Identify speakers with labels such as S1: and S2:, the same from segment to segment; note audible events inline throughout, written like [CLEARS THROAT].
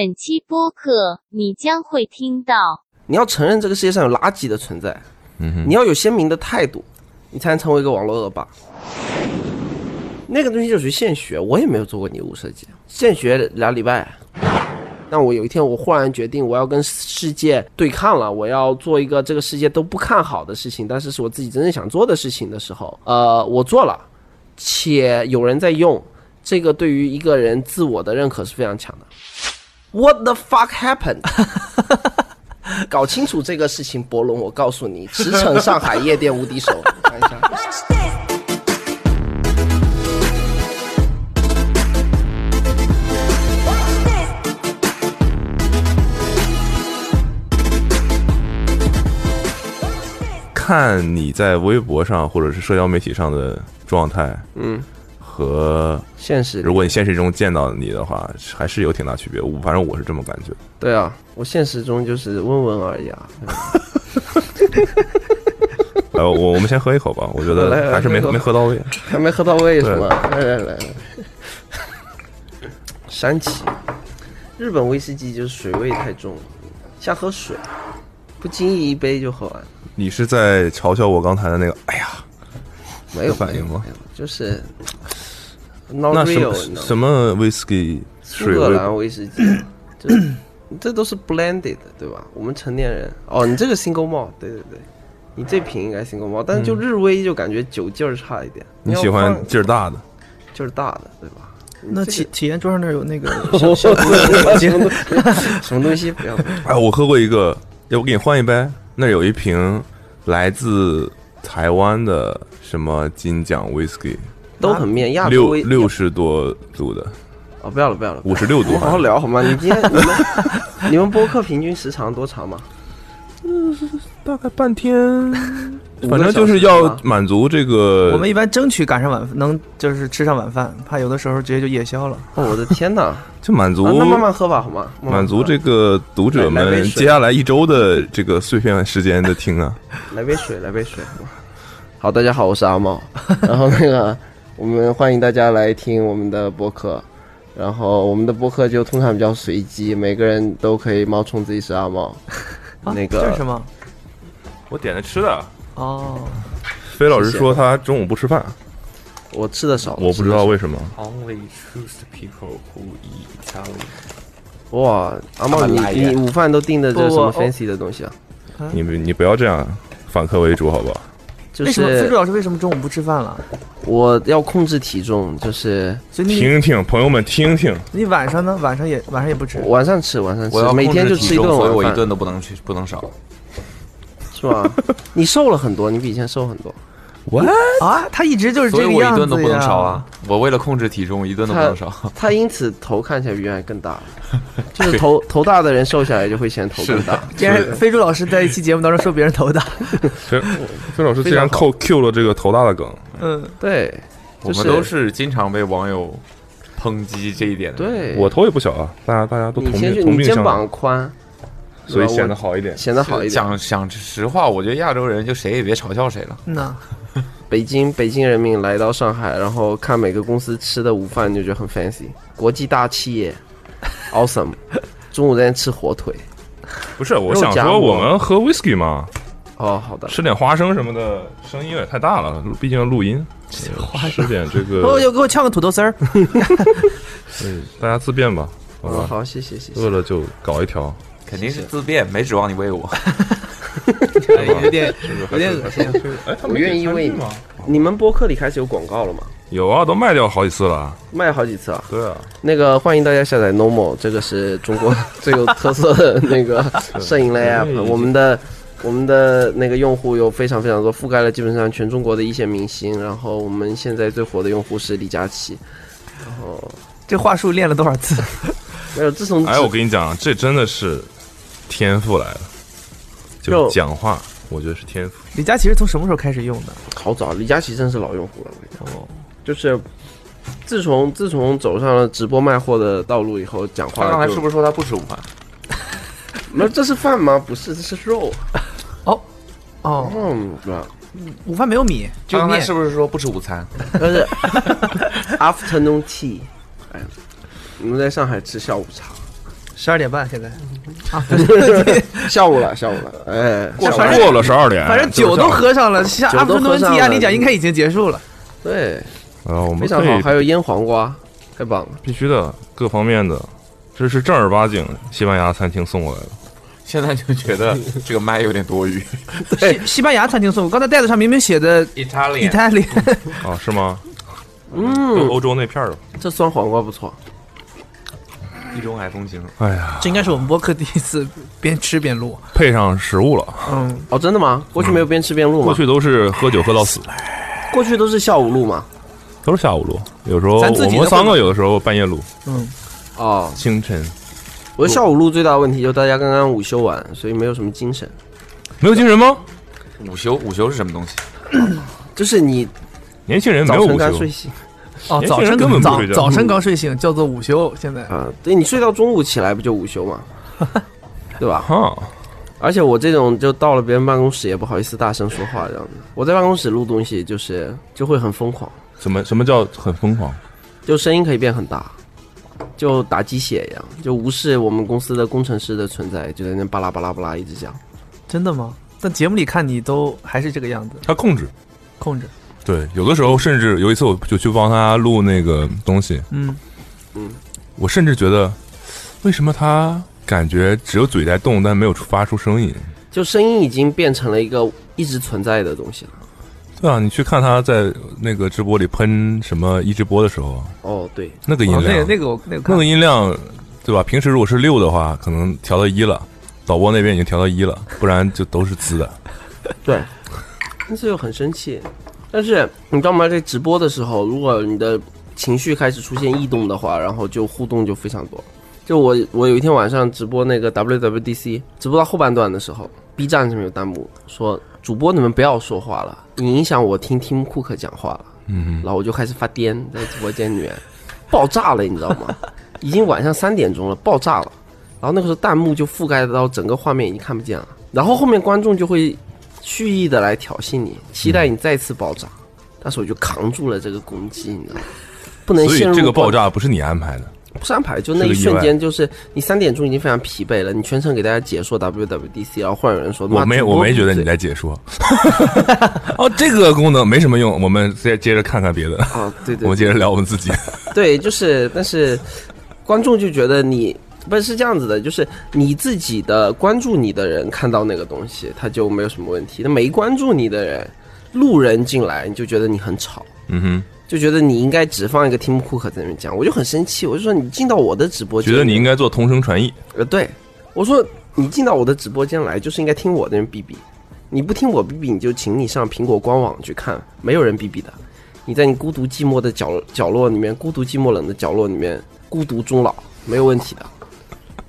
S1: 本期播客你将会听到。
S2: 你要承认这个世界上有垃圾的存在，你要有鲜明的态度，你才能成为一个网络恶霸。那个东西就属于现学，我也没有做过拟物设计，现学俩礼拜。但我有一天，我忽然决定，我要跟世界对抗了，我要做一个这个世界都不看好的事情，但是是我自己真正想做的事情的时候，呃，我做了，且有人在用，这个对于一个人自我的认可是非常强的。What the fuck happened？搞清楚这个事情，博龙，我告诉你，驰骋上海夜店无敌手。看一下。
S3: 看你在微博上或者是社交媒体上的状态，嗯，和
S2: [LAUGHS] 现实
S3: 如果你现实中见到你的话，还是有挺大区别。我反正我是这么感觉。
S2: 对啊，我现实中就是温文尔雅。
S3: 呃，我我们先喝一口吧，我
S2: [LAUGHS]
S3: 觉
S2: 来来
S3: 得还是没
S2: 来喝
S3: 没喝到位。
S2: 还没喝到位是吗？来来来来，山崎，日本威士忌就是水味太重了，像喝水，不经意一杯就喝完。
S3: 你是在嘲笑我刚才的那个？哎呀，
S2: 没有
S3: 有反应吗？
S2: 没有就是，not
S3: 那什
S2: 哦 real，
S3: 么
S2: 你知道吗
S3: 什么 whisky
S2: 苏
S3: 水
S2: 格
S3: 味？
S2: 兰威士忌，就是这都是 blended 的对吧？我们成年人哦，你这个 single malt，对对对，你这瓶应该 single malt，但是就日威就感觉酒劲儿差一点。
S3: 你
S2: 要
S3: 喜欢
S2: 放
S3: 劲儿大的？
S2: 劲儿大的对吧？
S4: 那
S2: 这
S4: 体
S2: 个
S4: 体验桌上那儿有那
S5: [LAUGHS]
S4: 个
S2: 小小姑娘什么东西？什么东西不要？
S3: 哎，我喝过一个，要不给你换一杯？那有一瓶来自台湾的什么金奖 whisky，
S2: 都很面，亚洲
S3: 六
S2: 威
S3: 六十多度的，
S2: 哦，不要了不要了，不要
S3: 五
S2: 了
S3: 十六度
S2: 我好
S3: 好
S2: 好
S3: 像。
S2: 聊好吗？你今天你们你们播客平均时长多长吗？
S3: 大概半 [LAUGHS] 天，
S2: 五
S3: 反
S2: 个
S3: 正就
S2: 小
S3: 是
S2: 时
S3: 要
S2: 吗
S3: 满足这个。
S4: 我们一般争取赶上晚能就是吃上晚饭，怕有的时候直接就夜宵了。
S2: 哦，我的天哪！啊
S3: 就满足、
S2: 那慢慢喝吧好吗？慢慢喝
S3: 满足这个读者
S2: 来来杯
S3: 们
S2: 水
S3: 接下来一周的这个碎片时间的听啊。
S2: 来杯
S4: [LAUGHS]
S2: 水，来杯水。好，大家好，我是阿茂。 [LAUGHS] 然后那个，我们欢迎大家来听我们的播客。然后我们的播客就通常比较随机，每个人都可以冒充自己是阿茂。
S4: 啊
S2: 那个
S4: 这是什么？
S3: [LAUGHS] 我点的吃的，
S4: 哦，
S3: 飞老师说他中午不吃饭，
S2: 我吃的少，
S3: 我不知道为什么。
S5: Only choose the people who eat out.
S2: 哇，阿茂，你你午饭都订的这是什么 fancy 的东西啊？
S3: 你你不要这样反客为主好不好？
S2: 就
S4: 为什么非
S2: 是
S4: 洲老师为什么中午不吃饭了？
S2: 我要控制体重，就是
S4: 所以你
S3: 听听朋友们听听，
S4: 你晚上呢？晚上也晚上也不吃？
S2: 晚上吃，晚上
S5: 我要
S2: 吃，每天就吃
S5: 一
S2: 顿
S5: 所以我
S2: 晚饭，
S5: 顿都不能吃，不能少。
S2: 是吧？你瘦了很多，你比以前瘦很多。
S4: 啊，他一直就是这
S5: 所以
S4: 个
S5: 我
S4: 样
S5: 一
S4: 子呀。
S5: 顿都不能少啊！我为了控制体重，我一顿都不能少。
S2: 他因此头看起来比原来更
S3: [LAUGHS]
S2: 大了，就是头头大的人瘦下来就会显得头更大。
S4: 竟然非洲老师在一期节目当中说别人头大，
S3: 飞飞老师竟然扣 Q 了这个头大的梗，
S4: 嗯，
S2: 对，
S5: [LAUGHS] 我
S2: 就
S5: 们
S2: 是
S5: 都是经常被网友抨击这一点的。，
S2: 对，
S3: 我头也不小啊，大家大家都
S2: 你
S3: 同
S2: 先
S3: 病
S2: 去，
S3: 同
S2: 你
S3: 病
S2: 肩
S3: 相
S2: 膀
S3: 怜，
S2: 宽，
S3: 所以
S2: 是吧
S3: 显得
S2: 我
S3: 好一点。
S2: 显得好一点。
S5: 讲讲实话，我觉得亚洲人就谁也别嘲笑谁了。
S4: 那
S2: 北京北京人民来到上海，然后看每个公司吃的午饭就觉得很 fancy，国际大企
S3: [LAUGHS]
S2: 业，awesome。中午在那吃火腿，
S3: 不是，我
S2: 肉
S3: 想
S2: 夹
S3: 说
S2: 馍
S3: 我们喝 whisky 嘛，
S2: 哦，好的。
S3: 吃点花生什么的，声音有点太大了，毕竟要录音。呃吃点这个，
S4: 哦，又给我呛个土豆丝儿，
S3: 嗯大家自便吧，好
S2: 哦，
S3: 吧。
S2: 好，谢谢谢谢
S3: 饿。了就搞一条，
S5: 肯定是自便，没指望你喂我。
S4: 有点
S5: [LAUGHS]
S4: 有点恶心。
S3: 哎，他
S2: 我
S3: 们
S2: 愿意
S3: 有
S2: 为
S3: 餐具
S2: 你
S3: 吗？
S2: 你们播客里开始有广告了吗？
S3: 有啊，都卖掉好几次了。
S2: 卖好几次啊！
S3: 对啊，
S2: 那个欢迎大家下载 Normal，这个是中国 [LAUGHS] 最有特色的那
S5: [LAUGHS]
S2: 个摄影类 app。我们的我们的那个用户有非常非常多，覆盖了基本上全中国的一线明星。然后我们现在最火的用户是李佳琦。
S4: 这话术练了多少次？
S2: 没有，自从
S3: 哎，我跟你讲，这真的是天赋来了，
S2: 肉
S3: 就是讲话，我觉得是天赋。
S4: 李佳琦是从什么时候开始用的？
S2: 好早，李佳琦真是老用户了。我跟你讲
S4: 哦，
S2: 就是自从自从走上了直播卖货的道路以后，讲话
S5: 他刚才
S2: 就是
S5: 不是说他不吃午饭？
S2: 没有这是饭吗？不是，这是肉。
S4: 哦，
S2: 嗯，对吧？
S4: 午饭没有米，就
S5: 他
S2: 啊
S5: 刚才
S4: 面。
S5: 是不是说不吃午餐？
S2: 但是
S3: [LAUGHS]
S2: afternoon tea，哎，我们在上海吃下午茶，
S4: 十二点半现在，啊
S5: [LAUGHS]
S2: 下午了，下午了，哎，
S4: 过
S2: 下午了
S4: 反正
S3: 过了十二点，
S4: 反正酒都喝上了，像
S2: 酒
S4: 阿
S2: 都
S4: 布
S2: 喝
S4: 多温
S2: 上
S4: 提亚
S2: 了
S4: 尼奖应该已经结束了。
S2: 对，
S3: 然呃后我们
S2: 非常
S3: 可
S2: 好，
S3: 以
S2: 还有腌黄瓜，太棒了。
S3: 必须的，各方面的，这是正儿八经西班牙餐厅送过来的。
S5: 现在就觉得这个麦有点多余。
S4: 西西班牙餐厅送，我刚才袋子上明明写的意
S5: Italian，
S4: 大利，
S3: 哦，是吗？
S2: 嗯，
S3: 欧洲那片儿吧。
S2: 这酸黄瓜不错。
S5: 地中海风情，
S3: 哎呀，
S4: 这应该是我们播客第一次边吃边录。
S3: 配上食物了，
S4: 嗯，
S2: 哦，真的吗？过去没有边吃边录
S3: 嗯过
S2: 吗？
S3: 去都是喝酒喝到死，
S2: 过去都是下午录嘛。
S3: 都是下午录，有时候
S4: 咱自
S3: 我
S4: 己的
S3: 们三个有的时候半夜录，
S2: 哦，
S3: 清晨
S2: 我觉得下午录最大的问题就是大家刚刚午休完，所以没有什么精神。
S3: 没有精神吗？
S5: 午休午休是什么东西？
S2: 就是你
S3: 年轻人
S2: 早
S3: 没有
S2: 晨
S3: 午
S2: 刚
S3: 休
S2: 睡，醒
S4: 哦，
S3: 年轻
S4: 早
S3: 人
S4: 晨
S3: 根本不
S4: 早
S3: 睡觉
S4: 早晨刚睡醒叫做午休，现在
S2: 啊，对你睡到中午起来不就午休
S3: [LAUGHS]
S2: 吗？对吧？
S3: 哈，
S2: 而且我这种就到了别人办公室也不好意思大声说话这样子。我在办公室录东西就是就会很疯狂，
S3: 什么什么叫很疯狂？
S2: 就声音可以变很大，就打鸡血一样，就无视我们公司的工程师的存在，就在那巴拉巴拉巴拉一直讲。
S4: 真的吗？但节目里看你都还是这个样子，
S3: 他控制。
S4: 控制。
S3: 对，有的时候甚至有一次我就去帮他录那个东西，
S4: 嗯，
S3: 我甚至觉得，为什么他感觉只有嘴在动，但没有出发出声音？
S2: 就声音已经变成了一个一直存在的东西了。
S3: 对啊，你去看他在那个直播里喷什么一直播的时候，
S2: 哦，对，
S3: 那个音
S4: 哦
S3: 量，
S4: 那个那个我那个
S3: 那
S4: 看
S3: 个音量，对吧？平时如果是六的话，可能调到一了，导播那边已经调到一了，不然就都是滋的。
S2: 对， [LAUGHS] 但是又很生气。但是你知道吗？在直播的时候，如果你的情绪开始出现异动的话，然后就互动就非常多。就我我有一天晚上直播那个 WWDC，直播到后半段的时候，B 站上面有弹幕说：“主播你们不要说话了，你影响我听 Tim Cook 讲话了。”
S3: 嗯，
S2: 然后我就开始发癫，在直播间里面爆炸了，你知道
S3: [LAUGHS]
S2: 吗？已经晚上三点钟了，爆炸了。然后那个时候弹幕就覆盖到整个画面已经看不见了，然后后面观众就会蓄意的来挑衅你，期待你再次爆炸。
S3: 嗯
S2: 但是我就扛住了这个攻击，你知道吗？不能
S3: 所以
S2: 陷入
S3: 这个
S2: 观
S3: 爆炸不是你安排的，
S2: 不是安排，就那一瞬间，就是你三点钟已经非常疲惫了，你全程给大家解说 WWDC，然后忽然有啊人说，
S3: 我
S2: 妈
S3: 没我没觉得你在解说。哦，这个功能没什么用，我们再接着看看别的，
S2: 啊，对对
S3: 我
S2: 对
S3: 们接着聊我们自己。
S2: 对，就是，但是观众就觉得你不是这样子的，就是你自己的关注你的人看到那个东西，他就没有什么问题。那没关注你的人，路人进来，你就觉得你很吵，
S3: 嗯哼，
S2: 就觉得你应该只放一个 Tim Cook 在那边讲，我就很生气，我就说你进到我的直播间，
S3: 觉得你应该做同声传译。
S2: 呃，对我说你进到我的直播间来，就是应该听我的人哔哔，你不听我哔哔，你就请你上苹果官网去看，没有人哔哔的。你在你孤独寂寞的角角落里面，孤独寂寞冷的角落里面，孤独终老，没有问题的，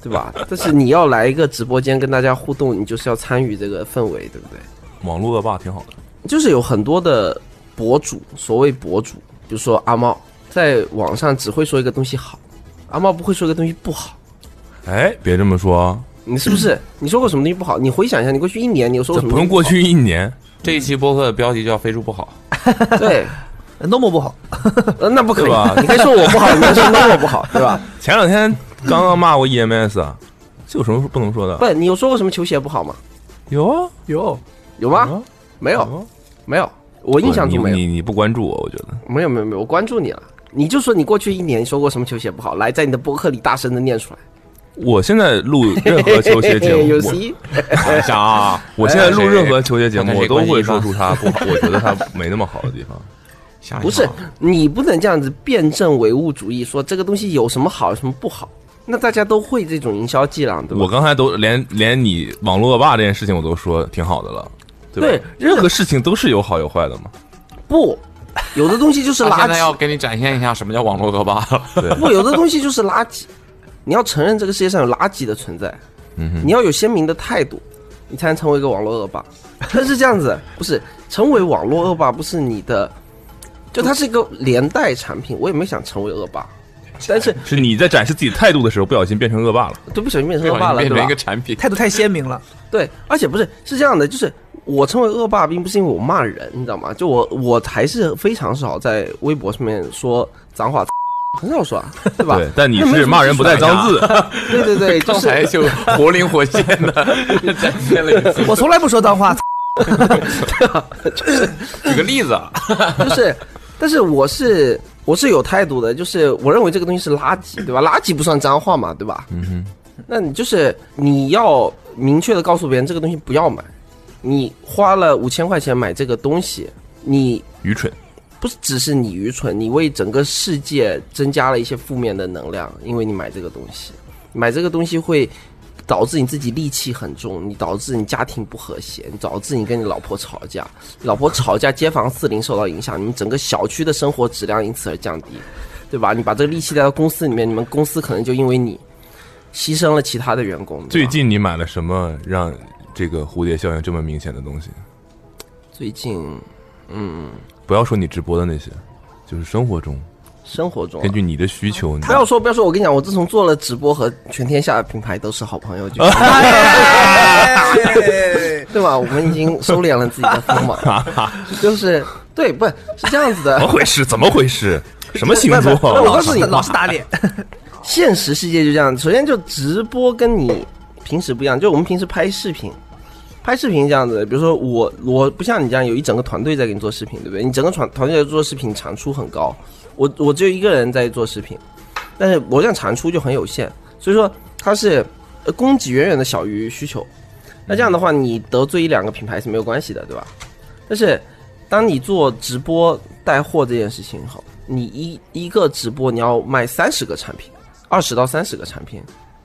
S2: 对吧？但是你要来一个直播间跟大家互动，你就是要参与这个氛围，对不对？
S3: 网络恶霸挺好的，
S2: 就是有很多的博主，所谓博主，比如说阿茂，在网上只会说一个东西好，阿茂不会说一个东西不好。
S3: 哎，别这么说，
S2: 你是不是？你说过什么东西不好？你回想一下，你过去一年你有说
S3: 嗯这
S2: 过什么？
S3: 不用过。去一年，
S5: 这一期播客的标题叫“飞猪不好
S2: 对，
S4: no more 不好，
S2: 呃那不可以
S3: 对吧
S2: [LAUGHS] 你可以说我不好，你可以说 no 我不
S3: [LAUGHS]
S2: 好，对吧？
S3: 前两天刚刚骂过 EMS 啊，这有什么不能说的？
S2: 不，你有说过什么球鞋不好吗？
S3: 有啊，
S4: 有
S2: 有
S3: 有
S2: 吗
S3: 啊？
S2: 没有，没有。我印象中没
S3: 你
S2: 有，
S3: 你你不关注我，我觉得
S2: 没有，没有，没有。我关注你了，啊你就说你过去一年说过什么球鞋不好，来，在你的博客里大声的念出来。
S3: 我现在录任何
S2: [LAUGHS]
S3: 球鞋节
S2: 有
S3: 目，
S2: C，”。
S5: 想想啊，
S3: 我我现在录任何球鞋节
S5: 看
S3: 目，
S5: 看
S3: 我
S5: 谁
S3: 都会说
S5: 关
S3: 出它不好，我觉得它没那么好的地方。
S5: 想一想啊
S2: 哎不是你不能这样子辩证唯物主义，说这个东西有什么好，有什么不好。那大家都会这种营销伎 [LAUGHS] 俩，对吧？
S3: 我刚才都连连你网络恶霸这件事情我都说挺好的了，对吧？
S2: 对
S3: 任何事情都是有好有坏的嘛。
S2: 不，有的东西就是
S5: 他
S2: 垃
S5: 现在
S2: 圾。
S5: 要给你展现一下什么叫网络
S2: [LAUGHS]
S5: 恶霸了。
S3: 对，
S2: 不，有的东西就是垃圾，你要承认这个世界上有垃圾的存在，
S3: 嗯哼
S2: 你要有鲜明的态度，你才能成为一个网络恶霸。 [LAUGHS] 但是这样子不是成为网络恶霸，不是你的，就它是一个连带产品。我也没想成为恶
S3: [LAUGHS]
S2: 霸，但是
S3: 是你在展示自己态度的时候不小心变成恶霸了。
S2: 对不小心变成
S5: 这
S2: 恶
S5: 玩
S2: 霸
S5: 意
S3: 哎
S2: 了，对
S5: 变成一
S2: 吧
S5: 个？产品，
S4: 态度太鲜明了。 [LAUGHS]
S2: 对，而且不是是这样的，就是我成为恶霸，并不是因为我骂人，你知道吗？就我我还是非常少在微博上面说脏话，很少刷， [LAUGHS] 对吧？
S3: [LAUGHS] 对，但你
S2: 那没有
S3: 是
S2: 什么啊
S3: 骂人
S2: 技
S3: 不
S2: 巧
S3: 带
S2: 呀
S3: 脏字，
S2: [LAUGHS] 对对
S3: [LAUGHS]
S2: 对，就
S5: 刚
S2: 是
S5: 才就活灵活现的
S2: [LAUGHS]
S5: 展现了一次。
S4: 我从来不说
S3: [LAUGHS]
S4: 脏话，
S5: 举个例子啊，
S2: [LAUGHS] 就是，但是我是我是有态度的，就是我认为这个东西是垃圾，对吧？垃圾不算脏话嘛，对吧？嗯
S3: 哼。
S2: 那你就是你要明确的告诉别人这个东西不要买，你花了五千块钱买这个东西，你
S3: 愚蠢。
S2: 不是只是你愚蠢，你为整个世界增加了一些负面的能量，因为你买这个东西，买这个东西会导致你自己戾气很重，你导致你家庭不和谐，你导致你跟你老婆吵架，老婆吵架，街坊四邻受到影响，你们整个小区的生活质量因此而降低，对吧？你把这个戾气带到公司里面，你们公司可能就因为你牺牲了其他的员工。对
S3: 最
S2: 吧
S3: 近你买了什么让这个蝴蝶效应这么明显的东西？
S2: 最近
S3: 不要说你直播的那些，就是生活中
S2: 生活中啊、
S3: 根据你的需求，你
S2: 不要说不要说，我跟你讲，我自从做了直播和全天下的品牌都是好朋友，就
S3: 哎
S4: [LAUGHS]
S2: 对吧？我们已经收敛了自己的锋芒，就是对，不是是这样子
S3: 怎么
S2: 的，
S3: 回事？怎么回
S2: [LAUGHS]
S3: 事？什么星座？
S2: 不是我告
S3: [LAUGHS] 哦
S2: 诉你
S4: 老是打脸。
S2: 现实世界就这样。首先就直播跟你平时不一样，就我们平时拍视频。拍视频这样子，比如说我，我不像你这样有一整个团队在给你做视频，对不对？你整个团团队在做视频，产出很高。我我只有一个人在做视频，但是我这样产出就很有限，所以说它是呃供给远远的小于需求。那这样的话，你得罪一两个品牌是没有关系的，对吧？但是当你做直播带货这件事情后，你一一个直播你要卖三十个产品，二十到三十个产品，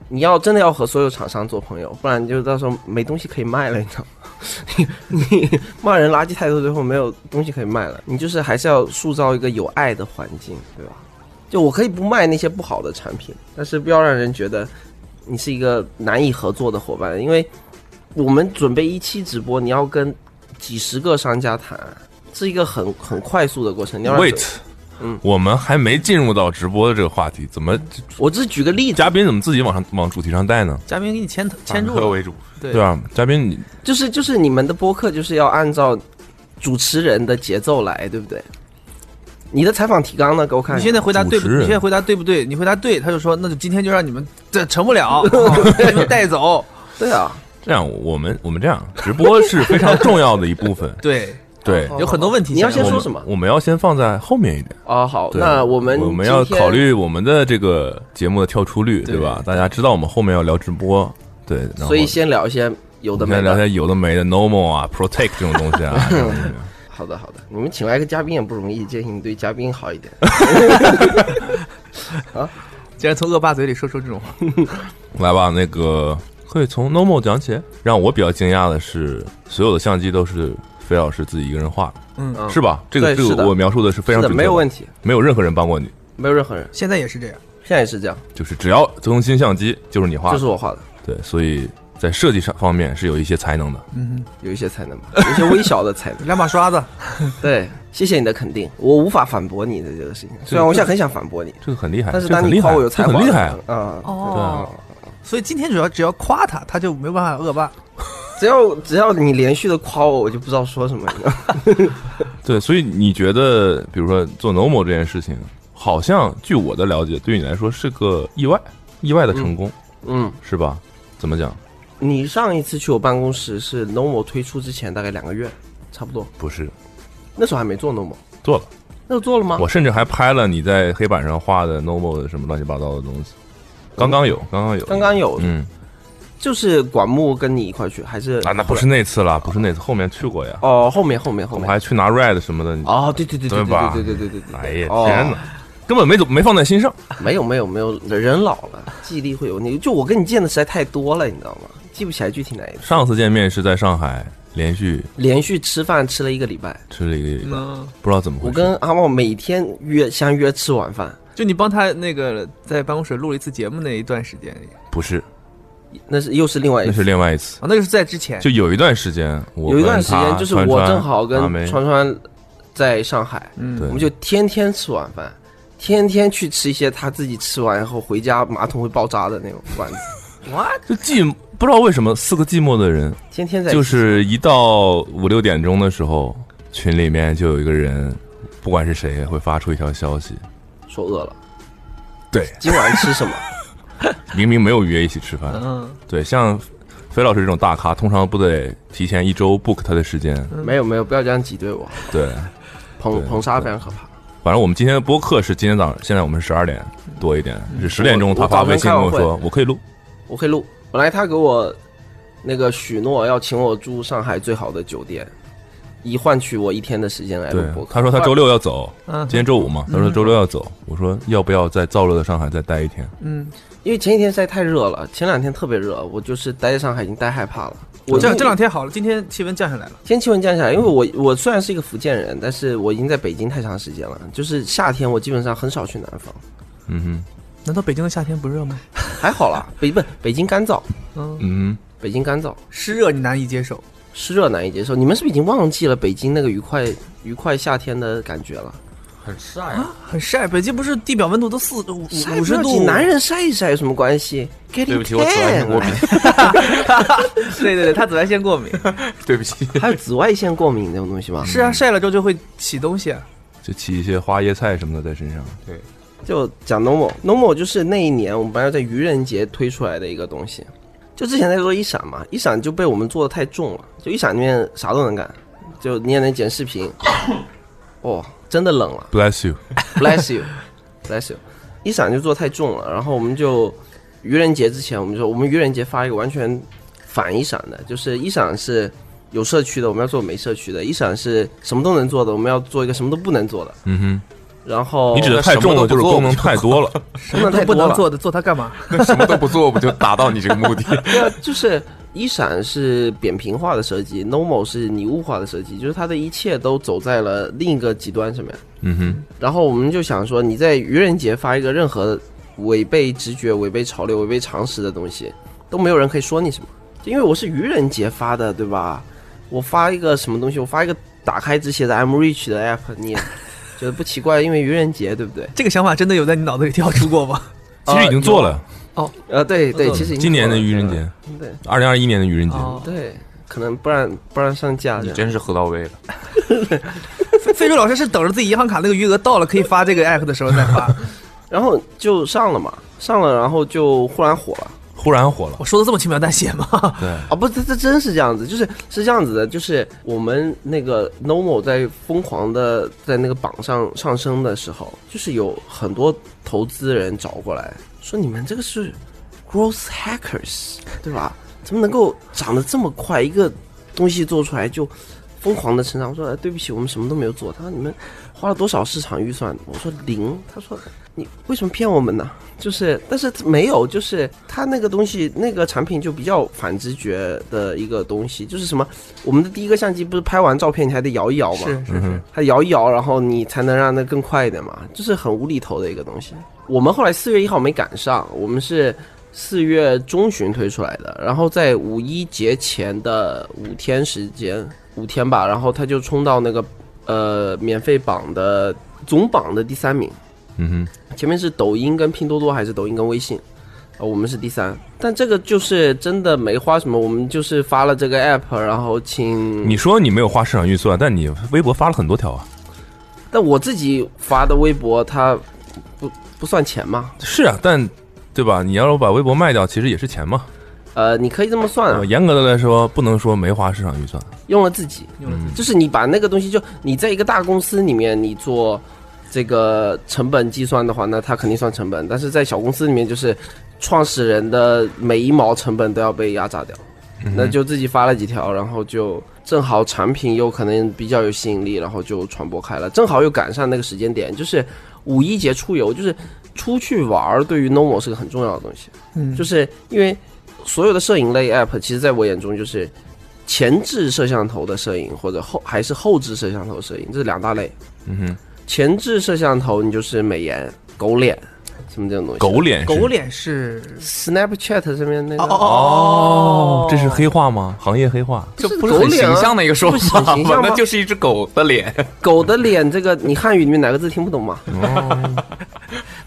S2: 你要真的要和所有厂商做朋友，不然你就到时候没东西可以卖了，你知道吗？ [LAUGHS] 你你骂人垃圾太多，最后没有东西可以卖了，你就是还是要塑造一个有爱的环境，对吧？就我可以不卖那些不好的产品，但是不要让人觉得你是一个难以合作的伙伴，因为我们准备一期直播，你要跟几十个商家谈，是一个很很快速的过程。你要让
S3: Wait，
S2: 嗯
S3: 我们还没进入到直播的这个话题，怎么
S2: 我只是举个例子，
S3: 嘉宾怎么自己往上往主题上带呢？
S4: 嘉宾给你牵牵住
S5: 反客
S4: 了，
S5: 为主，
S4: 对
S3: 对吧？嘉宾你
S2: 就是就是你们的播客就是要按照主持人的节奏来，对不对？你的采访提纲呢？给我看
S4: 你
S2: 一下。
S4: 现在回答对不？
S3: 主持人
S4: 你现在回答对不对？你回答对，他就说那就今天就让你们这成不了，
S2: [LAUGHS]
S4: 把你们带走。。
S2: 对啊，
S3: 这样，我们我们这样，直播是非常重要的一部分
S2: [LAUGHS]
S4: 对，
S3: 对，
S4: 有很多问题
S2: 你要先
S4: 想问。
S3: 我
S2: 哦说
S3: 们
S2: 什么
S3: 我们要先放在后面一点。
S2: 哦，好，
S3: 对
S2: 那我们
S3: 我
S2: 我
S3: 们要考虑我们的这个节目的跳出率，对吧？大家知道我们后面要聊直播，对，然后
S2: 所以先聊一些有的
S3: 我们
S2: 没
S3: 先聊
S2: 的。
S3: 些有的没的，normal 啊，protect 这种东西
S2: [LAUGHS]
S3: 啊。这种东西
S2: 好的，好的，你们请来一个嘉宾也不容易，建议你对嘉宾好一点。
S4: 竟然从恶霸嘴里说出这种话，
S3: 来吧，那个可以从 normal 讲起。让我比较惊讶的是，所有的相机都是菲老师自己一个人画的，
S4: 嗯，
S3: 是吧？这个
S2: 对
S3: 这
S2: 是的
S3: 个我描述的是非
S2: 是
S3: 常
S2: 的，
S3: 准确的
S2: 没有问题，
S3: 没有任何人帮过你，
S2: 没有任何人，
S4: 现在也是这样。
S2: 现在也是这样，
S3: 就是只要中心相机就是你画
S2: 就
S3: 的，
S2: 是我画的，
S3: 对，所以在设计上方面是有一些才能的。
S4: 嗯，
S2: 有一些才能吧，有一些微小的才
S3: [LAUGHS]
S2: 能。
S4: 两把刷子，
S2: 对，谢谢你的肯定，我无法反驳你的这个事情。虽然我现在很想反驳你，
S3: 这个很厉害，
S2: 但是
S3: 这个
S2: 当
S3: 很
S2: 你
S3: 厉
S2: 夸
S3: 害，
S2: 我有才
S3: 这
S2: 华，
S3: 个很厉害，嗯
S2: 啊！
S4: 哦，所以今天主要只要夸他，他就没有办法恶霸。
S2: 只要只要你连续的夸我，我就不知道说什么了。 [LAUGHS]
S3: 对，所以你觉得，比如说做 normal 这件事情，好像据我的了解，对你来说是个意外，意外的成功，
S2: 嗯，
S3: 是吧？怎么讲？
S2: 你上一次去我办公室是 Normal 推出之前大概两个月，差不多，
S3: 不是，
S2: 那时候还没做 Normal，
S3: 做了，
S2: 那时候做了吗？
S3: 我甚至还拍了你在黑板上画的 normal 的什么乱七八糟的东西。刚刚有，刚刚有，
S2: 刚刚有，
S3: 嗯，
S2: 就是管木跟你一块去，还是
S3: 啊，那不是那次了，不是那次，后面去过呀，
S2: 哦，后面后面
S3: 我
S2: 后
S3: 们
S2: 面
S3: 还去拿 red 什么的。你
S2: 哦，对对对对
S3: 对吧
S2: 对对对对对对，
S3: 哎呀，
S2: 哦
S3: 天哪，根本没怎没放在心上。
S2: 没有没有没有，人老了记忆力会有那个，就我跟你见的实在太多了，你知道吗？记不起来具体哪一次，
S3: 上次见面是在上海，连续
S2: 连续吃饭吃了一个礼拜。
S3: 吃了一个礼拜，
S4: 嗯，
S3: 不知道怎么回
S2: 我
S3: 事。
S2: 跟阿茂每天约相约吃晚饭，
S4: 就你帮他那个在办公室录了一次节目那一段时间里，
S3: 不是，
S2: 那是又是另外一
S3: 那
S2: 次。
S3: 是另外一次。
S4: 啊，那个是在之前。
S3: 就有一段时间，我
S2: 哎有一段
S3: 跟
S2: 时间
S3: 他
S2: 就是
S3: 川
S2: 我
S3: 川
S2: 正好跟
S3: 阿梅
S2: 川川在上海，
S4: 嗯
S3: 对
S2: 我们就天天吃晚饭，天天去吃一些他自己吃完以后回家马桶会爆炸的那种丸
S3: [LAUGHS]
S2: 子，
S3: 就寂寞不知道为什么四个寂寞的人，
S2: 天天在一起
S3: 就是一到五六点钟的时候，群里面就有一个人，不管是谁会发出一条消息，
S2: 说饿了，
S3: 对，
S2: 今晚吃
S3: [LAUGHS]
S2: 什么？
S3: 明明没有约一起吃饭。
S4: 嗯，
S3: 对，像飞老师这种大咖，通常不得提前一周 book 他的时间。
S2: 没有没有，不要这样挤兑我。
S3: 对，
S2: 捧
S3: 对
S2: 捧杀非常可怕。
S3: 反正我们今天的播客是今天早上，现在我们是十二点多一点，是十点钟
S2: 我
S3: 他发
S2: 我早上
S3: 微信跟我
S2: 开
S3: 说
S2: 完
S3: 我可以录，
S2: 我可以录。本来他给我那个许诺要请我住上海最好的酒店，以换取我一天的时间哎来录
S3: 对
S2: 播，客。
S3: 他说他周六要走，
S4: 嗯
S3: 今天周五嘛，他说周六要走，我说要不要在燥热的上海再待一天？
S4: 嗯，
S2: 因为前几天实在太热了，前两天特别热，我就是待在上海已经待害怕了。我
S4: 我这
S2: 录
S4: 这两天好了，今天气温降下来了。
S2: 天气温降下来，因为我我虽然是一个福建人，但是我已经在北京太长时间了，就是夏天我基本上很少去南方，
S3: 嗯
S4: 难道北京的夏天不热吗？
S2: 还好
S4: [LAUGHS]
S2: 啦，北不北京干燥，
S4: 嗯
S3: 哼，，嗯
S2: 北京干燥，
S4: 湿热你难以接受。
S2: 湿热难以接受。你们是不是已经忘记了北京那个愉快愉快夏天的感觉了？
S5: 很晒啊，
S4: 很晒，北京不是地表温度都四五
S2: 晒
S4: 五
S2: 不
S4: 十
S2: 要紧
S4: 度， [LAUGHS]
S2: 男人晒一晒有什么关系？Get
S5: [LAUGHS] 对不起，我紫外线过敏
S2: tan，，
S4: 对对对，他紫外线过敏。
S5: 对不起，
S2: 还有紫外线过敏这种东西吗？
S4: [LAUGHS] 是啊，晒了之后就会起东西啊。
S3: 哼，就起一些花椰菜什么的在身上，
S2: 就讲 normal，normal 就是那一年我们班要在愚人节推出来的一个东西。就之前在做一闪嘛，一闪就被我们做的太重了，就一闪里面啥都能干，就你也能剪视
S3: [COUGHS]
S2: 频。哦，真的冷了
S3: bless you，
S2: ，bless you，bless you。一闪就做得太重了，然后我们就愚人节之前，我们就说我们愚人节发一个完全反一闪的，就是一闪是有社区的，我们要做没社区的；一闪是什么都能做的，我们要做一个什么都不能做的。
S3: 嗯
S2: 然后
S3: 哼，你指的太重
S2: 哦
S3: 了，就是功能太多了，
S2: 什么都
S4: 都
S2: 太
S4: 不
S2: 多
S4: 能
S2: 了，
S4: 做的，做它干嘛？
S5: 那什么都不做，不就达到你这个目的？
S2: [LAUGHS] 对啊，就是一闪是扁平化的设计，normal 是拟物化的设计，就是它的一切都走在了另一个极端上面。
S3: 嗯哼，
S2: 然后我们就想说，你在愚人节发一个任何违背直觉、违背潮流、违背常识的东西，都没有人可以说你什么，就因为我是愚人节发的，对吧？我发一个什么东西，我发一个打开只写着 I'm rich 的 app，你也觉得不奇怪，因为愚人节，对不对？
S4: 这个想法真的有在你脑子里跳出过吗？
S3: 其实已经做了，
S2: 呃，对对，其实已经
S3: 嗯今年的
S2: 做了
S3: 愚人，节，
S2: 对
S3: 二零二一年的愚人节，
S4: [LAUGHS] 哦，
S2: 对，可能不然不然上架这
S5: 你
S2: 样。
S5: 真是喝到位了，
S4: 飞飞猪老师是等着自己银行卡那个余额到了可以发这个 app 的时候再发。
S2: 然后就上了嘛，上了，然后就忽然火了
S3: 忽然火了，
S4: 我说的这么轻描淡写吗？
S3: 对，
S2: 啊！不，这这真是这样子，就是是这样子的，就是我们那个 normal 在疯狂的在那个榜上上升的时候，就是有很多投资人找过来说，你们这个是 growth hackers 对吧？怎么能够长得这么快？一个东西做出来就疯狂的成长。我说、哎、对不起，我们什么都没有做。他说你们花了多少市场预算？我说零。他说你为什么骗我们呢？就是，但是没有，就是他那个东西，那个产品就比较反直觉的一个东西，就是什么，我们的第一个相机不是拍完照片你还得摇一摇吗？
S4: [LAUGHS] 是是
S3: 嗯
S4: 是
S3: 哼，
S2: 它摇一摇，然后你才能让它更快一点嘛，就是很无厘头的一个东西。我们后来四月一号没赶上，我们是四月中旬推出来的，然后在五一节前的五天时间，五天吧，然后它就冲到那个呃免费榜的总榜的第三名，
S3: 嗯哼。
S2: 前面是抖音跟拼多多还是抖音跟微信？呃，我们是第三，但这个就是真的没花什么，我们就是发了这个 app，然后请
S3: 你说你没有花市场预算，但你微博发了很多条啊。
S2: 但我自己发的微博，它不不算钱嘛？
S3: 是啊，但对吧？你要是把微博卖掉，其实也是钱嘛。
S2: 呃，你可以这么算啊
S3: 呃，严格的来说，不能说没花市场预算。
S2: 用了自己，
S4: 用了自己
S2: 就是你把那个东西就，你在一个大公司里面，你做这个成本计算的话，那它肯定算成本；但是在小公司里面，就是创始人的每一毛成本都要被压榨掉。那就自己发了几条，然后就正好产品又可能比较有吸引力，然后就传播开了，正好又赶上那个时间点，就是五一节出游，就是出去玩儿，对于 normal 是个很重要的东西。
S4: 嗯，
S2: 就是因为所有的摄影类 app，其实在我眼中就是前置摄像头的摄影，或者后还是后置摄像头摄影，这是两大类。
S3: 嗯哼，
S2: 前置摄像头你就是美颜、狗脸什么这种东西，
S3: 狗脸是
S4: 狗脸是
S2: Snapchat 上面那个
S4: 哦哦
S3: 哦，这是黑话吗？行业黑话。
S5: 这
S2: 是
S5: 不是
S2: 狗
S5: 很
S2: 脸
S5: 形
S2: 啊
S5: 象的一个说
S2: 不是
S5: 法
S2: 很形象
S5: 吗？
S2: 吗
S5: 那就是一只狗的
S2: [LAUGHS]
S5: 脸，
S2: 狗的脸，这个你汉语里面哪个字听不懂嘛？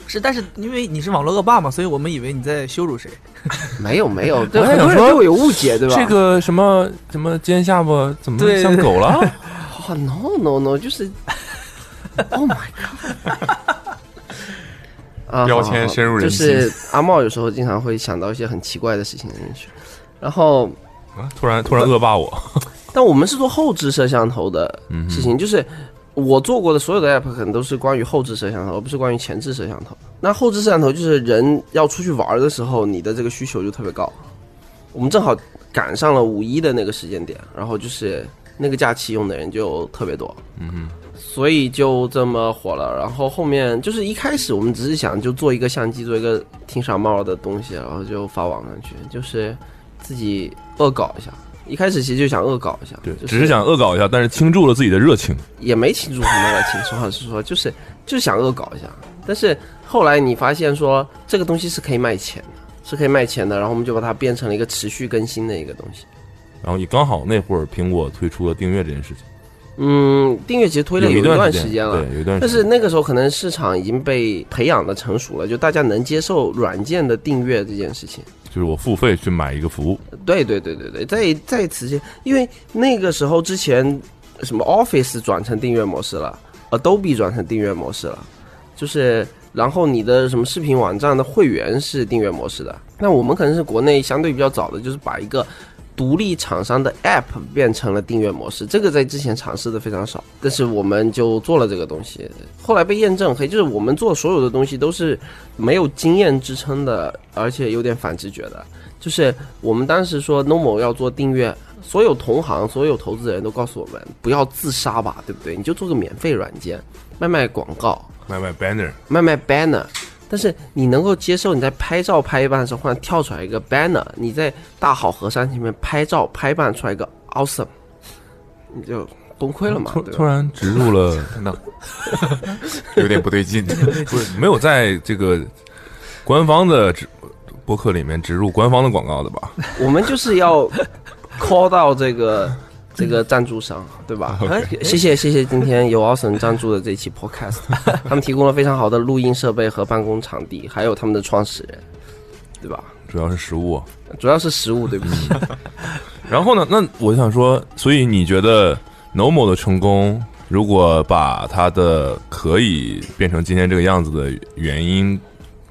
S4: 是，但是因为你是网络恶霸嘛，所以我们以为你在羞辱谁。
S2: 没有没有，对
S3: 我还
S2: 很多
S3: 想
S2: 人
S3: 说
S2: 对我有误解，对吧？
S3: 这个什么什么尖下巴怎么
S4: 对
S3: 像狗了？ [LAUGHS]
S2: 哦 [LAUGHS] no no no，就是，Oh my god，啊，
S5: 标
S2: 好好
S5: 签
S2: 好
S5: 深入人
S2: 就
S5: 心
S2: 是阿茂有时候经常会想到一些很奇怪的事情去，然后
S3: 啊突然突然恶霸我，
S2: 但我们是做后置摄像头的
S5: 嗯
S2: 事情，就是我做过的所有的 app 可能都是关于后置摄像头，而不是关于前置摄像头。那后置摄像头就是人要出去玩的时候，你的这个需求就特别高。我们正好赶上了五一的那个时间点，然后就是那个假期用的人就特别多，嗯所以就这么火了。然后后面就是一开始我们只是想就做一个相机，做一个挺傻帽的东西，然后就发网上去，就是自己恶搞一下。一开始其实就想恶搞一下，
S3: 对，
S2: 就
S3: 只是想恶搞一下，但是倾注了自己的热情。
S2: 也没庆祝什么的，请实话实说，就是就是想恶搞一下。但是后来你发现说这个东西是可以卖钱的，是可以卖钱的，然后我们就把它变成了一个持续更新的一个东西。
S3: 然后也刚好那会儿苹果推出了订阅这件事情，
S2: 嗯，订阅其实推了
S3: 有
S2: 一
S3: 段
S2: 段时间了。
S3: 对，有一段
S2: 但
S3: 时
S2: 是
S3: 间。
S2: 那个时候可能市场已经被培养的成熟了，就大家能接受软件的订阅这件事情。
S3: 就是我付费去买一个服务，
S2: 对对对对对，在在此前，因为那个时候之前什么 Office 转成订阅模式了，Adobe 转成订阅模式了，就是然后你的什么视频网站的会员是订阅模式的。那我们可能是国内相对比较早的，就是把一个独立厂商的 App 变成了订阅模式，这个在之前尝试的非常少，但是我们就做了这个东西，后来被验证黑，就是我们做所有的东西都是没有经验支撑的，而且有点反直觉的。就是我们当时说 Nomo 要做订阅，所有同行、所有投资人都告诉我们，不要自杀吧，对不对？你就做个免费软件，卖卖广告，
S3: 买买 banner，
S2: 卖卖 banner。但是你能够接受你在拍照拍一半的时候，忽然跳出来一个 banner，你在大好河山前面拍照拍一半出来一个 awesome，你就崩溃了嘛？
S3: 突
S2: 对
S3: 突
S2: 吧？
S3: 然植入了，
S5: 真的有点不对劲。
S3: 不是没有在这个官方的植博客里面植入官方的广告的 [LAUGHS] 吧？
S2: 我们就是要 call 到这个这个赞助商，对吧？哎
S4: 呃
S2: 谢谢谢谢，今天由 awesome 赞助的这期 podcast，他们提供了非常好的录音设备和办公场地，还有他们的创始人，对吧？
S3: 主要是食物啊。
S2: 主要是食物，对不起。
S3: 然后呢，那我就想说，所以你觉得 Nomo 的成功，如果把它的可以变成今天这个样子的原因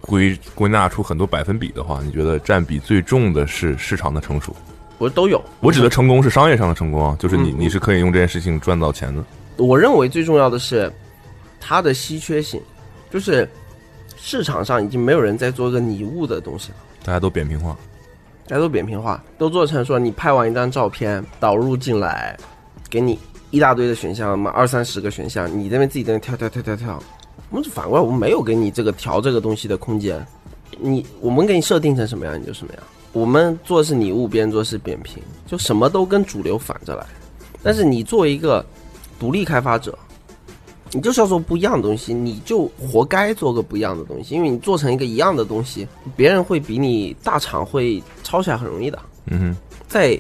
S3: 归归纳出很多百分比的话，你觉得占比最重的是市场的成熟？
S2: 我都有，
S3: 我指的成功是商业上的成功啊，就是你
S2: 嗯
S3: 你是可以用这件事情赚到钱的。
S2: 我认为最重要的是它的稀缺性，就是市场上已经没有人在做一个拟物的东西了，
S3: 大家都扁平化，
S2: 大家都扁平化，都做成说你拍完一张照片导入进来，给你一大堆的选项嘛，二三十个选项，你这边自己在那跳跳跳跳跳，我们就反过来，我们没有给你这个调这个东西的空间，你我们给你设定成什么样你就什么样，我们做的是拟物，别人做的是扁平，就什么都跟主流反着来。但是你作为一个独立开发者，你就是要做不一样的东西，你就活该做个不一样的东西，因为你做成一个一样的东西，别人会比你大厂会抄起来很容易的。
S3: 嗯
S2: 在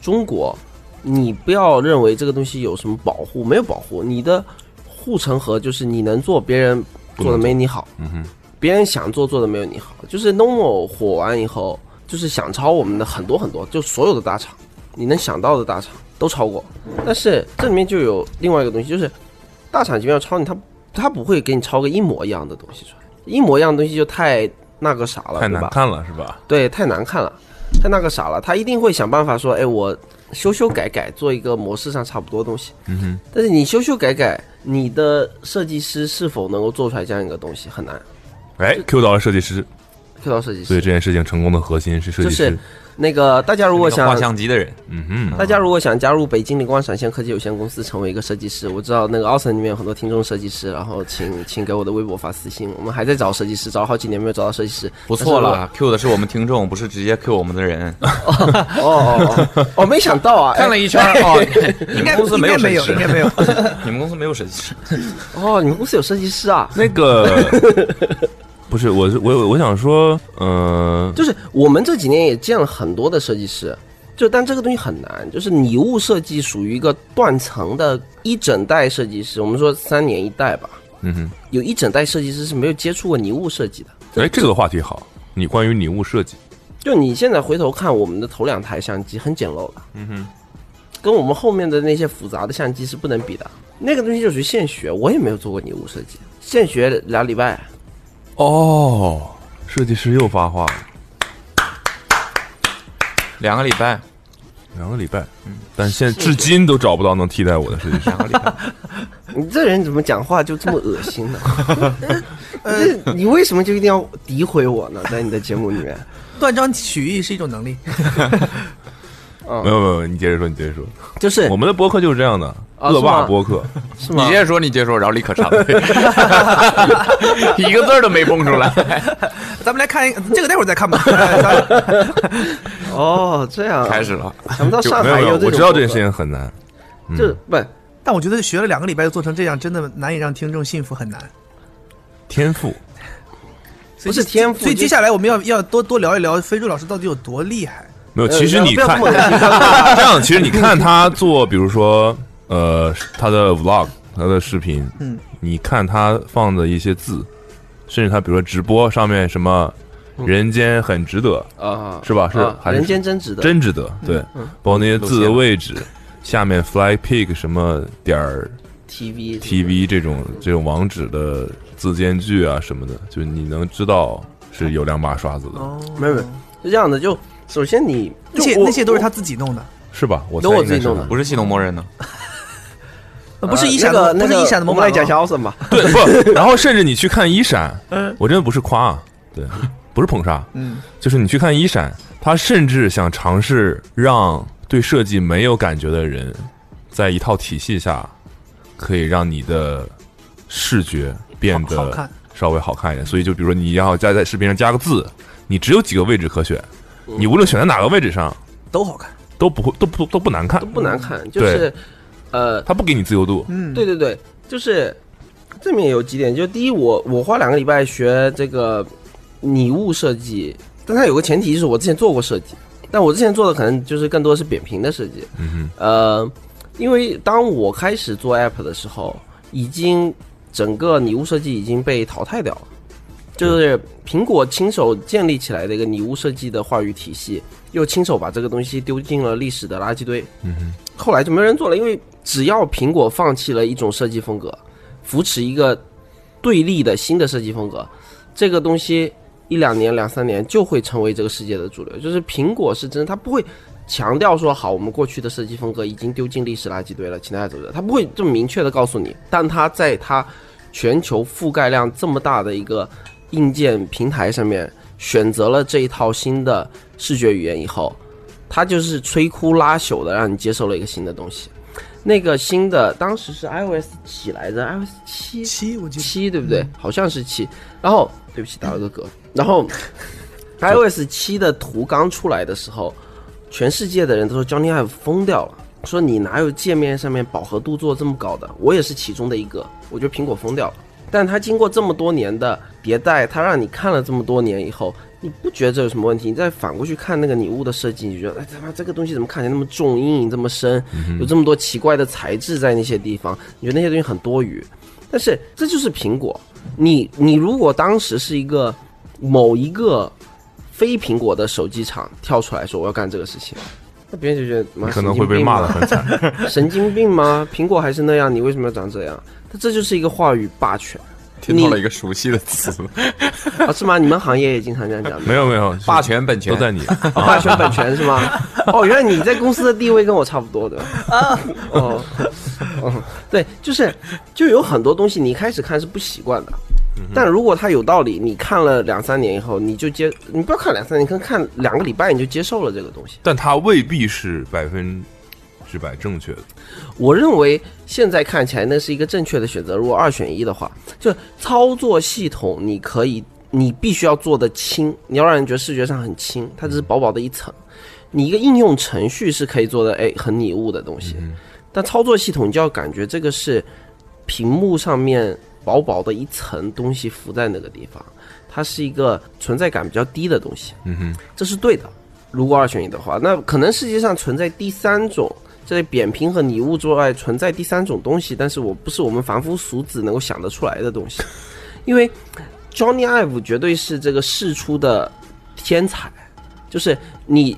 S2: 中国，你不要认为这个东西有什么保护，没有保护，你的护城河就是你能做别人做的没你好，
S3: 哼，嗯哼，
S2: 别人想做做的没有你好。就是 Nomo 火完以后，就是想超我们的很多很多，就所有的大厂，你能想到的大厂都超过。但是这里面就有另外一个东西，就是大厂即便要超你，他他不会给你超个一模一样的东西出来，一模一样的东西就太那个啥了，
S3: 太
S2: 对
S3: 难
S2: 吧？
S3: 看了是吧？
S2: 对，太难看了，太那个啥了。他一定会想办法说，哎，我修修改改，做一个模式上差不多的东西。
S3: 嗯哼，
S2: 但是你修修改改，你的设计师是否能够做出来这样一个东西很难。
S3: 哎，Q 到了设计师，
S2: Q 到设计
S3: 所以
S2: 师，
S3: 这件事情成功的核心是设计
S2: 就
S3: 师
S2: 是。那个大家如果
S5: [LAUGHS] 画
S2: 想，
S5: 相机的人，
S3: 嗯哼，
S2: 大家如果想加入北京灵光闪现科技有限公司成为一个设计师，我知道那个奥森里面有很多听众设计师，然后请请给我的微博发私信，我们还在找设计师，找了好几年没有找到设计师，
S5: 不错了。Q 的是我们听众，不是直接 Q 我们的人。
S2: 哦哦哦，我、没想到啊，哎
S5: 看了一圈哦，你们公司
S4: 应
S5: 没
S4: 该
S5: 有
S4: 没有，
S5: 设计
S4: 应该
S5: 师，
S4: 没有。
S5: [LAUGHS] 你们公司没有设计师。
S2: 哦，你们公司有设计师啊？[LAUGHS]
S3: 那个不是，我是我我我想说，嗯、
S2: 就是我们这几年也见了很多的设计师，就但这个东西很难，就是拟物设计属于一个断层的一整代设计师，我们说三年一代吧，
S3: 嗯哼。
S2: 有一整代设计师是没有接触过拟物设计的。
S3: 哎，这个话题好，你关于拟物设计，
S2: 就你现在回头看我们的头两台相机很简陋的，嗯哼，跟我们后面的那些复杂的相机是不能比的。那个东西就属于现学，我也没有做过拟物设计，现学俩礼拜，
S3: 哦，设计师又发话了，
S5: 两个礼拜，
S3: 两个礼拜，
S2: 嗯
S3: 但现至今都找不到能替代我的设计
S2: [LAUGHS]
S3: 师。
S5: 两个礼拜，
S2: 你这人怎么讲话就这么恶心
S3: [LAUGHS]
S2: 呢？这你为什么就一定要诋毁我呢？在你的节目里面，
S4: 断章取义是一种能力。
S3: 没有没有，你接着说，你接
S2: [LAUGHS]
S3: 着说，
S2: 就是
S3: 我们的播客就是这样的，
S2: 啊
S3: 恶
S2: 是
S3: 霸
S2: 吗
S3: 播客。
S2: 是
S5: 你
S2: 吗
S5: 接？着说，你接着说，然后立刻 [LAUGHS] 插队，一个字儿都没蹦出 [LAUGHS] 来，
S4: 咱们来看一个，这个待会儿再看吧。 [LAUGHS] 咱
S2: 哦，这样啊
S5: 开始了。
S2: 想不到上
S3: 没有
S2: 海
S3: 没
S2: 也
S3: 有，
S2: 啊这种
S3: 我知道这件
S2: 播客，
S3: 事情很难。嗯
S2: 就是不
S4: 但我觉得学了两个礼拜就做成这样，真的难以让听众信服，很难。
S3: 天赋，
S4: 所以
S2: 不是天赋
S4: 所以
S2: 就
S4: 接下来我们要要多多聊一聊飞猪老师到底有多厉害。
S3: 没有，
S2: 呃
S3: 其实你
S2: 不要
S3: 看
S2: 不要啊这么恶心
S3: [LAUGHS] 这样，其实你看他做，比如说呃他的 vlog，他的视频，
S4: 嗯，
S3: 你看他放的一些字，甚至他比如说直播上面什么“人间很值得
S2: 嗯啊，
S3: 是吧是
S2: 啊
S3: 还是
S2: 人间真嗯值”，得，
S3: 真值得，对，包括那些字的位置，下面 fly pig 什么点儿
S2: TV
S3: tv 这种这种网址的字间距啊什么的，就你能知道是有两把刷子的，
S4: 哦，
S2: 没有没有是这样的，就首先你
S4: 那些
S2: 就我
S4: 那些都是他自己弄的，
S3: 是吧？我
S2: 都
S3: 猜
S2: 我
S3: 应
S2: 自
S3: 该
S2: 己
S3: 是
S2: 弄
S3: 吧
S2: 的
S5: 不是系统默认的，
S4: 呃不是
S2: 呃
S4: 一闪
S2: 那
S4: 的，
S2: 个那
S4: 不
S2: 个
S4: 是一闪的
S2: 我
S4: 模
S2: 们来
S4: 板啊。
S2: 讲一下 awesome 吧。
S3: 对不？然后甚至你去看一闪，我真的不是夸啊，对，不是捧杀，
S4: 嗯，
S3: 就是你去看一闪，他甚至想尝试让对设计没有感觉的人，在一套体系下，可以让你的视觉变
S4: 好好
S3: 得
S4: 看
S3: 稍微好看一点。所以就比如说你要加在视频上加个字，你只有几个位置可选，你无论选在哪个位置上
S4: 都好看。
S3: 都不会都不都不难看，
S2: [LAUGHS] 不难看，就是呃，
S3: 他不给你自由度，
S4: 嗯，
S2: 对，对对，就是这里面有几点，就第一，我我花两个礼拜学这个拟物设计，但它有个前提就是我之前做过设计，但我之前做的可能就是更多是扁平的设计，
S3: 嗯
S2: 呃，因为当我开始做 app 的时候，已经整个拟物设计已经被淘汰掉了。就是苹果亲手建立起来的一个拟物设计的话语体系，又亲手把这个东西丢进了历史的垃圾堆。
S3: 哼，嗯哼，
S2: 后来就没人做了，因为只要苹果放弃了一种设计风格，扶持一个对立的新的设计风格，这个东西一两年、两三年就会成为这个世界的主流。就是苹果是真的，它不会强调说好，我们过去的设计风格已经丢进历史垃圾堆了，请大家走着。它不会这么明确的告诉你，但它在它全球覆盖量这么大的一个硬件平台上面，选择了这一套新的视觉语言以后，它就是摧枯拉朽的让你接受了一个新的东西。那个新的当时是 iOS 几来着？iOS 七
S4: 七我记得嗯
S2: 七对不对？好像是七。然后对不起，打了个嗝。然
S4: [LAUGHS]
S2: 后 iOS 七的图刚出来的时候，全世界的人都说 Johnny Ive 疯掉了，说你哪有界面上面饱和度做这么高的？我也是其中的一个，我觉得苹果疯掉了。但它经过这么多年的迭代，它让你看了这么多年以后，你不觉得这有什么问题？你再反过去看那个拟物的设计，你就觉得哎他妈这个东西怎么看起来那么重，阴影这么深，
S4: 嗯
S2: 有这么多奇怪的材质在那些地方，你觉得那些东西很多余。但是这就是苹果，你你如果当时是一个某一个非苹果的手机厂跳出来说我要干这个事情，那别人就觉得妈
S3: 你可能会被骂的很惨。
S2: [LAUGHS] 神经病吗？苹果还是那样，你为什么要长这样？但这就是一个话语霸权
S5: 听到了一个熟悉的词，
S2: 啊，是吗？你们行业也经常这样讲的
S3: 没。有没有，就是
S5: 霸权本权
S3: 都在你。
S2: 霸权本权是吗？哦，原来你在公司的地位跟我差不多的。哦，哦，对，就是就有很多东西你一开始看是不习惯的，但如果它有道理，你看了两三年以后，你就接，你不要看两三年，你可能看两个礼拜你就接受了这个东西。
S3: 但它未必是百分之百正确的。
S2: 我认为现在看起来那是一个正确的选择。如果二选一的话，就操作系统你可以，你必须要做的轻，你要让人觉得视觉上很轻，它只是薄薄的一层。你一个应用程序是可以做的，哎，很拟物的东西，
S3: 嗯
S2: 但操作系统你就要感觉这个是屏幕上面薄薄的一层东西浮在那个地方，它是一个存在感比较低的东西。
S3: 嗯哼，
S2: 这是对的。如果二选一的话，那可能世界上存在第三种，这类扁平和拟物之外存在第三种东西，但是我不是我们凡夫俗子能够想得出来的东西。因为 Johnny Ive 绝对是这个世出的天才，就是你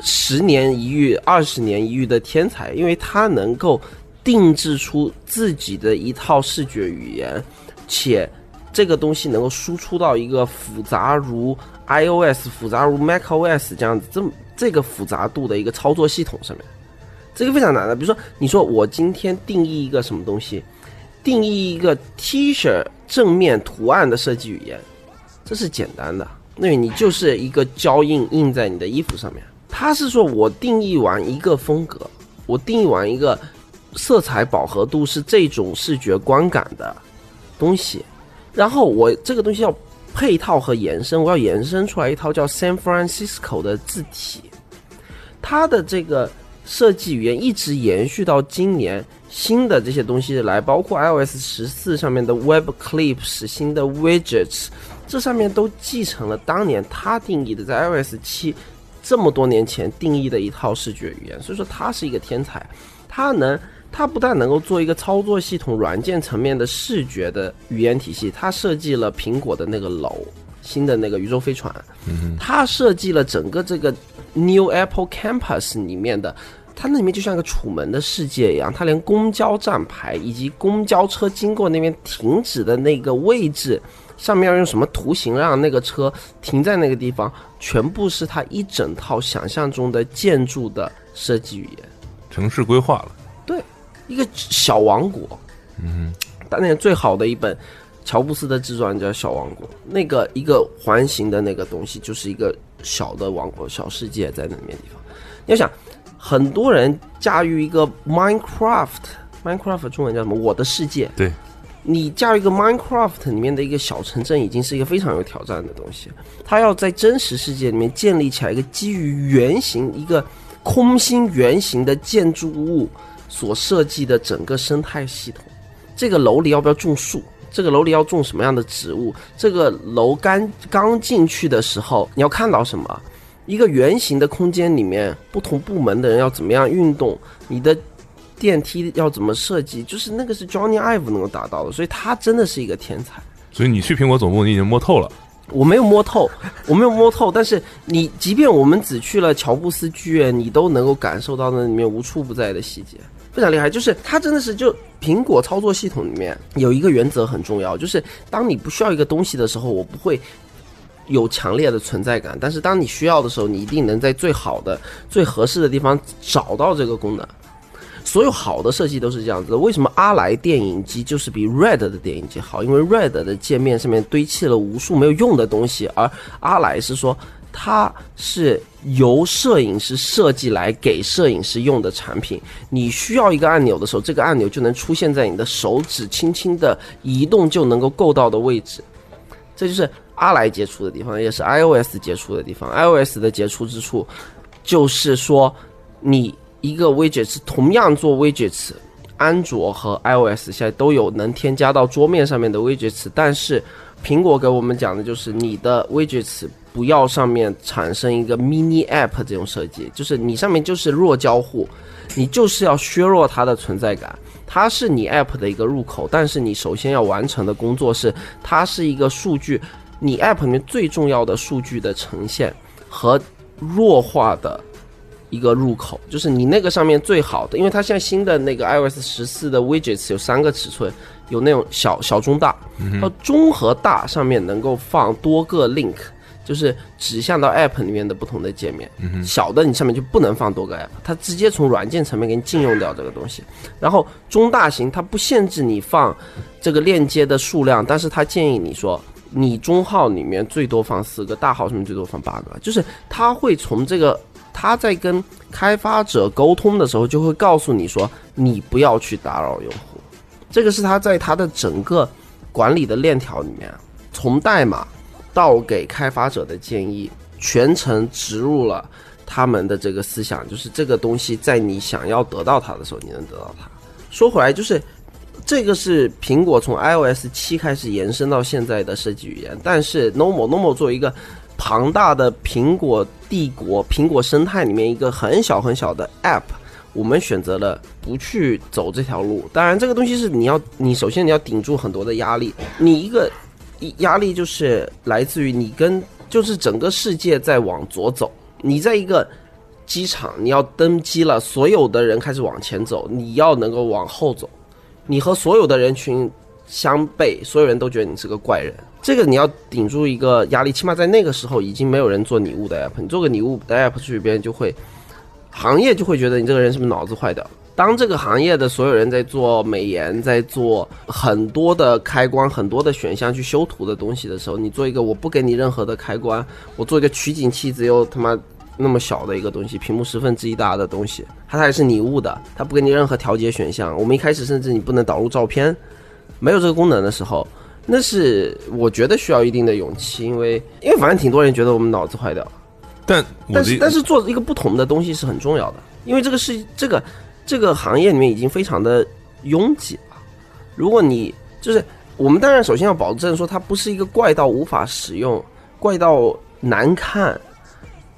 S2: 十年一遇、二十年一遇的天才，因为他能够定制出自己的一套视觉语言，且这个东西能够输出到一个复杂如 iOS、复杂如 macOS 这样子这么这个复杂度的一个操作系统上面，这个非常难的。比如说，你说我今天定义一个什么东西，定义一个 T 恤正面图案的设计语言，这是简单的，那你就是一个胶印印在你的衣服上面。它是说我定义完一个风格，我定义完一个色彩饱和度是这种视觉观感的东西，然后我这个东西要配套和延伸，我要延伸出来一套叫 San Francisco 的字体，它的这个设计语言一直延续到今年新的这些东西来，包括 iOS 十四上面的 Web Clips、新的 Widgets，这上面都继承了当年它定义的在 iOS 七这么多年前定义的一套视觉语言，所以说它是一个天才，它能。它不但能够做一个操作系统软件层面的视觉的语言体系，它设计了苹果的那个楼，新的那个宇宙飞船，它设计了整个这个 New Apple Campus 里面的，它那里面就像一个楚门的世界一样，它连公交站牌以及公交车经过那边停止的那个位置。上面要用什么图形让那个车停在那个地方，全部是它一整套想象中的建筑的设计语言。
S3: 城市规划了。
S2: 对，一个小王国。嗯，当年最好的一本乔布斯的自传叫《小王国》，那个一个环形的那个东西，就是一个小的王国、小世界在那里面地方。你要想，很多人驾驭一个 Minecraft，Minecraft 中文叫什么？我的世界。
S3: 对，
S2: 你驾驭一个 Minecraft 里面的一个小城镇，已经是一个非常有挑战的东西。它要在真实世界里面建立起来一个基于原型、一个空心原型的建筑物所设计的整个生态系统。这个楼里要不要种树？这个楼里要种什么样的植物？这个楼刚刚进去的时候，你要看到什么？一个圆形的空间里面，不同部门的人要怎么样运动？你的电梯要怎么设计？就是那个是 Johnny Ive 能够达到的，所以他真的是一个天才。
S3: 所以你去苹果总部，你已经摸透了。
S2: 我没有摸透，我没有摸透，但是你即便我们只去了乔布斯剧院，你都能够感受到那里面无处不在的细节，非常厉害。就是它真的是就苹果操作系统里面有一个原则很重要，就是当你不需要一个东西的时候，我不会有强烈的存在感，但是当你需要的时候，你一定能在最好的、最合适的地方找到这个功能。所有好的设计都是这样子的。为什么阿莱电影机就是比 Red 的电影机好？因为 Red 的界面上面堆砌了无数没有用的东西，而阿莱是说它是由摄影师设计来给摄影师用的产品。你需要一个按钮的时候，这个按钮就能出现在你的手指轻轻的移动就能够够到的位置。这就是阿莱杰出的地方，也是 iOS 杰出的地方。iOS 的杰出之处，就是说你一个 widgets 同样做 widgets，安卓和 iOS 现在都有能添加到桌面上面的 widgets，但是苹果给我们讲的就是你的 widgets 不要上面产生一个 mini app 这种设计，就是你上面就是弱交互，你就是要削弱它的存在感。它是你 app 的一个入口，但是你首先要完成的工作是，它是一个数据，你 app 里面最重要的数据的呈现和弱化的一个入口，就是你那个上面最好的，因为它现在新的那个 iOS 十四的 widgets 有三个尺寸，有那种小小中大，它中和大上面能够放多个 link，就是指向到 app 里面的不同的界面。小的你上面就不能放多个 app，它直接从软件层面给你禁用掉这个东西。然后中大型它不限制你放这个链接的数量，但是它建议你说。你中号里面最多放四个，大号上面最多放八个，就是它会从这个他在跟开发者沟通的时候，就会告诉你说，你不要去打扰用户。这个是他在他的整个管理的链条里面，从代码到给开发者的建议，全程植入了他们的这个思想，就是这个东西在你想要得到它的时候，你能得到它。说回来，就是这个是苹果从 iOS 七开始延伸到现在的设计语言，但是 Normal Normal 作为一个庞大的苹果帝国、苹果生态里面一个很小很小的 App，我们选择了不去走这条路。当然，这个东西是你要，你首先你要顶住很多的压力，你一个一压力就是来自于你跟就是整个世界在往左走，你在一个。机场，你要登机了，所有的人开始往前走，你要能够往后走，你和所有的人群相悖，所有人都觉得你是个怪人。这个你要顶住一个压力，起码在那个时候已经没有人做礼物的 app，你做个礼物的 app 去，别人就会行业就会觉得你这个人是不是脑子坏掉。当这个行业的所有人在做美颜，在做很多的开关、很多的选项去修图的东西的时候，你做一个我不给你任何的开关，我做一个取景器只有他妈那么小的一个东西，屏幕十分之一大的东西，它还是拟物的，它不给你任何调节选项。我们一开始甚至你不能导入照片，没有这个功能的时候，那是我觉得需要一定的勇气，因为因为反正挺多人觉得我们脑子坏掉，
S3: 但
S2: 但
S3: 我的
S2: 是但是做一个不同的东西是很重要的，因为这个是这个这个行业里面已经非常的拥挤了。如果你就是我们当然首先要保证说它不是一个怪到无法使用、怪到难看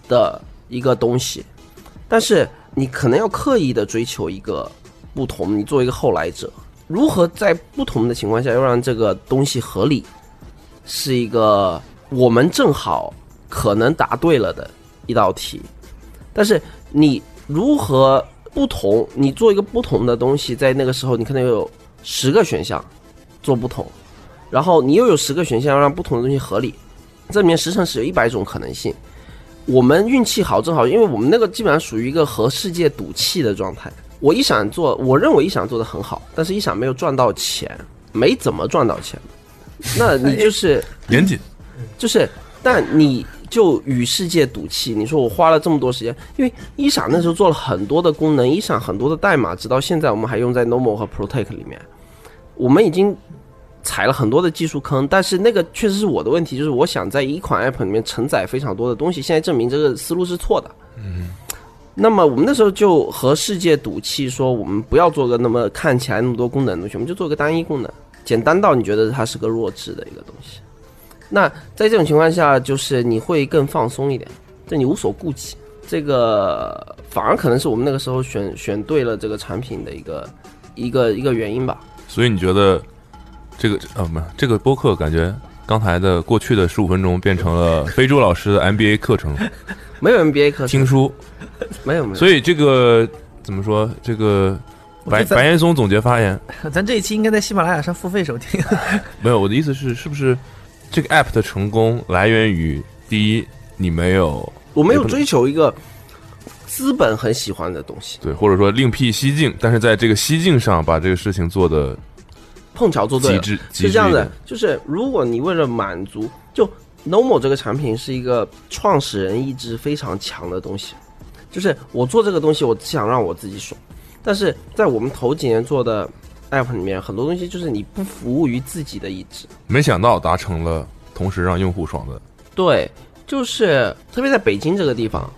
S2: 的一个东西，但是你可能要刻意的追求一个不同，你做一个后来者，如何在不同的情况下要让这个东西合理，是一个我们正好可能答对了的一道题，但是你如何不同？你做一个不同的东西，在那个时候你可能有十个选项做不同，然后你又有十个选项要让不同的东西合理，这里面十乘十有一百种可能性。我们运气好，正好，因为我们那个基本上属于一个和世界赌气的状态。我一闪做，我认为一闪做的很好，但是一闪没有赚到钱，没怎么赚到钱。那你就是
S3: 严谨，
S2: 就是，但你就与世界赌气。你说我花了这么多时间，因为一闪那时候做了很多的功能，一闪很多的代码，直到现在我们还用在 Normal 和 Protect 里面。我们已经踩了很多的技术坑，但是那个确实是我的问题，就是我想在一款 App 里面承载非常多的东西，现在证明这个思路是错的。嗯。那么我们那时候就和世界赌气，说我们不要做个那么看起来那么多功能的东西，我们就做个单一功能，简单到你觉得它是个弱智的一个东西。那在这种情况下，就是你会更放松一点，对你无所顾忌。这个反而可能是我们那个时候选选对了这个产品的一个一个一个原因吧。
S3: 所以你觉得这个呃，不是这个播客感觉刚才的过去的十五分钟变成了非洲老
S2: [LAUGHS]
S3: 师的 MBA 课程
S2: 没有 NBA 课程，
S3: 听书，
S2: 没有没有。
S3: 所以这个怎么说？这个呃白
S4: 我觉得
S3: 白岩松总结发言
S4: 咱这一期应该在喜马拉雅上付费收听。
S3: 没有，我的意思是，是不是这个 app 的成功来源于第一，你没有
S2: 我没有
S3: 也不能
S2: 追求一个资本很喜欢的东西，
S3: 对，或者说另辟蹊径，但是在这个蹊径上把这个事情做的
S2: 碰巧做对
S3: 极
S2: 了。
S3: 致，极致
S2: 是这样
S3: 一
S2: 的
S3: 点，
S2: 就是如果你为了满足，就 Nomo 这个产品是一个创始人意志非常强的东西，就是我做这个东西，我只想让我自己爽。但是在我们头几年做的 app 里面，很多东西就是你不服务于自己的意志。
S3: 没想到达成了同时让用户爽的，
S2: 对，就是特别在北京这个地方，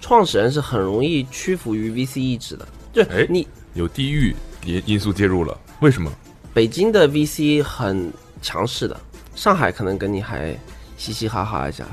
S2: 创始人是很容易屈服于 VC 意志的。就
S3: 哎
S2: 是你
S3: 有地域因因素介入了，为什么？
S2: 北京的 VC 很强势的，上海可能跟你还嘻嘻哈哈一下，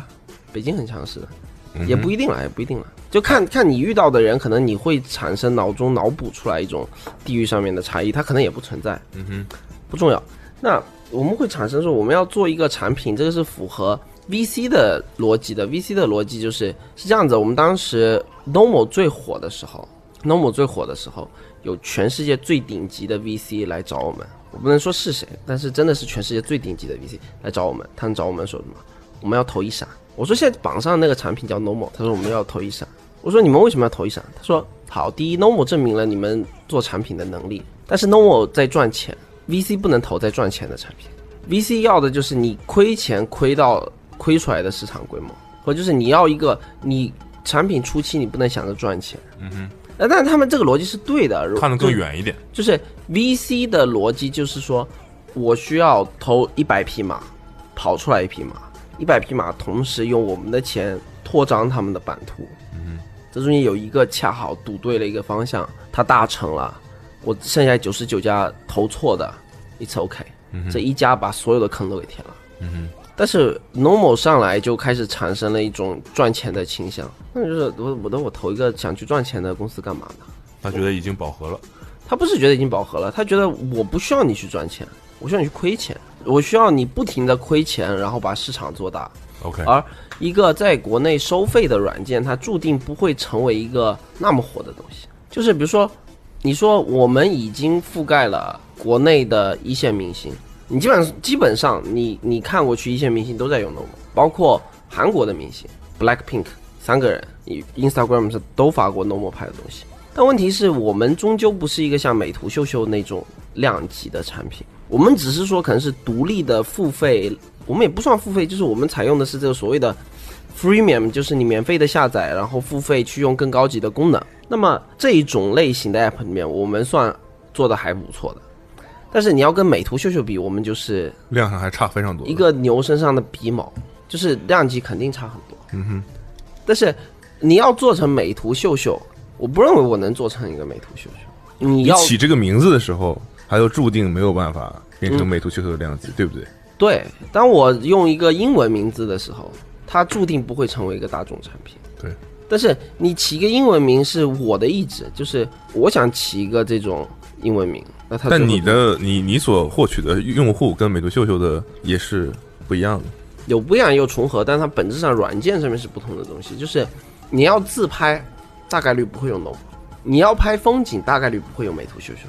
S2: 北京很强势的。
S3: 嗯哼
S2: 也不一定啦，也不一定啦，就看看你遇到的人，可能你会产生脑中脑补出来一种地域上面的差异，它可能也不存在，
S3: 嗯哼，
S2: 不重要。那我们会产生说，我们要做一个产品，这个是符合 VC 的逻辑的。VC 的逻辑就是是这样子，我们当时 Nomo 最火的时候，Nomo 最火的时候，有全世界最顶级的 VC 来找我们，我不能说是谁，但是真的是全世界最顶级的 VC 来找我们，他们找我们说什么？我们要投一闪。我说现在榜上那个产品叫 Nomo，他说我们要投一闪。我说你们为什么要投一闪？他说好，第一 Nomo 证明了你们做产品的能力，但是 Nomo 在赚钱，VC 不能投在赚钱的产品，VC 要的就是你亏钱亏到亏出来的市场规模，或者就是你要一个你产品初期你不能想着赚钱。嗯哼。呃，但是他们这个逻辑是对的，如
S3: 看得更
S2: 就
S3: 远一点，
S2: 就是 VC 的逻辑就是说，我需要投一百匹马，跑出来一匹马，一百匹马同时用我们的钱扩张他们的版图。嗯，这中间有一个恰好赌对了一个方向，它大成了，我剩下九十九家投错的，it's OK，、这一家把所有的坑都给填了。嗯但是 normal 上来就开始产生了一种赚钱的倾向，那就是我我的我投一个想去赚钱的公司干嘛呢？
S3: 他觉得已经饱和了，
S2: 他不是觉得已经饱和了，他觉得我不需要你去赚钱，我需要你去亏钱，我需要你不停的亏钱，然后把市场做大。
S3: OK，
S2: 而一个在国内收费的软件，它注定不会成为一个那么火的东西。就是比如说，你说我们已经覆盖了国内的一线明星，你基本上基本上你你看过去一线明星都在用 Nomo，包括韩国的明星 Blackpink 三个人以，Instagram 上都发过 Nomo 拍的东西。但问题是我们终究不是一个像美图秀秀那种量级的产品，我们只是说可能是独立的付费，我们也不算付费，就是我们采用的是这个所谓的 freemium，就是你免费的下载，然后付费去用更高级的功能。那么这一种类型的 app 里面，我们算做的还不错的。但是你要跟美图秀秀比，我们就是
S3: 量上还差非常多。
S2: 一个牛身上的鼻毛，就是量级肯定差很多。嗯哼。但是你要做成美图秀秀，我不认为我能做成一个美图秀秀。你
S3: 你
S2: 要
S3: 起这个名字的时候，它就注定没有办法变
S2: 嗯
S3: 成美图秀秀的量级，对不对？
S2: 对，当我用一个英文名字的时候，它注定不会成为一个大众产品。
S3: 对。
S2: 但是你起一个英文名是我的意志，就是我想起一个这种英文名，那它
S3: 但
S2: 最后
S3: 你的你你所获取的用户跟美图秀秀的也是不一样的。
S2: 有不一样也有重合，但它本质上软件上面是不同的东西。就是你要自拍，大概率不会用 Nomo；你要拍风景，大概率不会用美图秀秀。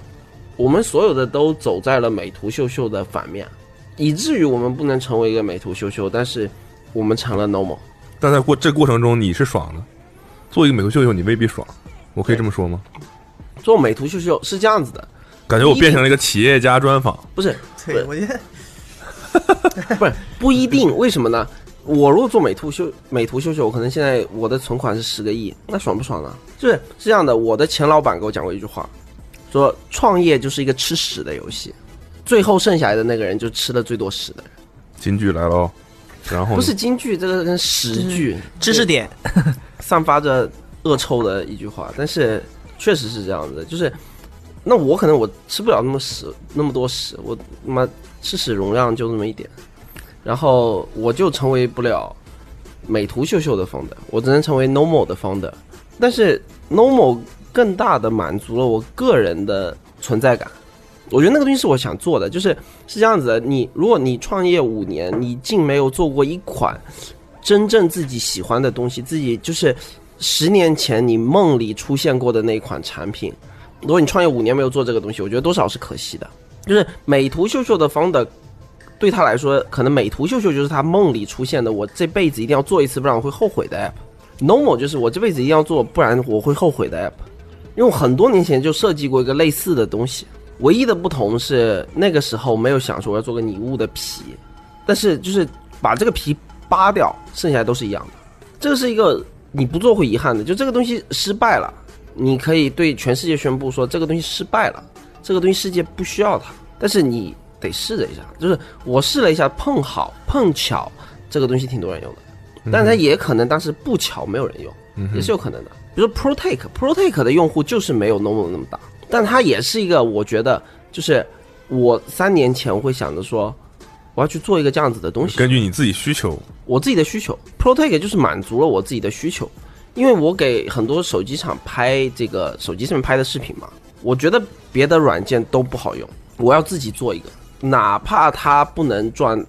S2: 我们所有的都走在了美图秀秀的反面，以至于我们不能成为一个美图秀秀，但是我们成了 Nomo。
S3: 但在过这过程中你是爽的，做一个美图秀秀你未必爽，我可以这么说吗？
S2: 做美图秀秀是这样子的，
S3: 感觉我变成了一个企业家专访，
S2: 不是
S4: [LAUGHS] 对，我觉得
S2: 不是不一定，为什么呢？我如果做美图秀美图秀秀，我可能现在我的存款是十个亿，那爽不爽呢？就是是这样的，我的前老板给我讲过一句话，说创业就是一个吃屎的游戏，最后剩下来的那个人就吃了最多屎的人，
S3: 金句来了
S2: [LAUGHS]
S3: 哦，然后呢
S2: 不是京剧，这个跟屎剧
S4: 知识点
S2: 散发着恶臭的一句话，但是确实是这样子的，就是那我可能我吃不了那么屎那么多屎，我他妈吃屎容量就那么一点，然后我就成为不了美图秀秀的 founder，我只能成为 normal 的 founder，但是 normal 更大的满足了我个人的存在感。我觉得那个东西是我想做的，就是是这样子的。你如果你创业五年，你竟没有做过一款真正自己喜欢的东西，自己就是十年前你梦里出现过的那款产品。如果你创业五年没有做这个东西，我觉得多少是可惜的。就是美图秀秀的 founder，对他来说，可能美图秀秀就是他梦里出现的，我这辈子一定要做一次，不然我会后悔的 app。Normal 就是我这辈子一定要做，不然我会后悔的 app。因为我很多年前就设计过一个类似的东西，唯一的不同是那个时候没有想说我要做个拟物的皮，但是就是把这个皮扒掉，剩下都是一样的。这个是一个你不做会遗憾的，就这个东西失败了，你可以对全世界宣布说这个东西失败了，这个东西世界不需要它，但是你得试了一下。就是我试了一下，碰好碰巧这个东西挺多人用的，但它也可能当时不巧没有人用，也是有可能的。比如说 ProTake，ProTake 的用户就是没有 Nomo 那么大，但它也是一个我觉得就是我三年前会想着说。我要去做一个这样子的东西，
S3: 根据你自己需求，
S2: 我自己的需求。Protect 就是满足了我自己的需求，因为我给很多手机厂拍这个手机上面拍的视频嘛，我觉得别的软件都不好用，我要自己做一个，哪怕它不能赚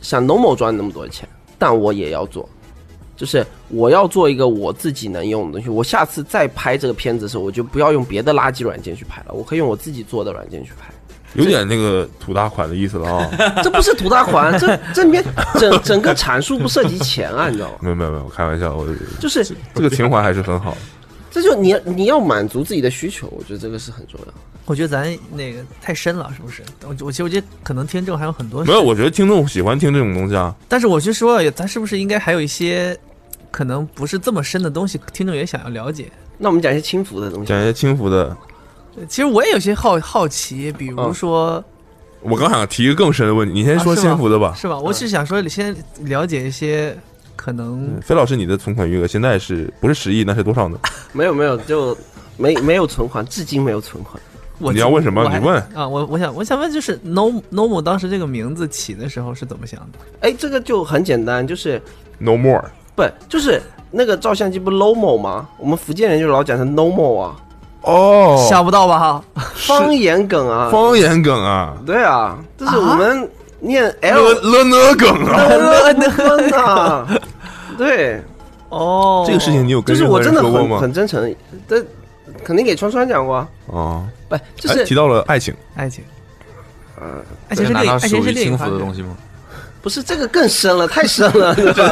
S2: 像 Normal 赚那么多钱，但我也要做。就是我要做一个我自己能用的东西，我下次再拍这个片子的时候，我就不要用别的垃圾软件去拍了，我可以用我自己做的软件去拍。
S3: 有点那个土大款的意思了啊、
S2: [LAUGHS] 这不是图大款，这这里面整整个阐述不涉及钱啊，你知道吗？
S3: 没有没有没有，我开玩
S2: [LAUGHS]
S3: 笑，我
S2: 就是
S3: 这个情怀还是很好。
S2: 这就你你要满足自己的需求，我觉得这个是很重要的。
S4: 我觉得咱那个太深了，是不是？我我其实我觉得可能听众还有很多
S3: 没，有，我觉得听众喜欢听这种东
S2: [LAUGHS]
S3: 西啊。
S4: 但是我就说，也咱是不是应该还有一些可能不是这么深的东西，听众也想要了解。
S2: 那我们讲一些轻浮的东西
S3: 讲，一些轻浮的，
S4: 对其实我也有些好好奇，比如说，
S3: 我刚想提一个更深的问题，你先
S4: 啊
S3: 说
S4: 是
S3: 轻
S4: 吗
S3: 浮的吧。
S4: 是吧？我只想说，先了解一些可能
S3: 飞老师，你的存款余额现在是不是十亿？那是多少呢？
S2: 没有没有，就没没有存款，至今没有存款。
S4: 我
S3: 你要问什么
S4: 我还
S3: 你问
S4: 啊，我我想我想问，就是 No Nomo 当时这个名字起的时候是怎么想的？
S2: 哎，这个就很简单，就是
S3: No more，
S2: 不就是那个照相机不 Lomo 吗？我们福建人就老讲成 Nomo 啊，
S3: 哦，
S4: 想不到吧？
S2: 方言梗啊，
S3: 方言梗啊，
S2: 对啊，这是我们念 L
S3: 了了呢梗啊，
S2: 分啊，
S3: [LAUGHS]
S2: 对，
S4: [LAUGHS] 哦，
S3: 这个事情你有
S2: 就
S3: 跟
S2: 是
S3: 任
S2: 我
S3: 何
S2: 真
S3: 人
S2: 的
S3: 说过
S2: 很很
S3: 吗？
S2: 真诚，这肯定给川川讲过啊，
S3: 哦，
S2: 不就
S3: 哎，提
S2: 是
S3: 到了爱情，
S4: 爱情
S5: 呃
S4: 爱情是
S5: 难
S4: 另
S5: 道
S4: 爱情
S5: 属
S4: 是
S5: 于
S4: 另
S5: 轻
S4: 一
S5: 浮的
S4: 方
S5: 东
S4: 面。
S5: 西吗？
S2: 不是这个更深了，太深
S3: [LAUGHS]
S2: 了，对吧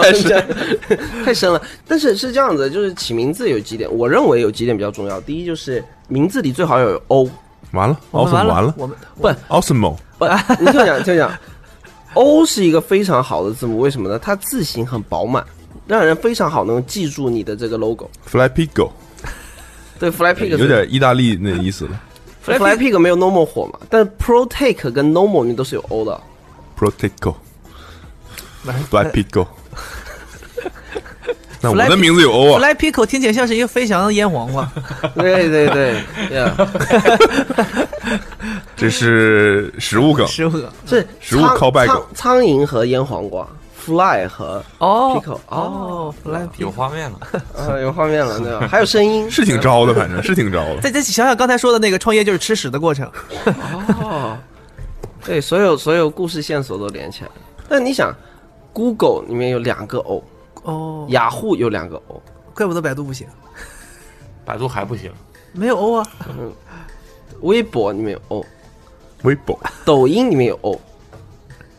S2: [LAUGHS] 太深了。但是是这样子，就是起名字有几点，我认为有几点比较重要。第一就是名字里最好要有 O，
S3: 完了，
S4: 我
S3: 奥
S4: 们
S3: 斯
S4: 完
S3: 哦完了
S4: 我们
S2: 不
S3: ，Osmo
S2: 不，你听我讲， [LAUGHS] 听我讲，O 是一个非常好的字母，为什么呢？它字形很饱满，让人非常好能记住你的这个 logo。
S3: Fly Pigo，
S2: 对，Fly Pig
S3: 有点意大利那意思了。
S2: Fly Fly Pig 没有 Normal 火嘛，但是 Pro Take 跟 Normal 你都是有 O 的。
S3: Protico，Fly
S4: 来
S3: Pigo。那我的名字有 O 啊
S4: Fly Pico 听起来像是一个飞翔的腌
S3: [LAUGHS]
S4: 黄瓜，
S2: 对对对，yeah，啊
S3: 这是食物梗。
S4: 师傅
S2: 是
S3: 食物
S2: 苍
S3: callback
S2: 苍苍蝇和腌黄瓜，Fly 和
S4: 哦
S2: Pico 哦，
S4: 哦，Fly Pico
S5: 有。画面了，
S2: [LAUGHS] 啊，有画面了，对吧？还有声
S4: [LAUGHS]
S2: 音，
S3: 是挺招的，反正是挺招的。
S4: 再再想想刚才说的那个创业就是吃屎的过程，
S2: 哦，对，所有所有故事线索都连起来了。但你想，Google 里面有两个 O，
S4: 哦，
S2: 雅虎有两个 O，
S4: 怪不得百度不行，
S5: 百度还不行，
S4: 没有 O 啊，
S2: 微博里面有 O，
S3: 微博
S2: 抖音里面有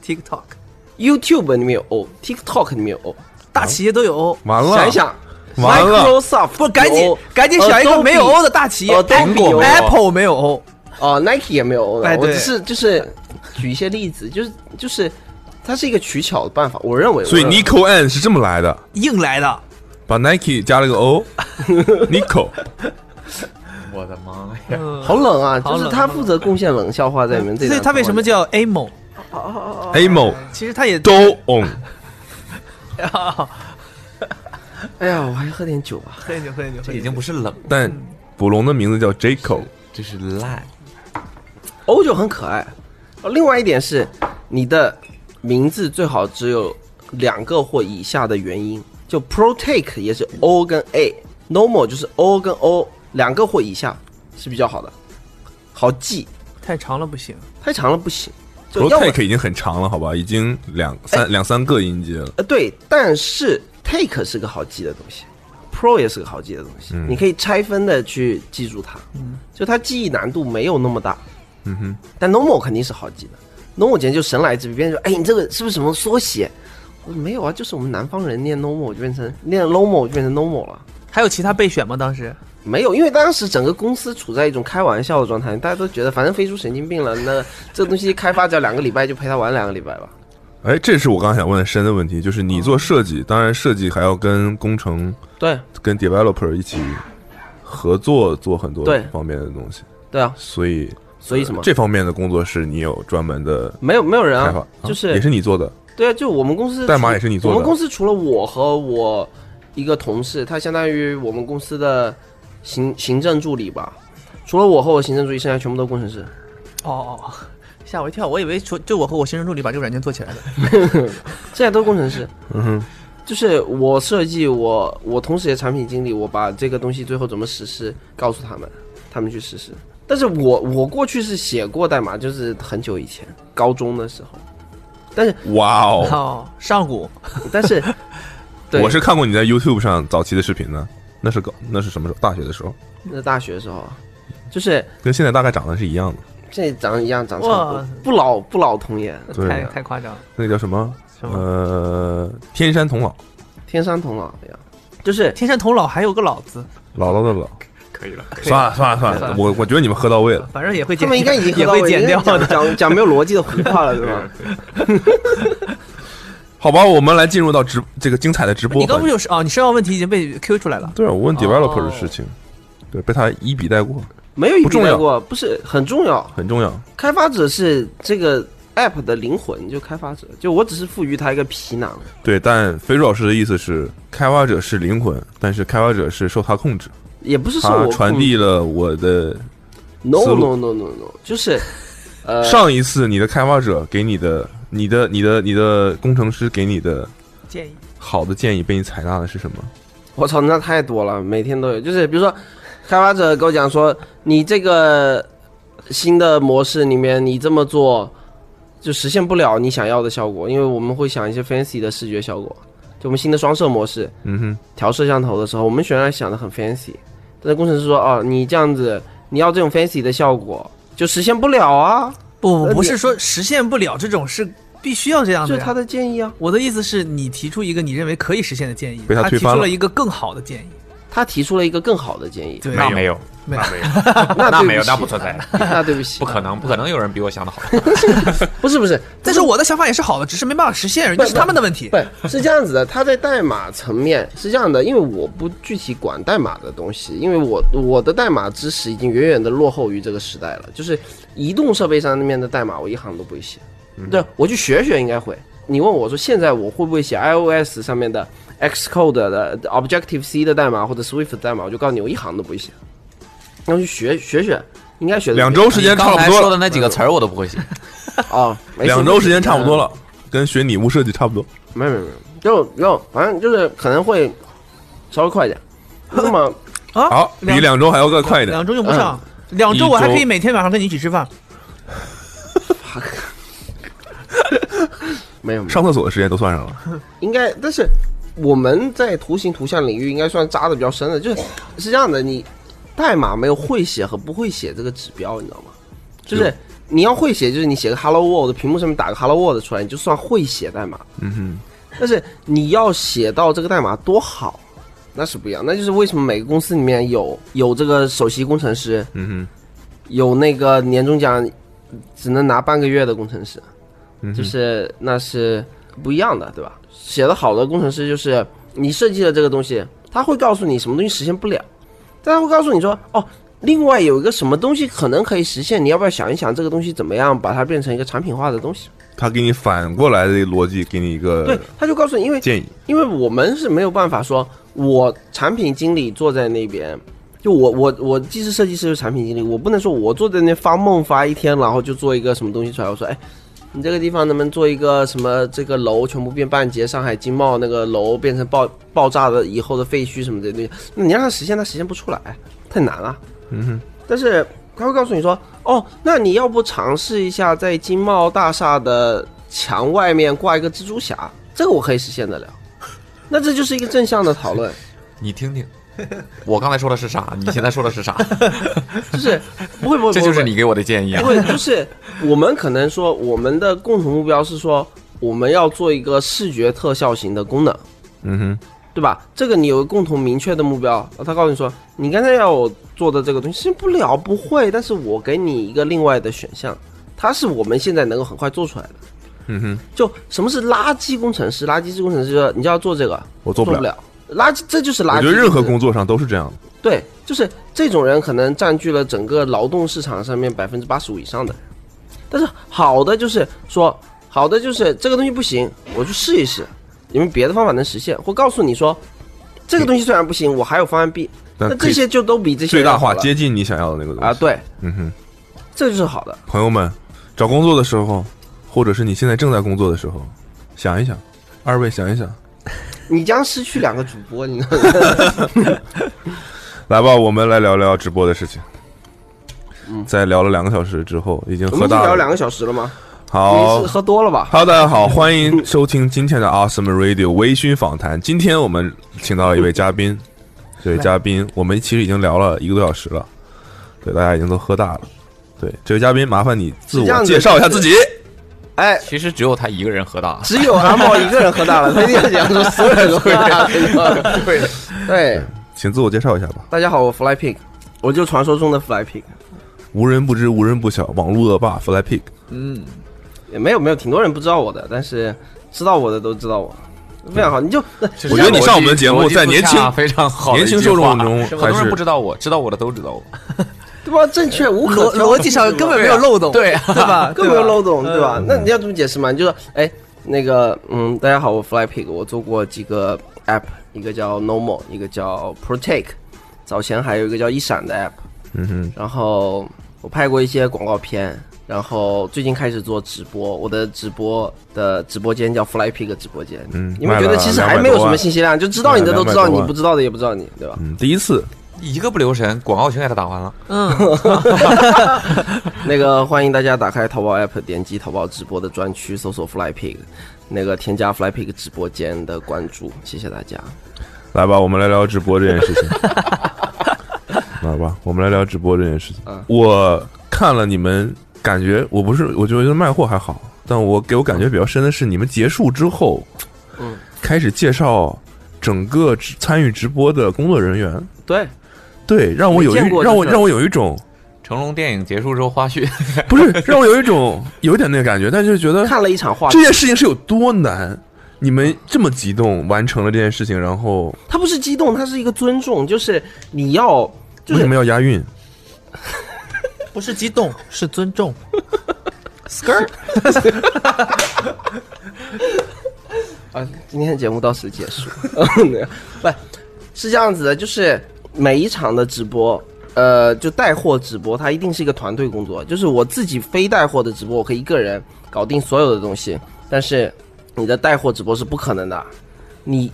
S4: TikTok，
S2: O，YouTube 里面有 O，TikTok 里面有 O。
S4: 大企业都有
S5: 啊
S4: O，
S3: 完了，
S2: 想一想
S3: 完了
S2: ，Microsoft
S4: 不赶紧
S2: 有 O，
S4: 赶紧想一
S5: 呃
S4: 个
S2: Adobe
S4: 没有 O 的大企业
S2: 哦，Adobe
S5: 有啊 O
S4: ，Apple 没有 O，
S2: 哦，Nike 也没有 O
S4: 哎
S2: 的。我
S4: 对
S2: 只是就是举一些例子，就是就是，它是一个取巧的办法，我认为。
S3: 所以
S2: 我认为
S3: Nico N 是这么来的，
S4: 硬来的，
S3: 把 Nike 加了个 O，Nico
S5: 我的妈呀！
S2: 好冷啊，
S4: 好
S2: 就
S4: 冷
S2: 是他负责贡献冷笑话在你们这。
S4: 哎所以它为什么？叫 Amo？
S3: Amo
S4: 其实它也
S3: Do On，
S2: 哎呀，我还喝点酒吧。
S4: [LAUGHS] 喝点酒，喝点酒，喝
S5: 这
S4: 点
S5: 已
S4: 酒
S5: 经不是冷，
S3: 但捕龙的名字叫 Jaco，
S5: 这是烂。
S2: O 就很可爱。哦另外一点是，你的名字最好只有两个或以下的元音，就 Protake 也是 O 跟 A，Normal 就是 O 跟 O 两个或以下是比较好的，好记，
S4: 太长了不行，
S2: 太长了不行。就要么
S3: Protake 已经很长了，好吧，已经两三两三个音节了。
S2: 呃对，但是 Take 是个好记的东西，Pro 也是个好记的东西，
S3: 嗯
S2: 你可以拆分的去记住它，就它记忆难度没有那么大。
S3: 嗯哼，
S2: 但 normal 肯定是好记的，normal 简直就神来之笔，别人说，哎，你这个是不是什么缩写？我说没有啊，就是我们南方人念 normal 就变成念 normal 就变成 normal 了。
S4: 还有其他备选吗？当时
S2: 没有，因为当时整个公司处在一种开玩笑的状态，大家都觉得反正飞猪神经病了，那这个东西开发只要两个礼拜就陪他玩两个礼拜吧。
S3: 哎，这是我刚才想问的深的问题，就是你
S2: 嗯
S3: 做设计，当然设计还要跟工程、
S2: 对
S3: 跟 developer 一起合作做很多
S2: 对
S3: 方面的东西，
S2: 对啊，
S3: 所以呃
S2: 所以什么？
S3: 这方面的工作室你有专门的
S2: 没有没有人
S3: 开发
S2: 啊，，
S3: 啊
S2: 就是
S3: 也是你做的，
S2: 对啊，就我们公司
S3: 代码
S2: 除
S3: 也是你做的
S2: 我们公司除了我和我一个同事，他相当于我们公司的行行政助理吧。除了我和我行政助理，剩下全部都是工程师。
S4: 哦哦哦，吓我一跳，我以为说就我和我行政助理把这个软件做起来的，
S2: 现在都是工程师，
S3: 嗯哼，
S2: 就是我设计，我我同时也产品经理，我把这个东西最后怎么实施告诉他们，他们去实施。但是我我过去是写过代码，就是很久以前，高中的时候。但是
S3: 哇哦，
S4: 哦，上古
S2: 但
S3: [LAUGHS]
S2: 是， [LAUGHS] 对，
S3: 我是看过你在 YouTube 上早期的视频呢，那是个那是什么时候？大学的时候，
S2: 那大学的时候，就是
S3: 跟现在大概长得是一样的。
S2: 这长一样长差不
S4: 哇
S2: 多，不老不老童颜，
S3: 对
S4: 太太夸张了，
S3: 那个叫什么？
S4: 什
S2: 嗯
S4: 么？
S3: 呃，天山童姥，
S2: 天山童姥一样，就是
S4: 天山童姥还有个老字，
S3: 姥姥的姥。
S5: 可以了，
S3: 算了算了算
S4: 算
S3: 了
S4: 了，
S3: 我我觉得你们喝到位了。
S4: 反正也会
S2: 他
S4: 剪，
S2: 们应该已经
S4: 也
S2: 喝到
S4: 会
S2: 位
S4: 剪
S2: 因为
S4: 掉
S2: 讲
S4: 的。
S2: 讲讲没有逻辑的胡话了，对
S4: [LAUGHS]
S2: 吧？
S3: 好吧，我们来进入到直这个精彩的直播
S4: 你刚
S3: 环
S4: 不
S3: 节。
S4: 就是哦？你申奥问题已经被 Q 出来了。
S3: 对，我问 developer 的
S4: 哦
S3: 事情，对，被他一笔带过，
S2: 没有一
S3: 不
S2: 笔
S3: 重
S2: 带
S3: 要
S2: 过，不是很重要。
S3: 很重要。
S2: 开发者是这个 app 的灵魂，就开发者，就我只是赋予他一个皮囊。
S3: 对，但飞猪老师的意思是，开发者是灵魂，但是开发者是受他控制，
S2: 也不是说
S3: 他
S2: 我
S3: 传递了我的
S2: no
S3: 思
S2: no
S3: 路
S2: no no no，就是，呃，
S3: [LAUGHS] 上一次你的开发者给你的、你的、你的、你的工程师给你的
S4: 建议
S3: 好的建议被你采纳的是什么？
S2: 我操，那太多了，每天都有。就是比如说，开发者跟我讲说，你这个新的模式里面，你这么做就实现不了你想要的效果，因为我们会想一些 fancy 的视觉效果。就我们新的双摄模式，
S3: 嗯哼，
S2: 调摄像头的时候，我们虽然想的很 fancy，但是工程师说，哦，你这样子，你要这种 fancy 的效果就实现不了啊。
S4: 不
S2: 呃
S4: 不不
S2: 你
S4: 是说实现不了这种是必须要这样
S2: 就
S4: 的
S2: 是
S4: 呀。
S2: 他的建议啊，
S4: 我的意思是你提出一个你认为可以实现的建议，
S3: 被他推
S4: 提
S3: 翻
S4: 出
S3: 了
S4: 了一个更好的建议。
S2: 他提出了一个更好的建议，
S4: 对，
S5: 那没有，
S4: 没
S5: 那
S4: 有
S5: 没有，
S2: 那
S5: 啊那
S2: 对
S5: 没有，
S2: 起
S5: 那不存在，
S2: [LAUGHS] 那对不起，
S5: 不可能，不可能有人比我想的好。
S2: 不是不是，
S4: 但是我的想法也是好的，只是没办法实现，那是他们的问题。
S2: 不是这样子的，它在代码层面是这样的，因为我不具体管代码的东西，因为我我的代码知识已经远远的落后于这个时代了。就是移动设备上面的代码，我一行都不会写。
S3: 嗯
S2: 对，我去学学应该会。你问我说现在我会不会写 iOS 上面的 Xcode 的 Objective C 的代码或者 Swift 的代码，我就告诉你，我一行都不会写。然后去学学学，应该学得
S3: 两
S2: 出来
S3: 周时间
S5: 你
S3: 差
S5: 刚才
S3: 不多
S5: 说
S3: 了，
S5: 的那几个词儿我都不会写，
S2: 哦，没事
S3: 两周时间差不多了，跟学拟物设计差不多。
S2: 没有没有没有，就就反正就是可能会稍微快一点。那么
S4: 啊，
S3: 好，比两周还要再快一点。
S4: 两周用不上，两周我还可以每天晚上跟你一起吃饭。
S2: 没有没有，
S3: 上厕所的时间都算上了，
S2: 应该，但是我们在图形图像领域应该算扎的比较深的，就是是这样的，你代码没有会写和不会写这个指标，你知道吗？就是你要会写，就是你写个 Hello World，屏幕上面打个 Hello World 出来，你就算会写代码。
S3: 嗯
S2: 但是你要写到这个代码多好，那是不一样。那就是为什么每个公司里面有有这个首席工程师，
S3: 哼，嗯
S2: 有那个年终奖只能拿半个月的工程师，
S3: 嗯哼，
S2: 就是那是不一样的，对吧？写的好的工程师就是你设计的这个东西，他会告诉你什么东西实现不了，但他会告诉你说，哦，另外有一个什么东西可能可以实现，你要不要想一想这个东西怎么样把它变成一个产品化的东西？
S3: 他给你反过来的逻辑，给你一
S2: 对
S3: 个，
S2: 他就告诉你，因为
S3: 建议。
S2: 因为我们是没有办法说，我产品经理坐在那边，就我我我既是设计师又是产品经理，我不能说我坐在那发梦发一天，然后就做一个什么东西出来。我说，哎，你这个地方能不能做一个什么这个楼全部变半截，上海经贸那个楼变成爆爆炸的以后的废墟什么的东西？那你让他实现，他实现不出来，太难了。
S3: 嗯哼，
S2: 但是他会告诉你说，哦，那你要不尝试一下在经贸大厦的墙外面挂一个蜘蛛侠，这个我可以实现得了。那这就是一个正向的讨
S3: [LAUGHS]
S2: 论，
S5: 你听听，我刚才说的是啥？你现在说的是啥？
S2: 就是不
S3: [LAUGHS]
S2: 会不会，
S5: 这就
S2: 不
S5: 是
S2: 会
S5: 你给我的建议啊
S2: 不！会， [LAUGHS] 就是我们可能说我们的共同目标是说我们要做一个视觉特效型的功能，
S3: 嗯哼，
S2: 对吧？这个你有个共同明确的目标，然后他告诉你说，你刚才要我做的这个东西实现不了，不会，但是我给你一个另外的选项，它是我们现在能够很快做出来的。
S3: 嗯哼，
S2: 就什么是垃圾工程师？垃圾工程师就是你就要做这个，
S3: 我做
S2: 不
S3: 不了。
S2: 垃圾这就是垃圾。
S3: 我觉得任何
S2: 就是
S3: 工作上都是这样的。
S2: 对，就是这种人可能占据了整个劳动市场上面百分之八十五以上的。但是好的就是说，好的就是这个东西不行，我去试一试，有没有别的方法能实现，或告诉你说，这个东西虽然不行，我还有方案 B。
S3: 但
S2: 那
S3: 可以
S2: 这些就都比这些
S3: 最大
S2: 人好
S3: 化
S2: 了
S3: 接近你想要的那个东西
S2: 啊，，对，
S3: 嗯哼，
S2: 这就是好的。
S3: 朋友们，找工作的时候，或者是你现在正在工作的时候，想一想，二位想一想，
S2: 你将失去两个主播，你知道吗？
S3: 来吧，我们来聊聊直播的事情。在聊了两个小时之后，已经
S2: 嗯我
S3: 喝
S2: 们已经
S3: 大
S2: 聊
S3: 了。
S2: 两个小时了吗？
S3: 好
S2: 你是，喝多了吧？
S3: Hello，大家好，欢迎收听今天的 Awesome Radio 微醺访谈。今天我们请到了一位嘉
S2: [LAUGHS]
S3: 宾，这位嘉宾我们其实已经聊了一个多小时了，对，大家已经都喝大了。对，这位嘉宾，麻烦你自
S2: 是这样
S3: 我
S2: 子
S3: 介绍一下自己。
S2: 哎，
S5: 其实只有他一个人喝大，
S2: 只有阿茂一个人喝大了，他一定要讲说所有人都喝大了。
S3: [LAUGHS]
S2: 对对，
S3: 请自我介绍一下吧。
S2: 大家好，我 Fly Pig，我就传说中的 Fly Pig，
S3: 无人不知，无人不晓，网络恶霸 Fly Pig。
S4: 嗯，
S2: 也没有没有，挺多人不知道我的，但是知道我的都知道我，非常好。你就
S3: 我觉得你上我们的节目，
S5: 逻辑
S3: 在年轻
S5: 逻辑不恰非常好的一
S3: 年轻
S5: 句话，
S3: 受众中
S5: 很
S3: 还
S5: 多人
S3: 是
S5: 不知道我，知道我的都知道我。
S2: 对吧？正确无可
S4: 逻
S2: 挑剔
S4: 逻辑上根本没有漏洞，
S5: 对
S2: [LAUGHS]
S5: 啊
S4: 对吧？
S2: 更没有漏洞，
S4: 嗯
S2: 对吧？那你要怎么解释嘛？你就说，哎，那个，嗯，大家好，我 Fly Pig，我做过几个 app，一个叫 Normal，一个叫 Protect，早前还有一个叫一闪的 app，
S3: 嗯哼，
S2: 然后我拍过一些广告片，然后最近开始做直播，我的直播的直播间叫 Fly Pig 直播间。
S3: 嗯
S2: 你们
S3: 卖
S2: 觉得
S3: 了
S2: 其实
S3: 200
S2: 还没有
S3: 多
S2: 什么
S3: 万
S2: 信息量，就知道你的都知
S3: 卖
S2: 道，
S3: 了200多
S2: 你
S3: 万
S2: 不知道的也不知道你，对吧？
S3: 嗯，第一次
S5: 一个不留神，广告全给他打完了。
S4: 嗯，
S2: 那个欢迎大家打开淘宝 app，点击淘宝直播的专区，搜索 Fly Pig，那个添加 Fly Pig 直播间的关注，谢谢大家。
S3: 来吧，我们来聊直播这件事
S2: [LAUGHS]
S3: 情。
S2: 嗯
S3: 来吧，我们来聊直播这件事情。我看了你们感觉，我不是，我觉得卖货还好，但我给我感觉比较深的是，你们结束之后，
S2: 嗯，
S3: 开始介绍整个直参与直播的工作人员，
S2: 对，
S3: 对，让我有一
S2: 没见过这
S3: 让我
S2: 事儿
S3: 让我有一种
S5: 成龙电影结束之后花絮，
S2: [LAUGHS]
S3: 不是让我有一种有点那个感觉，但就觉得
S2: 看了一场话剧
S3: 这，件事情是有多难，你们这么激动完成了这件事情，然后
S2: 他不是激动，他是一个尊重，就是你要，就
S3: 为什
S2: 是
S3: 么要押韵？
S4: [LAUGHS] 不是激动，是尊重。
S2: skirt。啊，今天的节目到此结束。 [LAUGHS] 不，是这样子的，就是每一场的直播，呃，就带货直播，它一定是一个团队工作。就是我自己非带货的直播，我可以一个人搞定所有的东西，但是你的带货直播是不可能的，你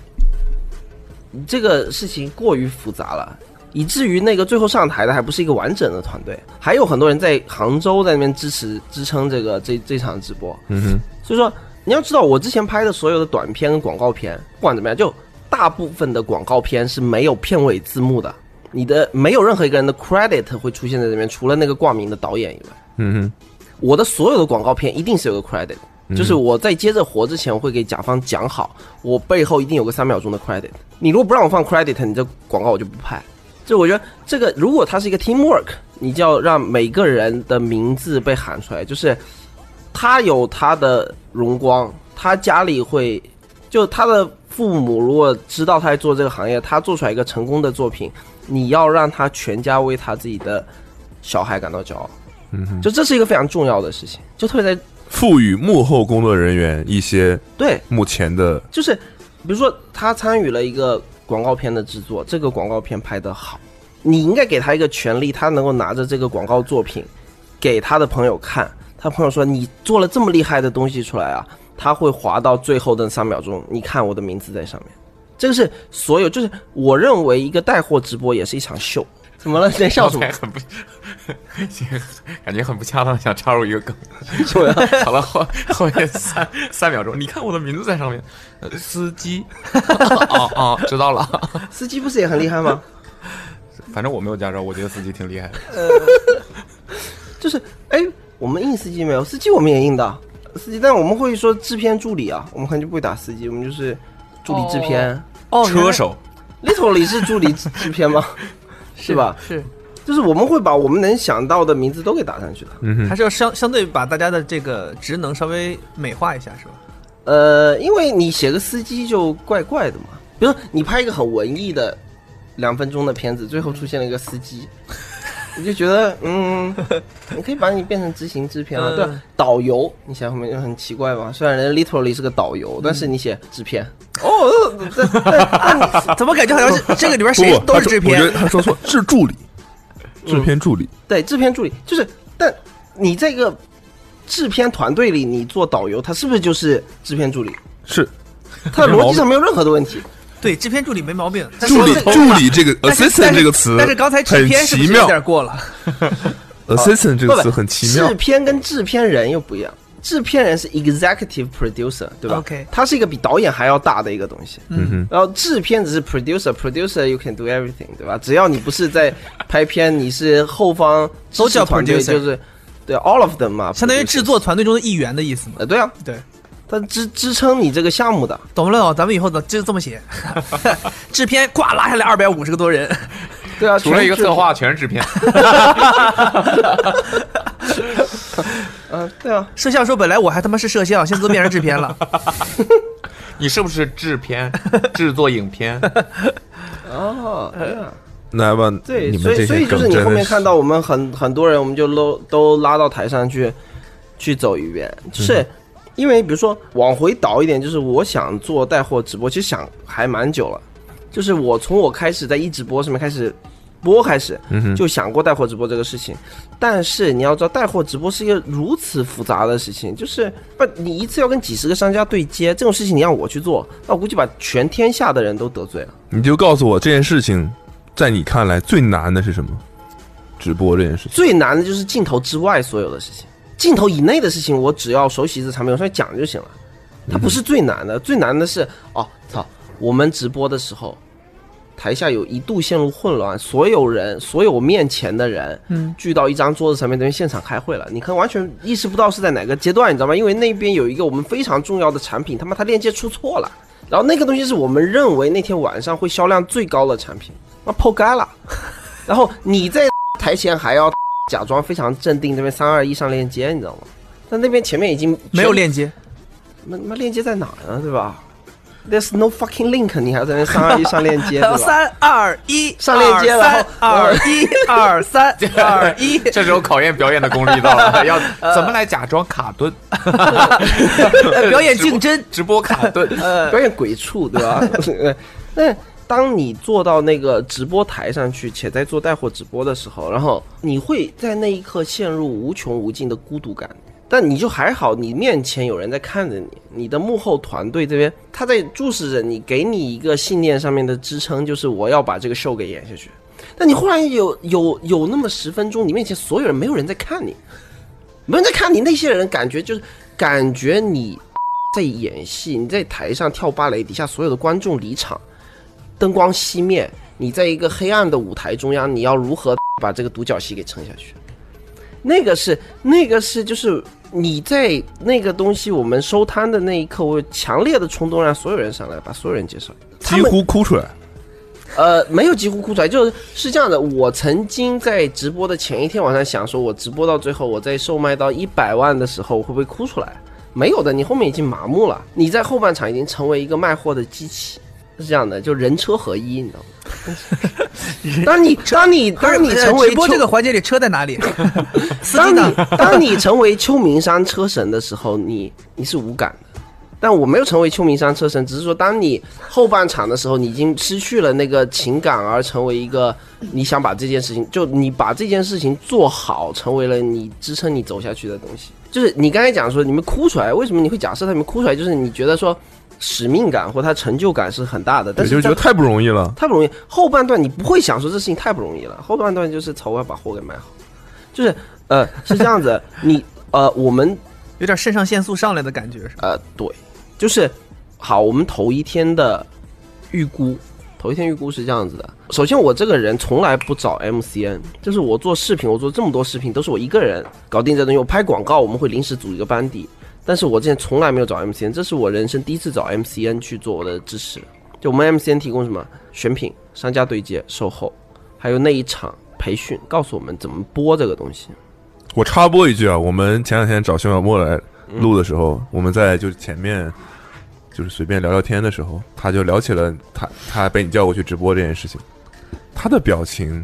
S2: 你这个事情过于复杂了。以至于那个最后上台的还不是一个完整的团队，还有很多人在杭州在那边支持支撑这个这这场直播。
S3: 嗯哼，
S2: 所以说，你要知道，我之前拍的所有的短片跟广告片，不管怎么样，就大部分的广告片是没有片尾字幕的，你的没有任何一个人的 credit 会出现在这边，除了那个挂名的导演以外，
S3: 嗯哼。
S2: 我的所有的广告片一定是有个 credit，就是我在接着活之前，我会给甲方讲好，我背后一定有个三秒钟的 credit。你如果不让我放 credit，你这广告我就不拍。就我觉得这个，如果它是一个 teamwork，你就要让每个人的名字被喊出来，就是他有他的荣光，他家里会，就他的父母如果知道他在做这个行业，他做出来一个成功的作品，你要让他全家为他自己的小孩感到骄傲。就这是一个非常重要的事情，就特别在
S3: 赋予幕后工作人员一些
S2: 对，
S3: 目前的，
S2: 就是比如说他参与了一个广告片的制作，这个广告片拍得好，你应该给他一个权利，他能够拿着这个广告作品给他的朋友看，他朋友说你做了这么厉害的东西出来啊，他会滑到最后的三秒钟，你看我的名字在上面，这个是所有，就是我认为一个带货直播也是一场秀。怎么了？你在笑
S5: [LAUGHS]
S2: 什么
S5: 刚才？很不，感觉很不恰当，想插入一个梗。
S3: 啊
S5: [LAUGHS] 好了，后后面三三秒钟，你看我的名字在上面，呃司
S3: [LAUGHS]
S5: 机。哦哦，知道了。
S2: 司机不是也很厉害吗？
S5: 反正我没有驾照，我觉得司机挺厉害的。
S2: 就是哎，我们印司机没有，司机我们也印的，司机，但我们会说制片助理啊，我们可能就不会打司机，我们就是助理制片、
S4: 哦，原
S5: 车
S4: 来
S5: 手，
S2: l i t t l e 是助理制 [LAUGHS] 制片吗？是吧？
S4: 是，
S2: 就是我们会把我们能想到的名字都给打上去的。
S3: 嗯哼，
S4: 还是要相相对把大家的这个职能稍微美化一下，是吧？
S2: 呃，因为你写个司机就怪怪的嘛，比如说你拍一个很文艺的两分钟的片子，最后出现了一个司机，你就觉得嗯，你可以把你变成执行制片啊，
S4: 嗯
S2: 对啊，导游，你写后面就很奇怪嘛。虽然人家 literally 是个导游，但是你写制片，哦，这 [LAUGHS] 这这
S4: 怎么感觉好像是这个里边
S3: 不
S4: 谁
S3: 不，
S4: 都是
S3: 他说我
S4: 制片
S3: 觉？得他
S2: [LAUGHS]
S3: 说错，是助理，
S2: 嗯
S3: 制片助理，
S2: 对制片助理就是，但你这个制片团队里你做导游，他是不是就是制片助理？
S3: 是
S2: 他的逻辑上没有任何的问题。
S4: 对，制片助理没毛病。但是
S3: 助理
S4: 说的
S3: 助理这个
S4: 但是
S3: assistant
S4: 但是
S3: 这个词，
S4: 但是刚才制
S3: 很
S4: 片是不
S3: 奇
S4: 是有
S3: 妙
S4: 点过了？
S3: 呃，assistant
S2: 哦不
S3: 这个
S2: 不，
S3: 词很奇妙
S2: 制，片跟制片人又不一样，制片人是 executive producer，对吧
S4: OK
S2: 它是一个比导演还要大的一个东
S4: [LAUGHS]
S2: 西。
S3: 嗯哼，
S2: 然后制片只是 producer，producer you can do everything，对吧？只要你不是在拍片，你是后方
S4: 都
S2: 支
S4: 叫
S2: 持团队
S4: producer
S2: 就是对 all of them 嘛，
S4: 相当于
S2: producer
S4: 制。作团队中的一员的意思嘛。
S2: 呃，对啊，
S4: 对，
S2: 它支支撑你这个项目的。
S4: 懂了哦，咱们以后呢就这么写， [LAUGHS] 制片呱拉下来二百五十个多人，
S2: 对啊，
S5: 除了一个
S2: 全是
S5: 策划，全是制片。
S2: 嗯、对啊，
S4: 摄像说本来我还他妈是摄像，现在都变成制片了。
S5: 你是不是制片？ [LAUGHS] 制作影片？ [LAUGHS]
S2: 哦，对啊，
S3: 来吧，
S2: 对，
S3: 你
S2: 所
S3: 们
S2: 以
S3: 这
S2: 所以
S3: 些
S2: 就
S3: 梗
S2: 是
S3: 真
S2: 你
S3: 的
S2: 后面看到我们很很多人，我们就都都拉到台上去去走一遍，
S3: 嗯
S2: 就是因为比如说往回倒一点，就是我想做带货直播，其实想还蛮久了，就是我从我开始在一直播上面开始播开始，
S3: 嗯
S2: 就想过带货直播这个事情，但是你要知道，带货直播是一个如此复杂的事情，就是不你一次要跟几十个商家对接这种事情，你让我去做，那我估计把全天下的人都得罪了。
S3: 你就告诉我这件事情，在你看来最难的是什么？直播这件事情，
S2: 最难的就是镜头之外所有的事情，镜头以内的事情，我只要熟悉这产品，我稍微讲就行了。它不是最难的，最难的是哦，操！我们直播的时候，台下有一度陷入混乱，所有人所有面前的人，
S4: 嗯，
S2: 聚到一张桌子上面，等于现场开会了。你看，完全意识不到是在哪个阶段，你知道吗？因为那边有一个我们非常重要的产品，他妈它链接出错了，然后那个东西是我们认为那天晚上会销量最高的产品，那破干了。 [LAUGHS] 然后你在台前还要假装非常镇定，这边三二一上链接，你知道吗？但那边前面已经
S4: 没有
S2: 全
S4: 链接，
S2: 那那链接在哪儿呢？对吧？There's no fucking link，你还在那三二一上链接，
S4: [LAUGHS] 然后
S2: 对吧？
S4: 三二一
S2: 上链接了
S4: 三二一二三二一，
S5: 这时候考验表演的功力到
S4: [LAUGHS]
S5: 了，要怎么来假装卡顿？ [LAUGHS]
S4: 呃表演竞争，
S5: 直播卡顿，
S4: 呃，
S2: 表演鬼畜，对吧？呃那当你坐到那个直播台上去，且在做带货直播的时候，然后你会在那一刻陷入无穷无尽的孤独感。但你就还好，你面前有人在看着你，你的幕后团队这边他在注视着你，给你一个信念上面的支撑，就是我要把这个秀给演下去。但你忽然有有有那么十分钟，你面前所有人没有人在看你，没人在看你，那些人感觉就是感觉你在演戏，你在台上跳芭蕾，底下所有的观众离场，灯光熄灭，你在一个黑暗的舞台中央，你要如何把这个独角戏给撑下去？那个是那个是就是你在那个东西我们收摊的那一刻，我有强烈的冲动让所有人上来，把所有人接上来。他
S3: 几
S2: 们
S3: 乎哭出来。
S2: 呃，没有几乎哭出来，就是是这样的。我曾经在直播的前一天晚上想说，我直播到最后，我在售卖到一百万的时候，我会不会哭出来？没有的，你后面已经麻木了，你在后半场已经成为一个卖货的机器，是这样的，就人车合一，你知道吗？
S4: [LAUGHS]
S2: 当你当你当你成为
S4: 呃直播
S2: 秋
S4: 这个环节里车在哪里？ [LAUGHS] 司
S2: 当
S4: 机呢？
S2: 你当你成为秋名山车神的时候，你你是无感的。但我没有成为秋名山车神，只是说，当你后半场的时候，你已经失去了那个情感，而成为一个你想把这件事情，就你把这件事情做好，成为了你支撑你走下去的东西。就是你刚才讲说，你们哭出来，为什么你会假设他们哭出来？就是你觉得说使命感或他成就感是很大的，但
S3: 对，
S2: 是
S3: 就觉得
S2: 在
S3: 太不容易了。
S2: 太不容易。后半段你不会想说这事情太不容易了，后半段就是操，我要把货给卖好，就是呃是这样子，你呃我们
S4: 有点肾上腺素上来的感觉是吧？
S2: 呃对，就是好，我们头一天的预估，头一天预估是这样子的。首先，我这个人从来不找 MCN，就是我做视频，我做这么多视频都是我一个人搞定这东西。我拍广告，我们会临时组一个班底，但是我之前从来没有找 MCN，这是我人生第一次找 MCN 去做我的支持。就我们 MCN 提供什么选品、商家对接、售后，还有那一场培训，告诉我们怎么播这个东西。
S3: 我插播一句啊，我们前两天找熊小莫来录的时候，
S2: 嗯
S3: 我们在就是前面就是随便聊聊天的时候，他就聊起了他他被你叫过去直播这件事情，他的表情，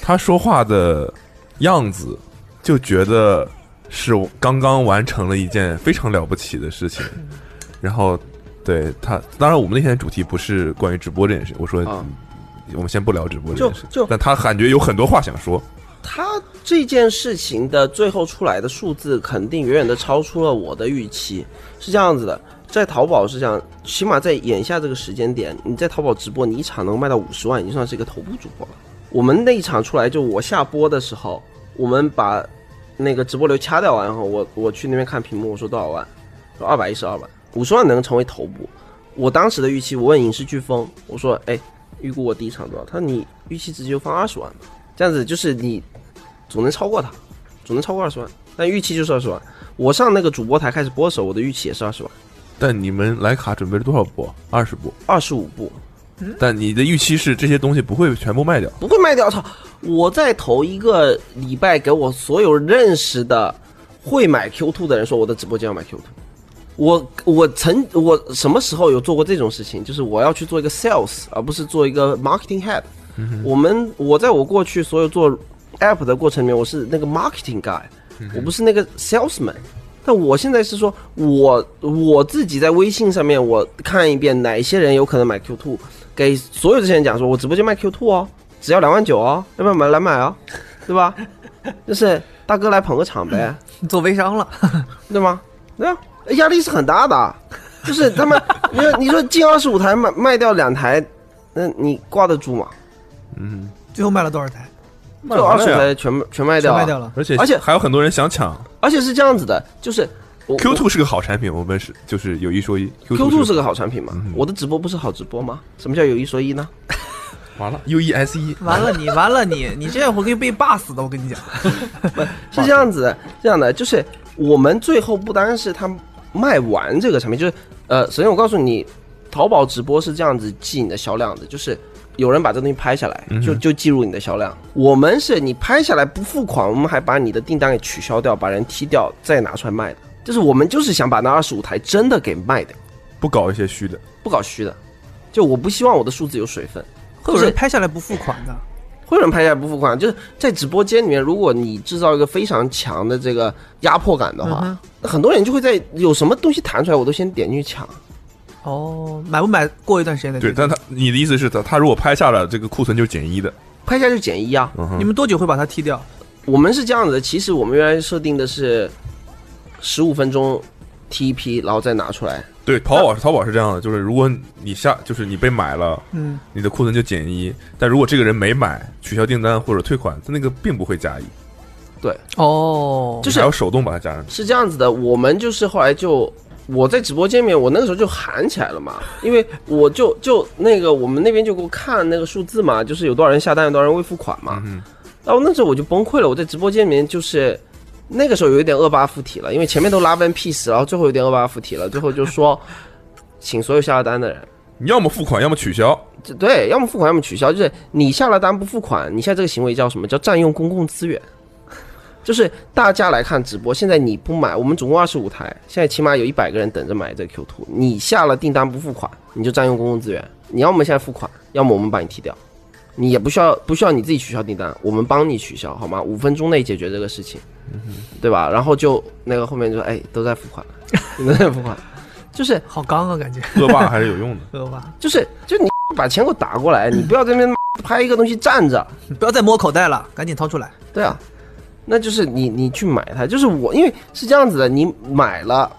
S3: 他说话的样子，就觉得是刚刚完成了一件非常了不起的事情，
S2: 嗯
S3: 然后。对他，当然我们那天的主题不是关于直播这件事，我说、
S2: 啊
S3: 我们先不聊直播这件事
S2: 就就，
S3: 但他感觉有很多话想说，
S2: 他这件事情的最后出来的数字，肯定远远的超出了我的预期。是这样子的，在淘宝是这样，起码在眼下这个时间点，你在淘宝直播，你一场能卖到五十万，已经算是一个头部主播了。我们那一场出来，就我下播的时候，我们把那个直播流掐掉完后，我我去那边看屏幕，我说多少万，说二百一十二万，五十万能成为头部。我当时的预期，我问影视飓风，我说，哎，预估我第一场多少？他说你预期值就放二十万吧，这样子就是你总能超过他，总能超过二十万。但预期就是二十万。我上那个主播台开始播的时候，我的预期也是二十万，
S3: 但你们莱卡准备了多少波？二十波。
S2: 二十五部
S3: 但你的预期是这些东西不会全部卖掉，
S2: 不会卖掉。操！我在头一个礼拜给我所有认识的会买 Q two 的人说，我的直播间要买 Q two。我我曾我什么时候有做过这种事情？就是我要去做一个 sales，而不是做一个 marketing head。我们我在我过去所有做 app 的过程里面，我是那个 marketing guy，我不是那个 salesman。但我现在是说，我我自己在微信上面，我看一遍哪些人有可能买 Q two，给所有这些人讲说，我直播间卖 Q two 哦，只要两万九哦，要不要买来买啊、对吧？就是大哥来捧个场
S4: [LAUGHS]
S2: 呗。
S4: 你做微商了，
S2: 对吗？对啊，压力是很大的，啊就是他
S4: [LAUGHS]
S2: 们，你说你说进二十五台卖卖掉两台，那你挂得住吗？
S4: 最后卖了多少台？
S2: 就二十五台全全卖
S4: 全
S2: 掉啊，
S4: 卖掉了。
S3: 而且
S2: 而且
S3: 还有很多人想抢。
S2: 而且是这样子的，就是我
S3: Q two 是个好产品，我们是就是有一说一。
S2: Q
S3: two 嗯
S2: two 是个好产品嘛？我的直播不是好直播吗？什么叫有一说一呢？
S5: 完了，U E S E，
S4: 完了你，完了你，你这会儿可以被霸死的，我
S2: [LAUGHS]
S4: 跟你讲。
S2: 是这样子，这样的就是我们最后不单是他卖完这个产品，就是呃，首先我告诉你，淘宝直播是这样子记你的销量的，就是有人把这东西拍下来，就就记录你的销量。我们是你拍下来不付款，我们还把你的订单给取消掉，把人踢掉，再拿出来卖的。就是我们就是想把那二十五台真的给卖掉，
S3: 不搞一些虚的，
S2: 不搞虚的。就我不希望我的数字有水分，
S4: 会有人拍下来不付款的，
S2: 会有人拍下来不付款，就是在直播间里面，如果你制造一个非常强的这个压迫感的话
S4: 嗯，
S2: 很多人就会在有什么东西弹出来，我都先点进去抢。
S4: 哦，买不买？过一段时间再决
S3: 对，
S4: 定。
S3: 但他你的意思是他他如果拍下了这个库存就是减一的，
S2: 拍下就减一啊！
S3: 嗯哼
S4: 你们多久会把它踢掉？
S2: 我们是这样子的，其实我们原来设定的是十五分钟踢一批，然后再拿出来。
S3: 对，淘宝淘宝是这样的，就是如果你下就是你被买了，
S4: 嗯，
S3: 你的库存就减一，但如果这个人没买，取消订单或者退款，他那个并不会加一，
S4: 哦，
S2: 就是
S3: 你还要手动把它加上去。
S2: 是这样子的，我们就是后来就我在直播间里面，我那个时候就喊起来了嘛，因为我就就那个我们那边就给我看那个数字嘛，就是有多少人下单，有多少人未付款嘛。
S3: 嗯哼，
S2: 然后那时候我就崩溃了，我在直播间里面就是那个时候有一点恶霸附体了，因为前面都拉 one piece，然后最后有点恶霸附体了，最后就说请所有下了单的人。
S3: 你要么付款，要么取消。
S2: 这对，要么付款，要么取消。就是你下了单不付款，你现在这个行为叫什么？叫占用公共资源。就是大家来看直播，现在你不买，我们总共二十五台，现在起码有一百个人等着买这个 Q 图。你下了订单不付款，你就占用公共资源。你要么现在付款，要么我们把你踢掉。你也不需要不需要你自己取消订单，我们帮你取消好吗？五分钟内解决这个事情，对吧？然后就那个后面就哎都在付款了，都在付款，就是
S4: 好刚啊，感觉，。
S3: 恶霸还是有用的
S4: 知道吧？
S2: 就是就你把钱给我打过来，你不要在那边拍一个东西站着。
S4: 你不要再摸口袋了，赶紧掏出来。
S2: 对啊，那就是你你去买它，就是我，因为是这样子的，你买了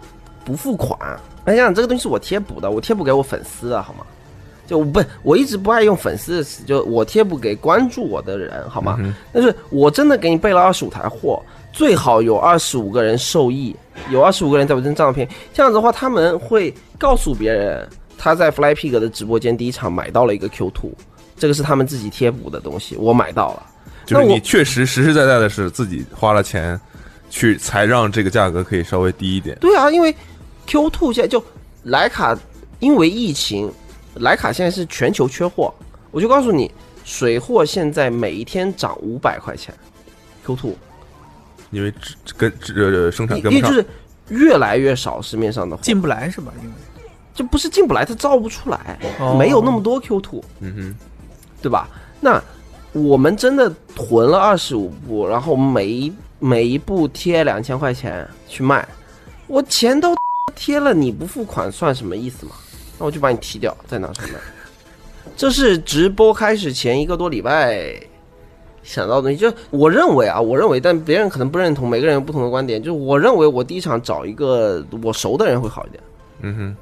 S2: 不付款，哎呀，这个东西是我贴补的，我贴补给我粉丝的好吗？就我不，我一直不爱用粉丝的词，就我贴补给关注我的人好吗？但是我真的给你备了二十五台货，最好有二十五个人受益，有二十五个人在我这边占到便宜，这样子的话，他们会告诉别人他在 Flypig 的直播间第一场买到了一个 Q two，这个是他们自己贴补的东西，我买到了。
S3: 就是
S2: 那
S3: 你
S2: 我
S3: 确实实实在在的是自己花了钱，去才让这个价格可以稍微低一点。
S2: 对啊，因为 Q two 现在就徕卡，因为疫情，徕卡现在是全球缺货。我就告诉你，水货现在每一天涨五百块钱，Q two，
S3: 因为这这跟这呃生产
S2: 因
S3: 跟
S2: 为
S3: 不
S2: 就
S3: 上，
S2: 是越来越少市面上的货，
S4: 进不来是吧？因
S2: 嗯
S4: 为
S2: 就不是进不来，它造不出来，
S4: 哦
S2: 没有那么多 Q two，
S3: 嗯
S2: 对吧？那我们真的囤了二十五部，然后每一每一部贴两千块钱去卖，我钱都贴了，你不付款算什么意思嘛？那我就把你踢掉，再拿出来卖。 [LAUGHS] 这是直播开始前一个多礼拜想到的东西，就是我认为啊，我认为，但别人可能不认同，每个人有不同的观点。就是我认为，我第一场找一个我熟的人会好一点。
S3: 哼，嗯哼，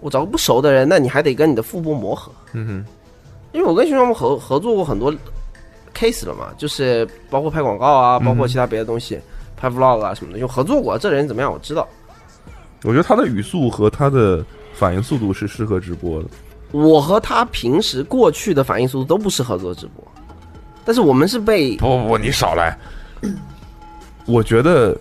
S2: 我找个不熟的人，那你还得跟你的腹部磨合。
S3: 嗯哼，
S2: 因为我跟徐创合合作过很多 case 了嘛，就是包括拍广告
S3: 嗯
S2: 啊，包括其他别的东西，拍 vlog 啊什么的，就合作过。这人怎么样我知道，
S3: 我觉得他的语速和他的反应速度是适合直播的。
S2: 我和他平时过去的反应速度都不适合做直播，但是我们是被
S3: 不不不，你少来。
S2: 嗯
S3: 我觉得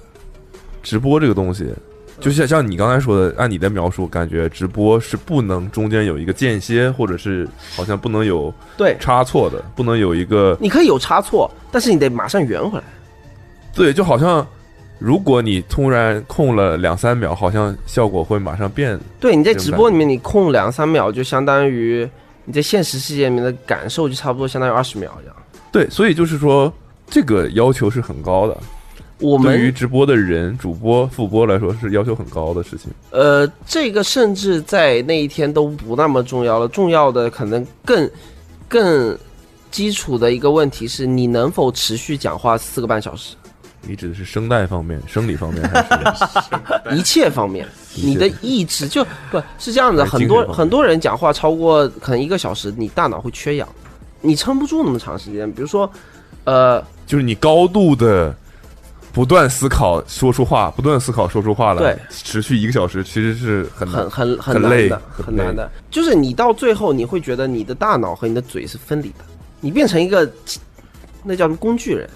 S3: 直播这个东
S2: 嗯
S3: 西，就像像你刚才说的，按你的描述，感觉直播是不能中间有一个间歇，或者是好像不能有
S2: 对，
S3: 差错的，不能有一个
S2: 你可以有差错，但是你得马上圆回来。
S3: 对，就好像如果你突然空了两三秒，好像效果会马上变。
S2: 对，你在
S3: 明白
S2: 直播里面你空两三秒，就相当于你在现实世界里面的感受就差不多相当于二十秒一样。
S3: 对，所以就是说，这个要求是很高的。
S2: 我们
S3: 对于直播的人、主播、副播来说，是要求很高的事情。
S2: 呃，这个甚至在那一天都不那么重要了，重要的可能更更基础的一个问题是你能否持续讲话四个半小时，
S3: 你指的是声带方面、生理方面还是？
S2: 一切方面，你的意志就不是这样子。
S3: 还是
S2: 很
S3: 哎精神
S2: 多
S3: 方面
S2: 很多人讲话超过可能一个小时，你大脑会缺氧，你撑不住那么长时间。比如说，呃，
S3: 就是你高度的不断思考说出话，不断思考说出话来，
S2: 对
S3: 持续一个小时其实是很
S2: 很
S3: 难
S2: 很
S3: 很
S2: 难
S3: 累
S2: 的，很难
S3: 累
S2: 的。就是你到最后，你会觉得你的大脑和你的嘴是分离的，你变成一个那叫什么工具人，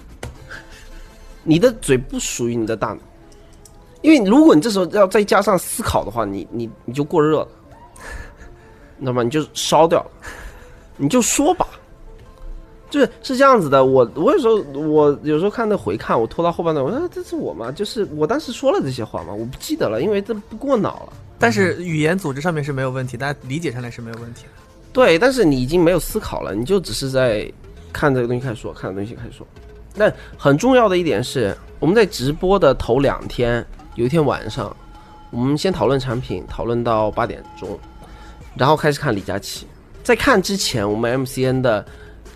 S2: 你的嘴不属于你的大脑，因为如果你这时候要再加上思考的话，你你你就过热了，你知道吗？你就烧掉了，你就说吧。就是是这样子的，我我有时候我有时候看那回看，我拖到后半段，我说、啊这是我吗？就是我当时说了这些话吗？我不记得了，因为这不过脑了。
S4: 但是语言组织上面是没有问题，大家理解上来是没有问题的。
S2: 对，但是你已经没有思考了，你就只是在看这个东西开始说，看这个东西开始说。但很重要的一点是，我们在直播的头两天，有一天晚上，我们先讨论产品，讨论到八点钟，然后开始看李佳琦。在看之前，我们 MCN 的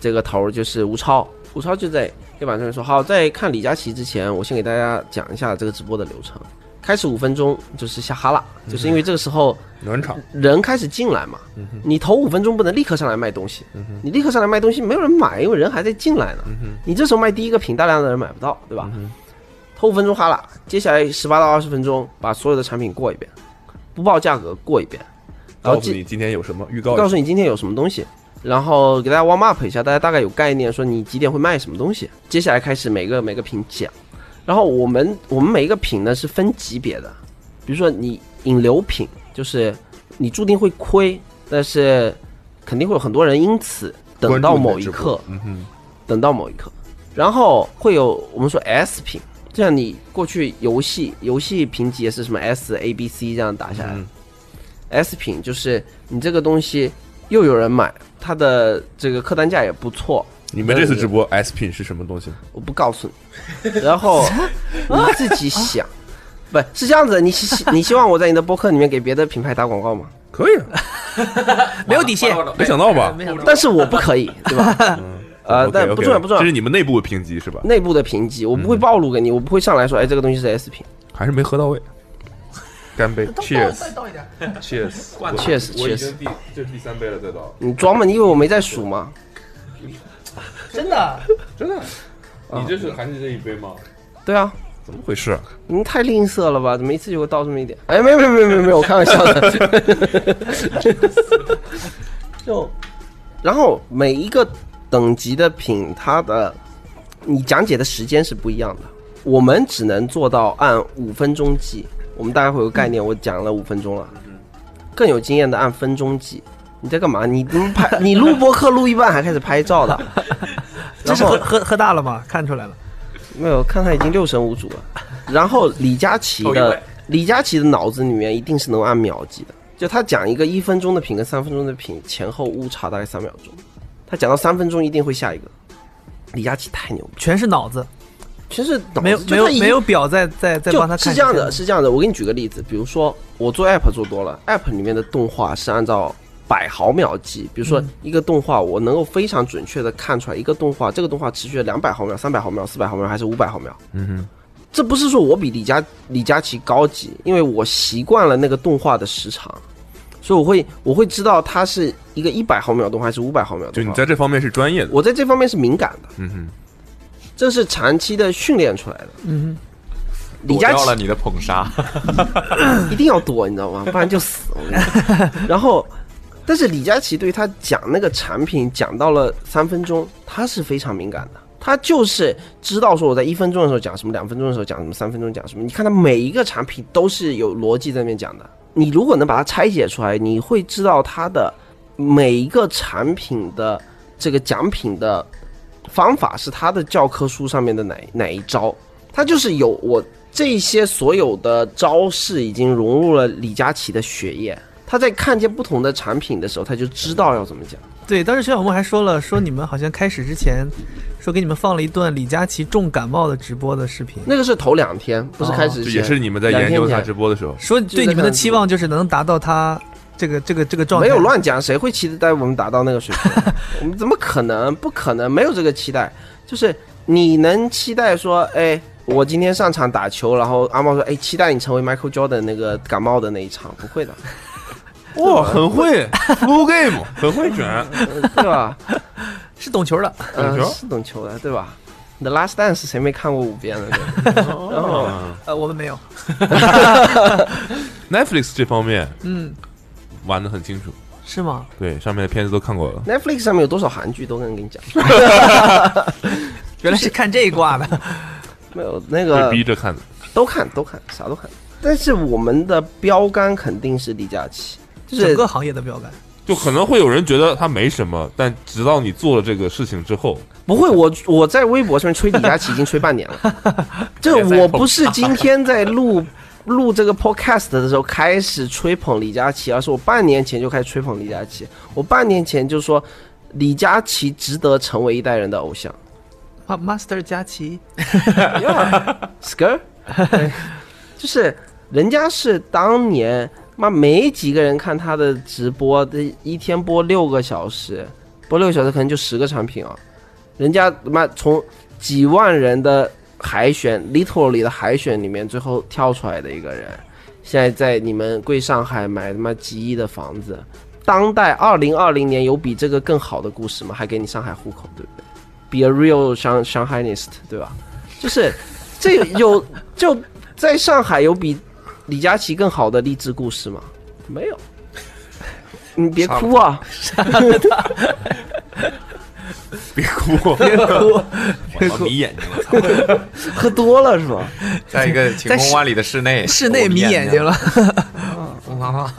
S2: 这个头儿就是吴超，吴超就在黑板上面说：“好，在看李佳琦之前，我先给大家讲一下这个直播的流程。开始五分钟就是下哈拉，就是因为这个时候
S3: 暖场。
S2: 人开始进来嘛，你头五分钟不能立刻上来卖东西，你立刻上来卖东西没有人买，因为人还在进来呢。你这时候卖第一个品，大量的人买不到，对吧？头五分钟哈拉，接下来十八到二十分钟把所有的产品过一遍，不报价格过一遍，然后
S3: 告
S2: 进
S3: 诉你今天有什么预告一下，
S2: 告诉你今天有什么东西，然后给大家 warm up 一下，大家大概有概念，说你几点会卖什么东西。接下来开始每个每个品讲，然后我们我们每一个品呢是分级别的，比如说你引流品，就是你注定会亏，但是肯定会有很多人因此等
S3: 关注
S2: 到
S3: 你的
S2: 某一
S3: 直播
S2: 刻，
S3: 嗯哼，
S2: 等到某一刻，然后会有我们说 S 品，就像你过去游戏游戏评级也是什么 S A B C 这样打下来、
S3: 嗯
S2: s 品就是你这个东西又有人买，它的这个客单价也不错，
S3: 你们这次直播 S 品是什么东西？
S2: 我不告诉你，然后你自己想。 [LAUGHS] 不是这样子的，你希 [LAUGHS] 你希望我在你的播客里面给别的品牌打广告吗？
S3: 可以啊，
S2: 嗯
S4: 没有底线，
S3: 没想到吧
S4: 没？想到。
S2: 但是我不可以，对吧？呃，
S3: 嗯 OK，
S2: 但
S3: OK，嗯
S2: 不重要，不重
S3: 这是
S2: 要。
S3: 你们内部评级是吧？
S2: 内部的评级我不会暴露给你，我不会上来说，哎，这个东西是 S 品。
S3: 还是没喝到位。干杯，Cheers，Cheers！
S4: 倒
S3: [LAUGHS]
S4: 一点，
S3: 我
S2: 确实
S3: 我已
S2: 确实
S3: 经第这是第三杯了，再倒。
S2: 你装嘛？你以为我没在数吗？
S4: 真的。
S3: 真的？你这是还是这一杯吗？
S2: 对啊，
S3: 怎么回事啊？
S2: 您太吝啬了吧？怎么一次就给我倒这么一点？哎，没有没有没有没有没有，我开玩笑的。 [LAUGHS] 就，然后每一个等级的品，它的你讲解的时间是不一样的。我们只能做到按五分钟计，我们大概会有个概念。我讲了五分钟了，更有经验的按分钟计。你在干嘛？你你拍你录播课录一半还开始拍照的？
S4: [LAUGHS] 这是喝喝喝大了吗？看出来了，
S2: 没有，看他已经六神无主
S5: [LAUGHS]
S2: 了。然后李佳琦
S5: 头一
S2: 的
S5: 位
S2: 李佳琦的脑子里面一定是能按秒计的，就他讲一个一分钟的品跟三分钟的品前后误差大概三秒钟，他讲到三分钟一定会下一个。李佳琦太牛逼，
S4: 全是脑子，
S2: 全是脑子
S4: 没有
S2: 就
S4: 没有
S2: 他已经
S4: 没有表在在在帮他
S2: 就是
S4: 看。
S2: 这样的，，是这样的。我给你举个例子，比如说我做 app 做多了，app 里面的动画是按照百毫秒计，比如说一个动画，我能够非常准确的看出来一个动画，这个动画持续了两百毫秒、三百毫秒、四百毫秒还是五百毫秒。嗯哼，这不是说我比李佳李佳琦高级，因为我习惯了那个动画的时长。所以我会我会知道它是一个一百毫秒动画还是五百毫秒动画。
S3: 就你在这方面是专业的，
S2: 我在这方面是敏感的，
S3: 嗯哼，
S2: 这是长期的训练出来的。
S4: 嗯
S2: 李佳
S5: 掉
S2: 琦
S5: 了你的捧杀，
S4: [LAUGHS]
S2: 一定要躲，你知道吗？不然就死。我跟你讲 [LAUGHS] 然后，但是李佳琦对他讲那个产品讲到了三分钟，他是非常敏感的，他就是知道说我在一分钟的时候讲什么，两分钟的时候讲什么，三分钟讲什么。你看他每一个产品都是有逻辑在那边讲的。你如果能把它拆解出来，你会知道它的每一个产品的这个奖品的方法是他的教科书上面的哪哪一招，他就是有我这些所有的招式已经融入了李佳琦的血液。他在看见不同的产品的时候，他就知道要怎么讲。
S4: 哼，对，当时徐小梦还说了，说你们好像开始之前，说给你们放了一段李佳琦重感冒的直播的视频，
S2: 那个是头两天，不是
S4: 哦
S2: 开始
S3: 这
S2: 之前、
S3: 也是你们在
S2: 两
S3: 研
S2: 天
S3: 究他
S2: 前
S3: 直播的
S2: [LAUGHS]
S3: 时候，
S4: 说
S2: 就在
S4: 对你们的
S2: 看
S4: 期望就是能达到他这个这个这个状态，
S2: 没有乱讲，谁会期待我们达到那个水
S3: [LAUGHS]
S2: 平？我们怎么可能？不可能，没有这个期待。就是你能期待说，哎，我今天上场打球，然后阿茂说，哎，期待你成为 Michael Jordan 那个感冒的那一场，不会的。
S3: 哇，很 [LAUGHS] 会 full game，很会卷，
S2: 呃对吧？
S4: 是懂球的，
S2: 呃
S3: 懂球
S2: 是懂球的，对吧？ The Last Dance 谁没看过五遍的？然后
S4: 呃，我们没有，
S3: Netflix 这方面
S4: 嗯，
S3: 玩的很清楚，
S4: 是吗？
S3: 对上面的片子都看过了。
S2: Netflix 上面有多少韩剧都跟跟你讲，
S4: 原来是看这一挂的，
S2: 没有那
S3: 被
S2: 个
S3: 逼着看的，
S2: 都看都看啥都看，但是我们的标杆肯定是李佳琦，就
S4: 整
S2: 是
S4: 个行业的标杆。
S3: 就可能会有人觉得他没什么，但直到你做了这个事情之后，
S2: 不会，我我在微博上面吹李佳琦已经吹半年了，
S4: [LAUGHS]
S2: 这我不是今天在录录这个 podcast 的时候开始吹捧李佳琦，而是我半年前就开始吹捧李佳琦，我半年前就说李佳琦值得成为一代人的偶像
S4: Ma- Master 佳琪，
S2: s k i r 就是人家是当年妈没几个人看他的直播，这一天播六个小时，播六个小时可能就十个产品啊，人家他妈从几万人的海选，literally 的海选里面最后跳出来的一个人，现在在你们贵上海买他妈几亿的房子。当代二零二零年有比这个更好的故事吗？还给你上海户口，对不对？Be a real Shang Shanghainist，对吧？就是这 [LAUGHS] 有就在上海有比李佳琦更好的励志故事吗？没有。 [LAUGHS] 你别哭 [LAUGHS] 啊！
S3: 别哭，
S5: 我迷眼睛了，操
S2: 喝多了是吧？ [LAUGHS]
S5: 在一个晴空万里的
S4: [LAUGHS]
S5: 室内，
S4: 室内迷眼睛了，
S5: 我迷眼睛了，疯
S4: [LAUGHS]
S5: 狂了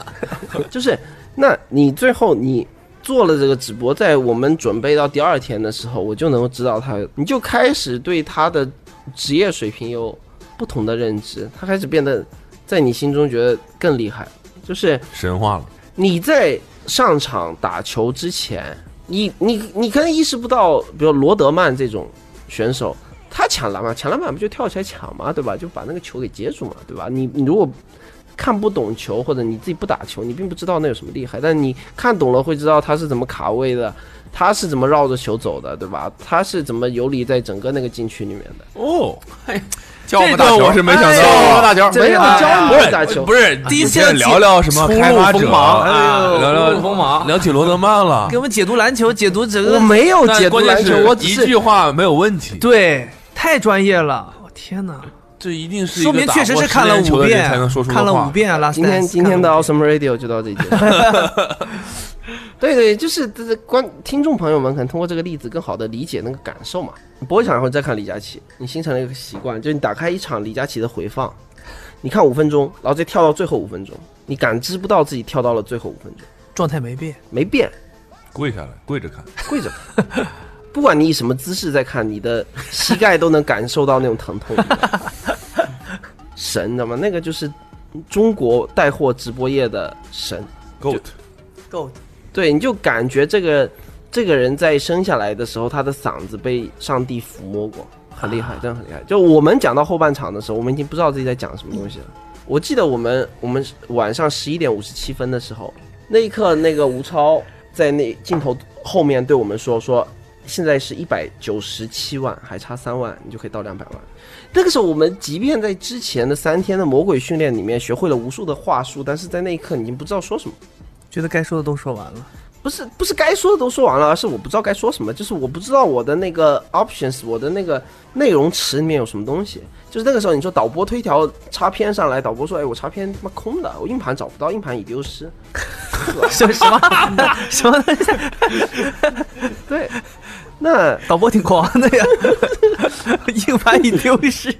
S2: 就是，那你最后你做了这个直播，在我们准备到第二天的时候，我就能够知道他，你就开始对他的职业水平有不同的认知，他开始变得在你心中觉得更厉害。就是
S3: 神话了。
S2: 你在上场打球之前，你你你可能意识不到，比如罗德曼这种选手，他抢篮板，抢篮板不就跳起来抢嘛，对吧？就把那个球给接住嘛，对吧？你你如果看不懂球，或者你自己不打球，你并不知道那有什么厉害。但你看懂了，会知道他是怎么卡位的，他是怎么绕着球走的，对吧？他是怎么游离在整个那个禁区里面的。
S3: 哦，
S5: 教我们打
S3: 这
S5: 球，
S3: 个我是没
S2: 哎
S3: 想到啊
S5: 教我们打
S2: 没有
S4: [LAUGHS]
S5: 球，
S2: 教
S3: 不
S2: 你
S3: 是
S2: 打球
S3: 不，是
S4: 第一次
S3: 我们先聊聊什么开发
S5: 初入
S3: 者
S5: 锋芒
S3: 啊，
S5: 哎
S3: 聊
S5: 呦初
S3: 聊
S5: 入锋芒
S3: 聊起罗德曼了
S4: 给。我们解读篮球，解读整
S2: 我
S4: 个，
S2: 没有
S3: 但
S2: 解读
S3: 关键
S2: 篮球，
S3: 是
S2: 我只
S3: 一
S2: 是
S3: 句话没有问题，
S4: 对，太专业了，我天哪！
S3: 这一定是一
S4: 说
S3: 个
S4: 明
S3: 打
S4: 确实
S3: 过
S4: 是
S3: 十
S4: 看了
S3: 年球
S4: 五
S3: 的人
S4: 遍，
S3: 才能说出的
S4: 看了
S3: 话
S4: 五遍啊了。
S2: 今天今天的 Awesome Radio 就到这里结束。对对，就是这这观听众朋友们可能通过这个例子更好的理解那个感受嘛。你播一场然后再看李佳琦，你形成了一个习惯，就是你打开一场李佳琦的回放，你看五分钟，然后再跳到最后五分钟，你感知不到自己跳到了最后五分钟，
S4: 状态没变，
S2: 没变，
S3: 跪下来跪着看，
S2: 跪着看。不管你以什么姿势在看，你的膝盖都能感受到那种疼痛。神，你知道吗？那个就是中国带货直播业的神。
S3: goat
S4: 够
S2: 对，你就感觉这个这个人在生下来的时候，他的嗓子被上帝抚摸过，很厉害，真的很厉害。就我们讲到后半场的时候，我们已经不知道自己在讲什么东西了。我记得我们我们晚上十一点五十七分的时候，那一刻，那个吴超在那镜头后面对我们说说。现在是一百九十七万，还差三万，你就可以到两百万。那个时候，我们即便在之前的三天的魔鬼训练里面学会了无数的话术，但是在那一刻，你已经不知道说什么了。
S4: 觉得该说的都说完了，
S2: 不是不是该说的都说完了，而是我不知道该说什么，就是我不知道我的那个 options，我的那个内容池里面有什么东西。就是那个时候，你说导播推条插片上来，导播说：“哎，我插片他妈空的，我硬盘找不到，硬盘已丢失。
S4: 什么什么 [LAUGHS] 什么？”
S2: 对，那
S4: 导播挺狂的呀， [LAUGHS] 硬盘已丢失。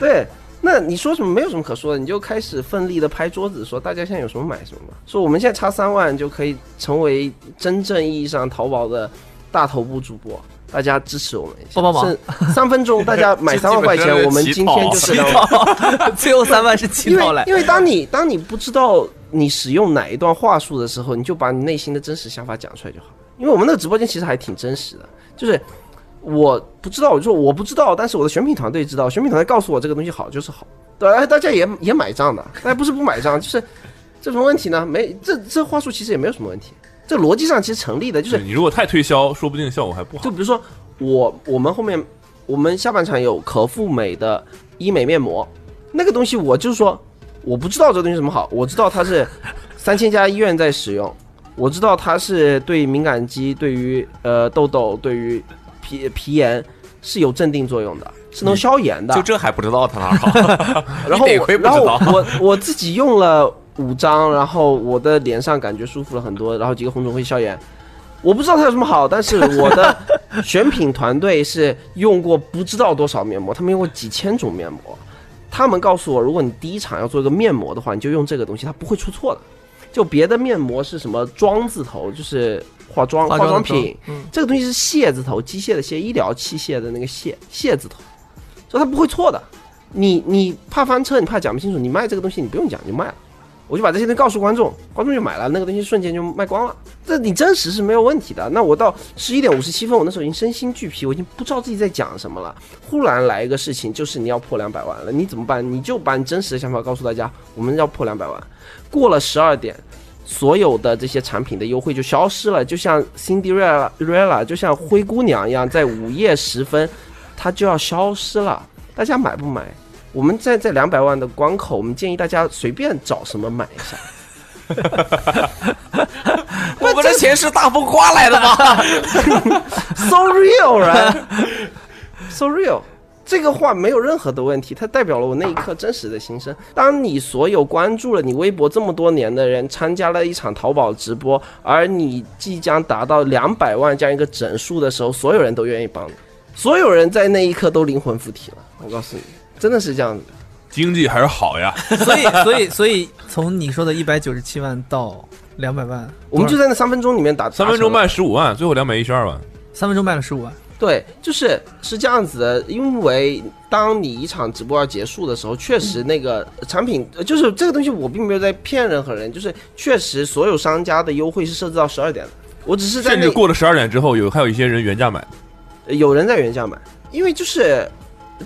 S2: 对，那你说什么没有什么可说的，你就开始奋力的拍桌子说：“大家现在有什么买什么吧。”说我们现在差三万就可以成为真正意义上淘宝的大头部主播。大家支持我们一下，
S4: 帮帮忙
S2: 是三分钟，大家买三万块钱，我们今天就是两万
S4: 最后三万是乞
S2: 因为
S4: 讨来，
S2: 因为当你当你不知道你使用哪一段话术的时候，你就把你内心的真实想法讲出来就好。因为我们那个直播间其实还挺真实的，就是我不知道，我就说我不知道，但是我的选品团队知道，选品团队告诉我这个东西好就是好，对，而且大家也也买账的，大家不是不买账，就是这什么问题呢？没这这话术其实也没有什么问题，这逻辑上其实成立的，就
S3: 就是你如果太推销，说不定效果还不好
S2: 就。比如说我我们后面我们下半场有可复美的医美面膜，那个东西我就是说我不知道这东西什么好，我知道它是三千家医院在使用，我知道它是对敏感肌、对于呃痘痘、对于皮皮炎是有镇定作用的，是能消炎的。
S5: 就这还不知道他哪儿
S4: [LAUGHS]
S5: 好，
S2: 然后
S5: 你得
S2: 我
S5: 亏不
S2: 然后
S5: 知道
S2: 我我自己用了五张，然后我的脸上感觉舒服了很多，然后几个红肿会消炎。我不知道它有什么好，但是我
S5: [LAUGHS]
S2: 的选品团队是用过不知道多少面膜，他们用过几千种面膜。他们告诉我，如果你第一场要做一个面膜的话，你就用这个东西，它不会出错的。就别的面膜是什么妆字头，就是化妆
S4: 化
S2: 化
S4: 妆的
S2: 妆品，
S4: 妆嗯
S2: 这个东西是械字头，机械的械，医疗器械的那个械械字头，所以它不会错的。你你怕翻车，你怕讲不清楚，你卖这个东西你不用讲你就卖了，我就把这些东西告诉观众，观众就买了，那个东西瞬间就卖光了。这你真实是没有问题的。那我到十一点五十七分，我那时候已经身心俱疲，我已经不知道自己在讲什么了。忽然来一个事情，就是你要破两百万了，你怎么办？你就把你真实的想法告诉大家，我们要破两百万。过了十二点，所有的这些产品的优惠就消失了，就像 Cinderella Cinderella，就像灰姑娘一样，在午夜时分，它就要消失了。大家买不买？我们在在两百万的关口，我们建议大家随便找什么买一
S5: [LAUGHS]
S2: 下。
S5: 我们的钱是大风刮来的吗？
S2: [LAUGHS] so real right so real 这个话没有任何的问题，它代表了我那一刻真实的心声。当你所有关注了你微博这么多年的人参加了一场淘宝直播，而你即将达到两百万这样一个整数的时候，所有人都愿意帮你，所有人在那一刻都灵魂附体了。我告诉你，真的是这样子。
S3: 经济还是好呀，
S4: 所以所以所以从你说的一百九十七万到两百万，
S2: 我们就
S4: 多少
S2: 在那三分钟里面打
S3: 三分钟
S2: 卖。
S3: 卖十五万，最后两百一十二万，
S4: 三分钟卖了十五万，
S2: 对，就是是这样子的，因为当你一场直播要结束的时候，确实那个呃产品，呃就是这个东西，我并没有在骗任何人，就是确实所有商家的优惠是设置到十二点的，我只是在
S3: 甚
S2: 那
S3: 至过了十二点之后，有还有一些人原价买，
S2: 有人在原价买，因为就是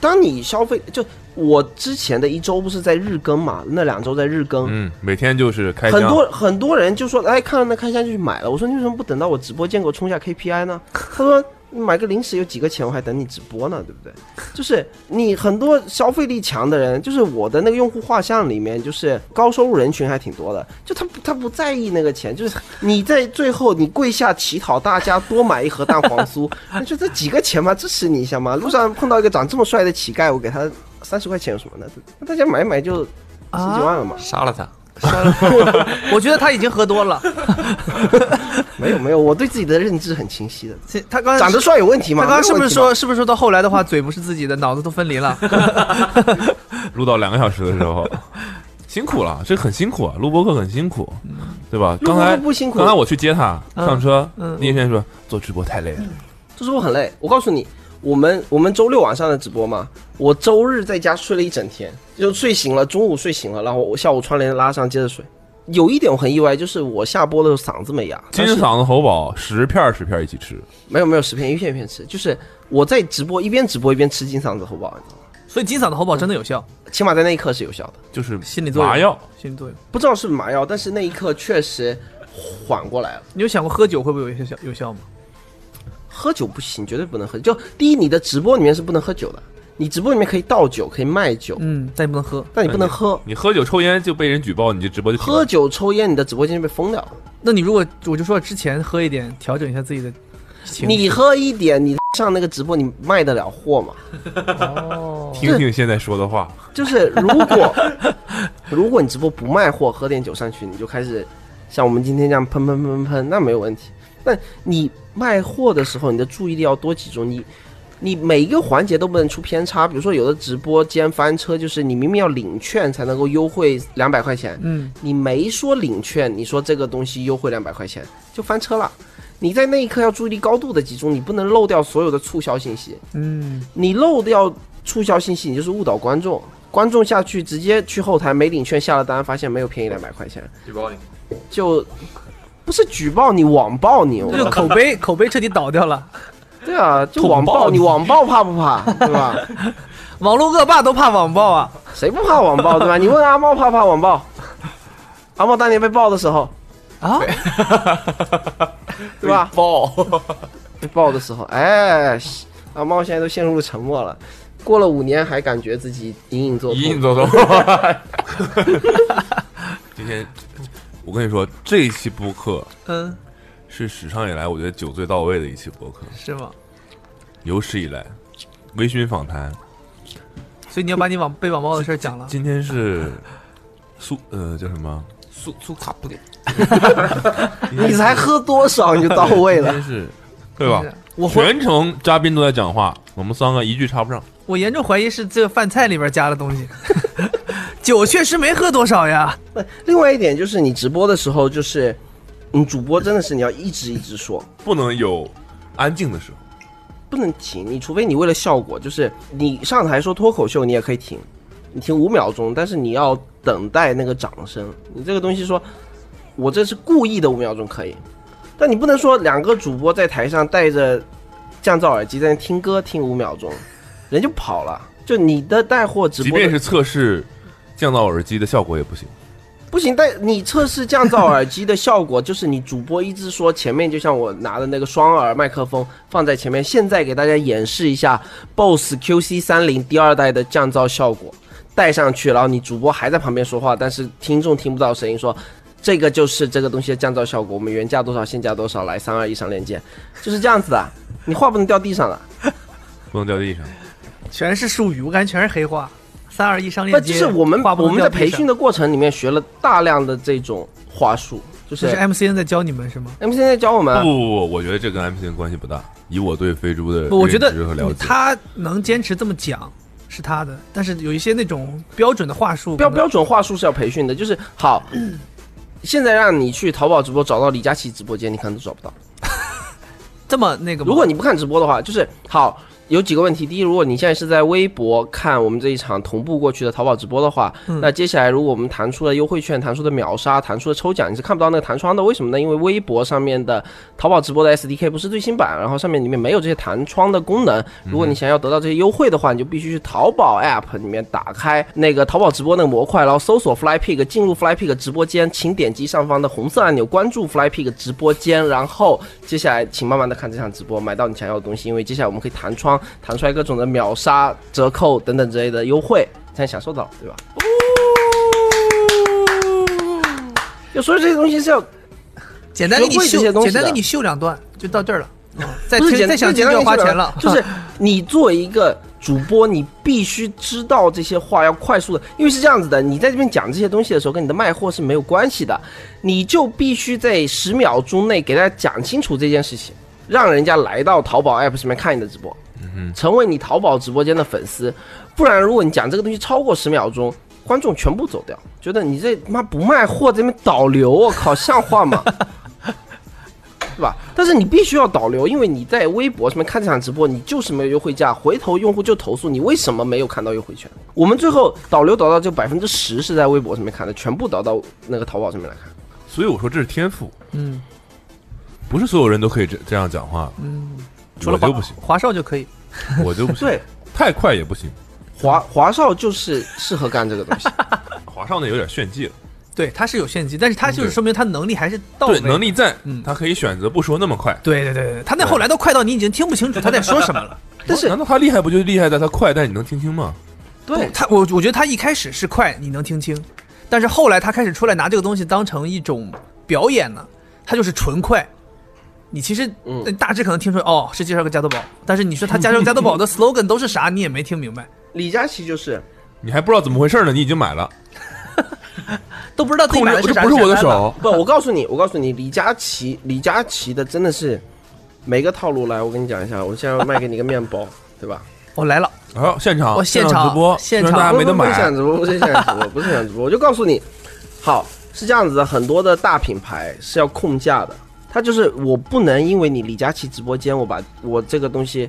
S2: 当你消费，就我之前的一周不是在日更嘛，那两周在日更，
S3: 嗯，每天就是开箱，
S2: 很多很多人就说，哎，看到那开箱就去买了。我说你为什么不等到我直播间给我冲一下 KPI 呢？他说你买个零食有几个钱，我还等你直播呢，对不对？就是你很多消费力强的人，就是我的那个用户画像里面，就是高收入人群还挺多的，就他不他不在意那个钱，就是你在最后你跪下乞讨大家多买一盒蛋黄酥，你说这几个钱嘛，支持你一下嘛。路上碰到一个长这么帅的乞丐，我给他三十块钱有什么呢？那大家买一买就十几万了嘛。
S5: 杀了他！
S2: [LAUGHS]
S4: 我觉得他已经喝多了。
S2: 没有没有，我对自己的认知很清晰的。
S4: 其他刚才
S2: 长得帅有问题吗？
S4: 他刚刚是不
S2: 没有问
S4: 是
S2: 题
S4: 说
S2: 吗？
S4: 是不是说到后来的话，嘴不是自己的，脑子都分离了？
S3: 录到两个小时的
S2: [LAUGHS]
S3: 时候，辛苦了，这很辛苦啊，录播课很辛苦，对吧？
S2: 嗯录播
S3: 刚
S2: 课
S3: 才
S2: 不辛苦
S3: 刚才我去接他
S4: 嗯
S3: 上车
S4: 嗯，
S3: 聂先生说做直播太累
S2: 嗯
S3: 了，
S2: 就是我很累。我告诉你，我们我们周六晚上的直播嘛，我周日在家睡了一整天，就睡醒了，中午睡醒了，然后我下午窗帘拉上接着睡。有一点我很意外，就是我下播的时候嗓子没哑，
S3: 金
S2: 但是
S3: 嗓子喉宝十片儿十片儿一起吃，
S2: 没有没有十片一片一片吃，就是我在直播一边直播一边吃金嗓子喉宝，你知道吗？
S4: 所以金嗓子喉宝真的有效，
S2: 起码在那一刻是有效的，
S3: 就是
S4: 心理作用
S3: 麻药，
S4: 心理作用。
S2: 不知道是不是麻药，但是那一刻确实缓过来了。
S4: 你有想过喝酒会不会有效有效吗？
S2: 喝酒不行，绝对不能喝。就第一，你的直播里面是不能喝酒的，你直播里面可以倒酒，可以卖酒，
S4: 嗯，但你不能喝。
S2: 但你不能喝。
S3: 你喝酒抽烟就被人举报，你这直播就停了
S2: 喝酒抽烟，你的直播间就被封掉了。
S4: 那你如果我就说之前喝一点，调整一下自己的情绪。
S2: 你喝一点，你上那个直播，你卖得了货吗？
S3: 听听现在说的话，
S2: 就是如果 [LAUGHS] 如果你直播不卖货，喝点酒上去，你就开始像我们今天这样喷喷喷喷，那没有问题。但你卖货的时候，你的注意力要多集中，你你每一个环节都不能出偏差。比如说，有的直播间翻车，就是你明明要领券才能够优惠两百块钱，
S4: 嗯，
S2: 你没说领券，你说这个东西优惠两百块钱就翻车了。你在那一刻要注意力高度的集中，你不能漏掉所有的促销信息。
S4: 嗯，
S2: 你漏掉促销信息，你就是误导观众。观众下去直接去后台没领券下了单，发现没有便宜两百块钱，
S5: 举报你！
S2: 就不是举报你网暴你，我
S4: 这就口碑口碑彻底倒掉了。
S2: 对啊，就
S4: 捅
S2: 网
S4: 爆
S2: 暴你，
S4: 你
S2: 网暴怕不怕？对吧？
S4: 网络恶霸都怕网暴啊！
S2: 谁不怕网暴对吧？你问阿猫怕不怕网暴？阿猫当年被爆的时候，
S4: 啊，
S2: [LAUGHS] 对吧？
S5: [LAUGHS] 爆！
S2: 被爆的时候，哎，阿猫现在都陷入沉默了。过了五年还感觉自己隐隐作
S5: 隐隐
S2: 痛，
S4: [LAUGHS]
S5: 作痛。
S3: 今天我跟你说，这一期播客
S4: 嗯，
S3: 是史上以来我觉得酒最到位的一期播客，
S4: 是吗？
S3: 有史以来微醺访谈。
S4: 所以你要把你网被网暴的事儿讲了。
S3: 今天是苏呃叫什么？
S5: 苏苏卡布里，
S2: 你才喝多少你就到位
S3: 今
S2: 了
S3: 天？是，对吧
S4: 是？我怀
S3: 全程嘉宾都在讲话，我们三个一句插不上。
S4: 我严重怀疑是这个饭菜里边加的东西。 [LAUGHS] 酒确实没喝多少呀，
S2: 不另外一点就是你直播的时候，就是你主播真的是你要一直一直说，
S3: 不能有安静的时候。
S2: 不能停。你除非你为了效果，就是你上台说脱口秀，你也可以停，你停五秒钟，但是你要等待那个掌声。你这个东西说，我这是故意的五秒钟可以，但你不能说两个主播在台上戴着降噪耳机在那听歌听五秒钟，人就跑了。就你的带货直
S3: 即
S2: 播的，
S3: 便是测试降噪耳机的效果也不行。
S2: 不行，但你测试降噪耳机的效果，就是你主播一直说前面，就像我拿的那个双耳麦克风放在前面。现在给大家演示一下 BOSS QC 三零第二代的降噪效果，戴上去，然后你主播还在旁边说话，但是听众听不到声音说。这个就是这个东西的降噪效果，我们原价多少，现价多少，来三二一上链接，就是这样子的。你话不能掉地上了，
S3: 不能掉地上。
S4: 全是术语，我感觉全是黑话。三二一上
S2: 不
S4: 链
S2: 就
S4: 接，
S2: 是我们
S4: 话不
S2: 我
S4: 能
S2: 们
S4: 掉
S2: 在
S4: 地
S2: 培
S4: 上
S2: 训的过程里面学了大量的这种话术，就
S4: 这
S2: 是
S4: 是 MCN 在教你们是吗？
S2: M 现在教我们啊
S3: 不
S4: 呃
S3: 不不不，我觉得这跟 M P N 关系不大。以我对飞猪的
S4: 不，我觉得
S3: 认知和了解，
S4: 他能坚持这么讲是他的，但是有一些那种标准的话术，
S2: 标
S4: 可能
S2: 标准话术是要培训的，就是好。
S4: 嗯
S2: 现在让你去淘宝直播找到李佳琦直播间，你可能都找不到。
S4: 这么那个吗。
S2: 如果你不看直播的话，就是好有几个问题。第一，如果你现在是在微博看我们这一场同步过去的淘宝直播的话，
S4: 嗯
S2: 那接下来如果我们弹出了优惠券、弹出的秒杀、弹出的抽奖，你是看不到那个弹窗的。为什么呢？因为微博上面的淘宝直播的 SDK 不是最新版，然后上面里面没有这些弹窗的功能。如果你想要得到这些优惠的话，你就必须去淘宝 App 里面打开那个淘宝直播那个模块，然后搜索 FlyPig，进入 FlyPig 直播间，请点击上方的红色按钮关注 FlyPig 直播间，然后接下来请慢慢的看这场直播，买到你想要的东西，因为接下来我们可以弹窗弹出来各种的秒杀、折扣等等之类的优惠，才能享受到，对吧？就所以这些东西是要
S4: 简单给你
S2: 学会这
S4: 秀
S2: 些，东西
S4: 简单
S2: 的
S4: 给你秀两段，就到这儿了。嗯再
S2: 不是
S4: 听
S2: 简
S4: 再想
S2: 不是简
S4: 听就
S2: 单
S4: 要
S2: 跟
S4: 花
S2: 你说
S4: 钱
S2: 的，
S4: 了
S2: 就是你作为一
S4: [LAUGHS]
S2: 个主播，你必须知道这些话要快速的，因为是这样子的，你在这边讲这些东西的时候，跟你的卖货是没有关系的，你就必须在十秒钟内给大家讲清楚这件事情，让人家来到淘宝 app 上面看你的直播，成为你淘宝直播间的粉丝，不然如果你讲这个东西超过十秒钟。观众全部走掉，觉得你这他妈不卖货，这边导流，我靠，像话吗？对吧？但是你必须要导流，因为你在微博上面看这场直播，你就是没有优惠价，回头用户就投诉你为什么没有看到优惠券。我们最后导流导到就百分之十是在微博上面看的，全部导到那个淘宝上面来看。
S3: 所以我说这是天赋，
S4: 嗯，
S3: 不是所有人都可以这这样讲话。
S4: 嗯
S2: 除
S3: 我
S2: 了
S3: 就
S2: 华
S3: 不行，
S4: 华少就可以。
S3: 我就不
S4: [LAUGHS]
S3: 行，
S2: 对，
S3: 太快也不行。
S2: 华华少就是适合干这个东西。
S3: 华少呢有点炫技了，
S4: 对，他是有炫技，但是他就是说明他能力还是到
S3: 嗯
S4: 位
S3: 对，
S4: 的。
S3: 能力在
S4: 嗯，
S3: 他可以选择不说那么快。
S4: 对对对对，对他那后来都快到你已经听不清楚他在说什么
S3: [LAUGHS]
S4: 了。
S2: 但是
S3: 难道他厉害不就厉害在他快，但你能听清吗？
S2: 对
S4: 他，我我觉得他一开始是快，你能听清，但是后来他开始出来拿这个东西当成一种表演了，他就是纯快。你其实
S2: 嗯
S4: 呃大致可能听出来，哦，是介绍个加多宝，但是你说他介绍加多宝的 slogan 都是啥，你也没听明白，
S2: 李佳琦就是
S3: 你还不知道怎么回事呢，你已经买了，
S4: 都不知道自己
S3: 控
S4: 买
S3: 制这
S4: 的是啥。
S3: 不是我的
S4: 选单吧，
S3: 手，
S2: 不，我告诉你，我告诉你，李佳琦，李佳琦的真的是每个套路来，我跟你讲一下，我现在要卖给你个面包，对吧？
S4: 我哦来了，
S3: 然后现场
S4: 我现场
S3: 直播，
S4: 现
S3: 虽然
S4: 场
S3: 大家啊没得
S2: 不是
S3: 买
S2: 想，直播，不是想直播，不是想直播，我就告诉你，好是这样子的，很多的大品牌是要控价的，它就是我不能因为你李佳琦直播间，我把我这个东西。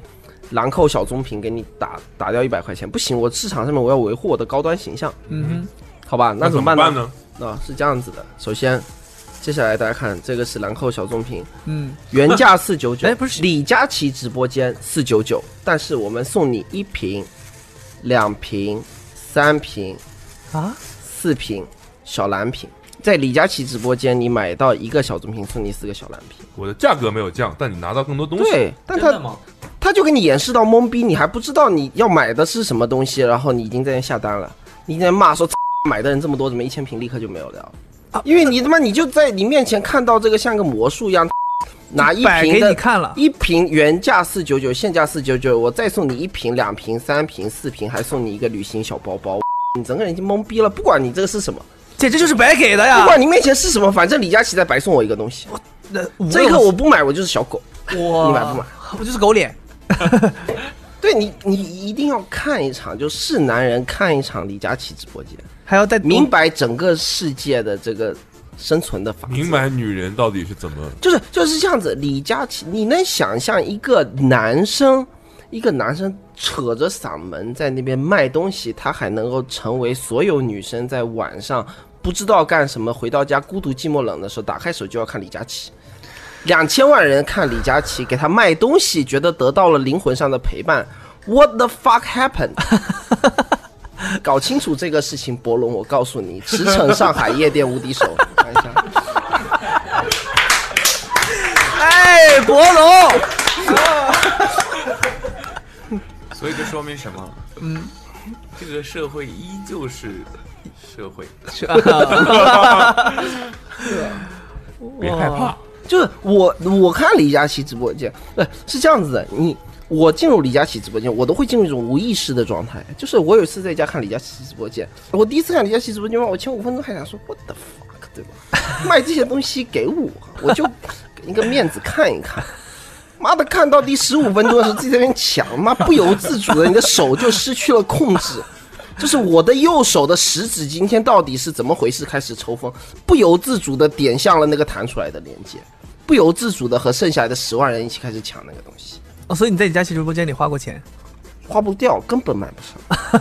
S2: 兰蔻小棕瓶给你打打掉一百块钱，不行，我市场上面我要维护我的高端形象，
S4: 嗯
S2: 好吧？那
S3: 怎
S2: 么办
S3: 办？呢？
S2: 啊，是这样子的，首先，接下来大家看，这个是兰蔻小棕瓶，
S4: 哼，嗯，
S2: 原价四九
S3: [LAUGHS]
S2: 九，
S4: 哎不是
S2: 李佳琦直播间四九九，但是我们送你一瓶、两瓶、三瓶、
S4: 啊，
S2: 四瓶小蓝瓶，在李佳琦直播间你买到一个小棕瓶，送你四个小蓝瓶。
S3: 我的价格没有降，但你拿到更多东西。啊
S2: 对，但
S5: 真的
S2: 他
S5: 吗？
S2: 他就给你演示到懵逼，你还不知道你要买的是什么东西，然后你已经在那下单了，你在那骂说 [LAUGHS] 买的人这么多，怎么一千瓶立刻就没有了？因为你他妈你就在你面前看到这个像个魔术一样。拿一
S4: 摆
S2: 瓶
S4: 给
S2: 的，
S4: 你看了
S2: 一瓶原价四九九，现价四九九，我再送你一瓶、两瓶、三瓶、四瓶，还送你一个旅行小包包。你整个人已经懵逼了，不管你这个是什么，
S4: 姐这就是白给的
S2: 不
S4: 呀。
S2: 管你面前是什么，反正李佳琦在白送我一个东西。
S4: 那无
S2: 这个
S4: 论
S2: 我不买，我就是小狗。
S4: 我
S2: 你买不买？
S4: 我就是狗脸，
S2: 对你，你一定要看一场，就是男人看一场李佳琦直播间，
S4: 还要带
S2: 明白整个世界的这个生存的法则。
S3: 明白女人到底是怎么
S2: 就是就是这样子。李佳琦，你能想象一个男生，一个男生扯着嗓门在那边卖东西，他还能够成为所有女生在晚上不知道干什么，回到家孤独寂寞冷的时候，打开手机要看李佳琦。两千万人看李佳琦给他卖东西，觉得得到了灵魂上的陪伴。What the fuck happened？搞清楚这个事情，博龙，我告诉你，驰骋上海夜店无敌手。看一下。
S4: 哎，博龙，
S5: 所以这说明什么？嗯，这个社会依旧是社会，
S3: 别害怕，
S4: 哦
S2: 就是我我看李佳琦直播间，对，是这样子的，你我进入李佳琦直播间，我都会进入一种无意识的状态。就是我有一次在家看李佳琦直播间，我第一次看李佳琦直播间嘛，我前五分钟还想说 what the fuck，对吧？卖这些东西给我，我就给你个面子看一看。妈的，看到第十五分钟的时候，自己在那边抢，妈不由自主的，你的手就失去了控制。就是我的右手的食指今天到底是怎么回事？开始抽风，不由自主的点向了那个弹出来的连接，不由自主的和剩下来的十万人一起开始抢那个东西，
S4: 哦，所以你在李佳琦直播间里花过钱，
S2: 花不掉，根本买不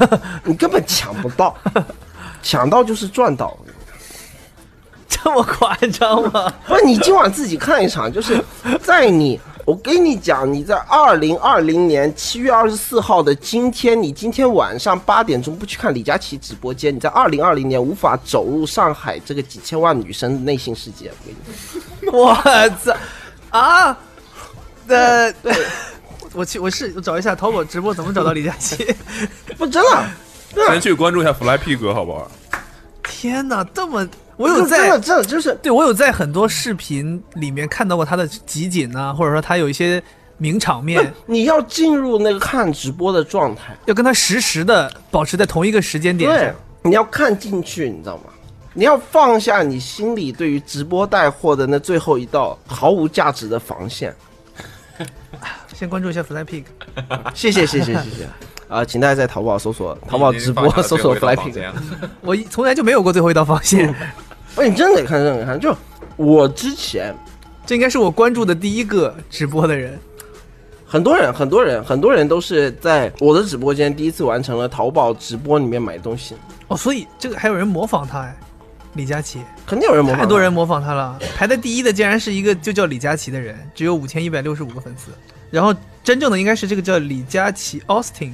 S2: 上，
S4: [LAUGHS]
S2: 你根本抢不到，抢到就是赚到。
S4: 这么夸张吗？
S2: 不是你今晚自己看一场，就是在你，我跟你讲，你在二零二零年七月二十四号的今天，你今天晚上八点钟不去看李佳琦直播间，你在二零二零年无法走入上海这个几千万女生的内心世界。我跟你讲，
S4: [LAUGHS] 我操啊！呃，对，我去，我是我找一下淘宝直播怎么找到李佳琦。
S2: 不真的，
S3: 先去关注一下 Fly P 哥，好不好？
S4: [LAUGHS] 天哪，这么我
S2: 就
S4: 有
S2: 真的
S4: 在，
S2: 真的就是
S4: 对我有在很多视频里面看到过他的集锦呐、或者说他有一些名场 [LAUGHS] 面，
S2: 你要进入那个看直播的状态，
S4: 要跟他实时的保持在同一个时间点
S2: 对
S4: 上。，
S2: 你要看进去，你知道吗？你要放下你心里对于直播带货的那最后一道毫无价值的防线。
S4: 先关注一下 Fly Pig，
S2: 谢谢谢谢谢谢。啊、请大家在淘宝搜索淘宝直播，搜索 Fly Pig。
S4: [LAUGHS] 我一从来就没有过最后一道防线，
S2: 哎，你真得看，真得看。就我之前
S4: 这应该是我关注的第一个直播的人。
S2: 很多人，很多人，很多人都是在我的直播间第一次完成了淘宝直播里面买东西，
S4: 哦，所以这个还有人模仿他哎，李佳琦，
S2: 肯定有人模仿。
S4: 太多人，模仿他了。排在第一的竟然是一个就叫李佳琦的人，只有五千一百六十五个粉丝。然后真正的应该是这个叫李佳琦 Austin，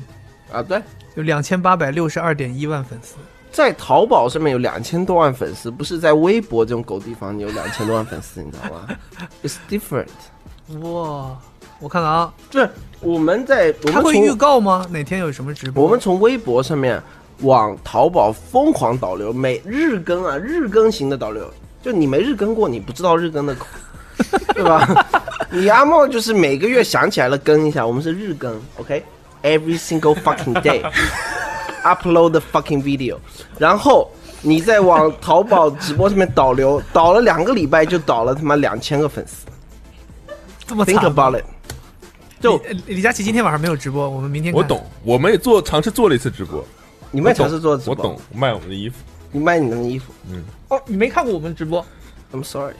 S2: 啊，对，
S4: 有两千八百六十二点一万粉丝。
S2: 在淘宝上面有两千多万粉丝，不是在微博这种狗地方你有两千多万粉丝，你知道吗？It's different。
S4: 哇，我看看啊，
S2: 就是我们在我
S4: 他
S2: 们
S4: 会预
S2: 从
S4: 告吗？哪天有什么直播？
S2: 我们从微博上面往淘宝疯狂导流，每日更啊，日更型的导流。就你没日更过，你不知道日更的苦，对吧？你阿莫就是每个月想起来了更一下，我们是日更，OK？Every、single fucking day。upload the fucking video，然后你再往淘宝直播上面导流，导了两个礼拜就导了他妈两千个粉丝
S4: 这么
S2: ，think
S4: 惨。
S2: about it，就
S4: 李李佳琦今天晚上没有直播，我们明天看
S3: 我懂，我们也做尝试做了一次直播，
S2: 你
S3: 你
S2: 们也尝试做直
S3: 我
S2: 播，
S3: 懂，卖我们的衣服，
S2: 你卖你的衣服
S4: 哦，你没看过我们直播？
S2: ，I'm sorry，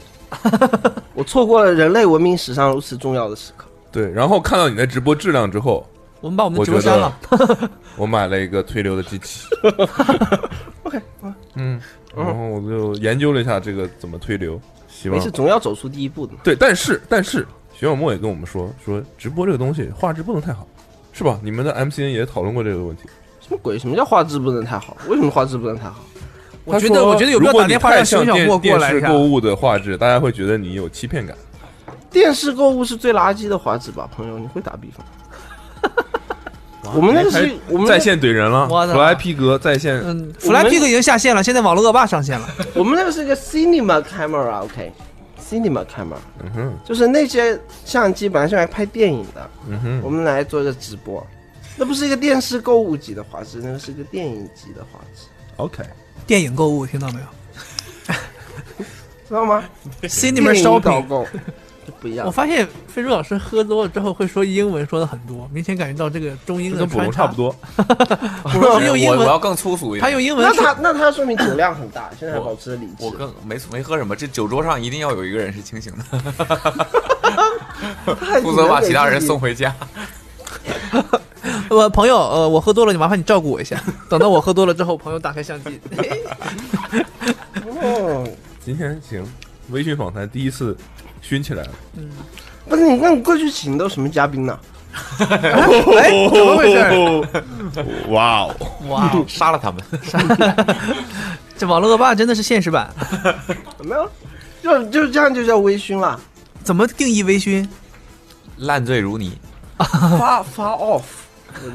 S2: 我错过了人类文明史上如此重要的时刻，
S3: 对，然后看到你的直播质量之后，
S4: 我们把我们的
S3: 我
S4: 直
S3: 觉
S4: 播删了
S3: 得。我买了一个推流的机
S4: [LAUGHS]
S3: 器。
S2: OK，
S3: 嗯，然后我就研究了一下这个怎么推流，希
S2: 没
S3: 望
S2: 事，总要走出第一步的嘛。
S3: 对，但是但是徐小莫也跟我们说说直播这个东西画质不能太好，是吧？你们的 MCN 也讨论过这个问题。
S2: 什么鬼？什么叫画质不能太好？为什么画质不能太好？
S4: 我
S3: 他
S4: 觉得
S3: 说
S4: 我觉得有必要
S3: 如果
S4: 打
S3: 你
S4: 电话
S3: 太
S4: 让熊
S3: 像
S4: 小
S3: 电
S4: 莫过来一
S3: 电视
S4: 下
S3: 购物的画质，大家会觉得你有欺骗感。
S2: 电视购物是最垃圾的画质吧，朋友？你会打比
S3: [LAUGHS]
S2: 方？我们那个是我们那
S3: 在线怼人了，
S4: 我的
S3: 弗莱皮格在线，
S4: 嗯
S2: 我们
S4: ，Fly Pig 已经下线了，现在网络恶霸上线了。
S2: 我们那个是一个 cinema camera，OK，、 cinema camera，
S3: 嗯哼，
S2: 就是那些相机本来是用来拍电影的，
S3: 嗯
S2: 我
S3: 哼，
S2: 们来做一个直播，那不是一个电视购物级的画质，那个是一个电影级的画质，
S3: ，OK，
S4: 电影购物听到没有
S2: [LAUGHS] 知道吗？
S4: ？Cinema
S2: 电影导
S3: [LAUGHS]
S4: shopping。
S2: 购就不一样
S4: 我。发现飞猪老师喝多了之后会说英文，说的很多，明显感觉到这个中英
S3: 这
S4: 的
S3: 跟捕
S4: 穿
S3: 龙
S4: 插
S3: 差不。多。
S4: 我是用英
S5: 我我
S4: 文，
S5: 要更粗俗一点。
S4: 他用英文
S2: 那
S4: 说，
S2: 他那他说明酒量很大，现 [CLEARS THROAT] 在还
S5: 我
S2: 保持着理智。
S5: 我更没没喝什么，这酒桌上一定要有一个人是清醒的，
S2: 太
S5: 负责把其他人送
S2: 回。
S5: 回家。
S4: 我朋友，呃，我喝多了，你麻烦你照顾我一下。等到我喝多了之后，朋友打开相
S3: [LAUGHS]
S4: 机，
S2: 哦，
S3: 今天行，微醺访谈第一次熏起来了，
S2: [LAUGHS] 不是你，那你过去请都什么嘉宾呢？
S4: 哎，怎么回
S3: 哦
S4: 事？
S3: 事？哇哦！
S4: 哇，
S5: 杀了他们！
S4: 这网络恶霸真的是现实版，
S2: 没有，就就这样就叫微醺了。
S4: 怎么定义微醺？
S5: 烂醉如泥，
S2: 发发 off，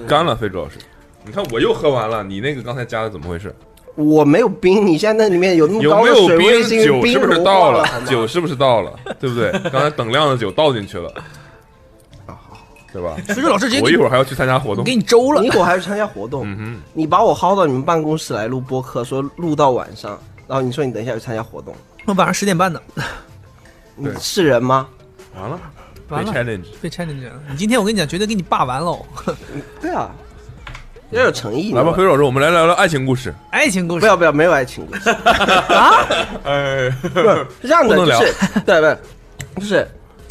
S3: 干了，飞猪老师，你看我又喝完了，你那个刚才加的怎么回事？
S2: 我没有冰，你现在那里面有那么
S3: 有
S2: 高
S3: 没
S2: 的
S3: 有
S2: 水位，已
S3: 冰？
S2: 经
S3: 酒是
S2: 冰啊
S3: 不是
S2: 融
S3: 到
S2: 化
S3: 了？
S2: 好吗
S3: 酒是不是到了？对不对？刚才等量的酒倒进
S2: [LAUGHS]
S3: 去了，
S2: 啊
S3: 对吧？
S4: 所以老师直接
S3: 我
S4: 给
S3: 一
S4: 你
S3: 会儿还要去参加活动
S4: 给。你周了
S2: 你一，会儿还要去参加活动，
S3: 嗯
S2: 你把我薅到你们办公室来录播客，说录到晚上，然后你说你等一下去参加活动，
S4: 我晚上十点半的，
S2: 你
S3: 对
S2: 是人吗？
S3: 哼，完了，被
S4: 完了
S3: challenge。
S4: 被 challenge 了。你今天我跟你讲，绝对给你霸完喽！ [LAUGHS]
S2: 对啊，要有诚意。
S3: 来吧，
S2: 你
S3: 飞
S2: 们
S3: 猪老师，我们来聊聊爱情故事。
S4: 爱情故
S2: 不
S4: 事
S2: 要不要， [LAUGHS] 没有爱情故事，
S5: 呃，
S2: 是这样的，
S3: 哎不能
S2: 就
S3: 聊
S2: 是对对，就是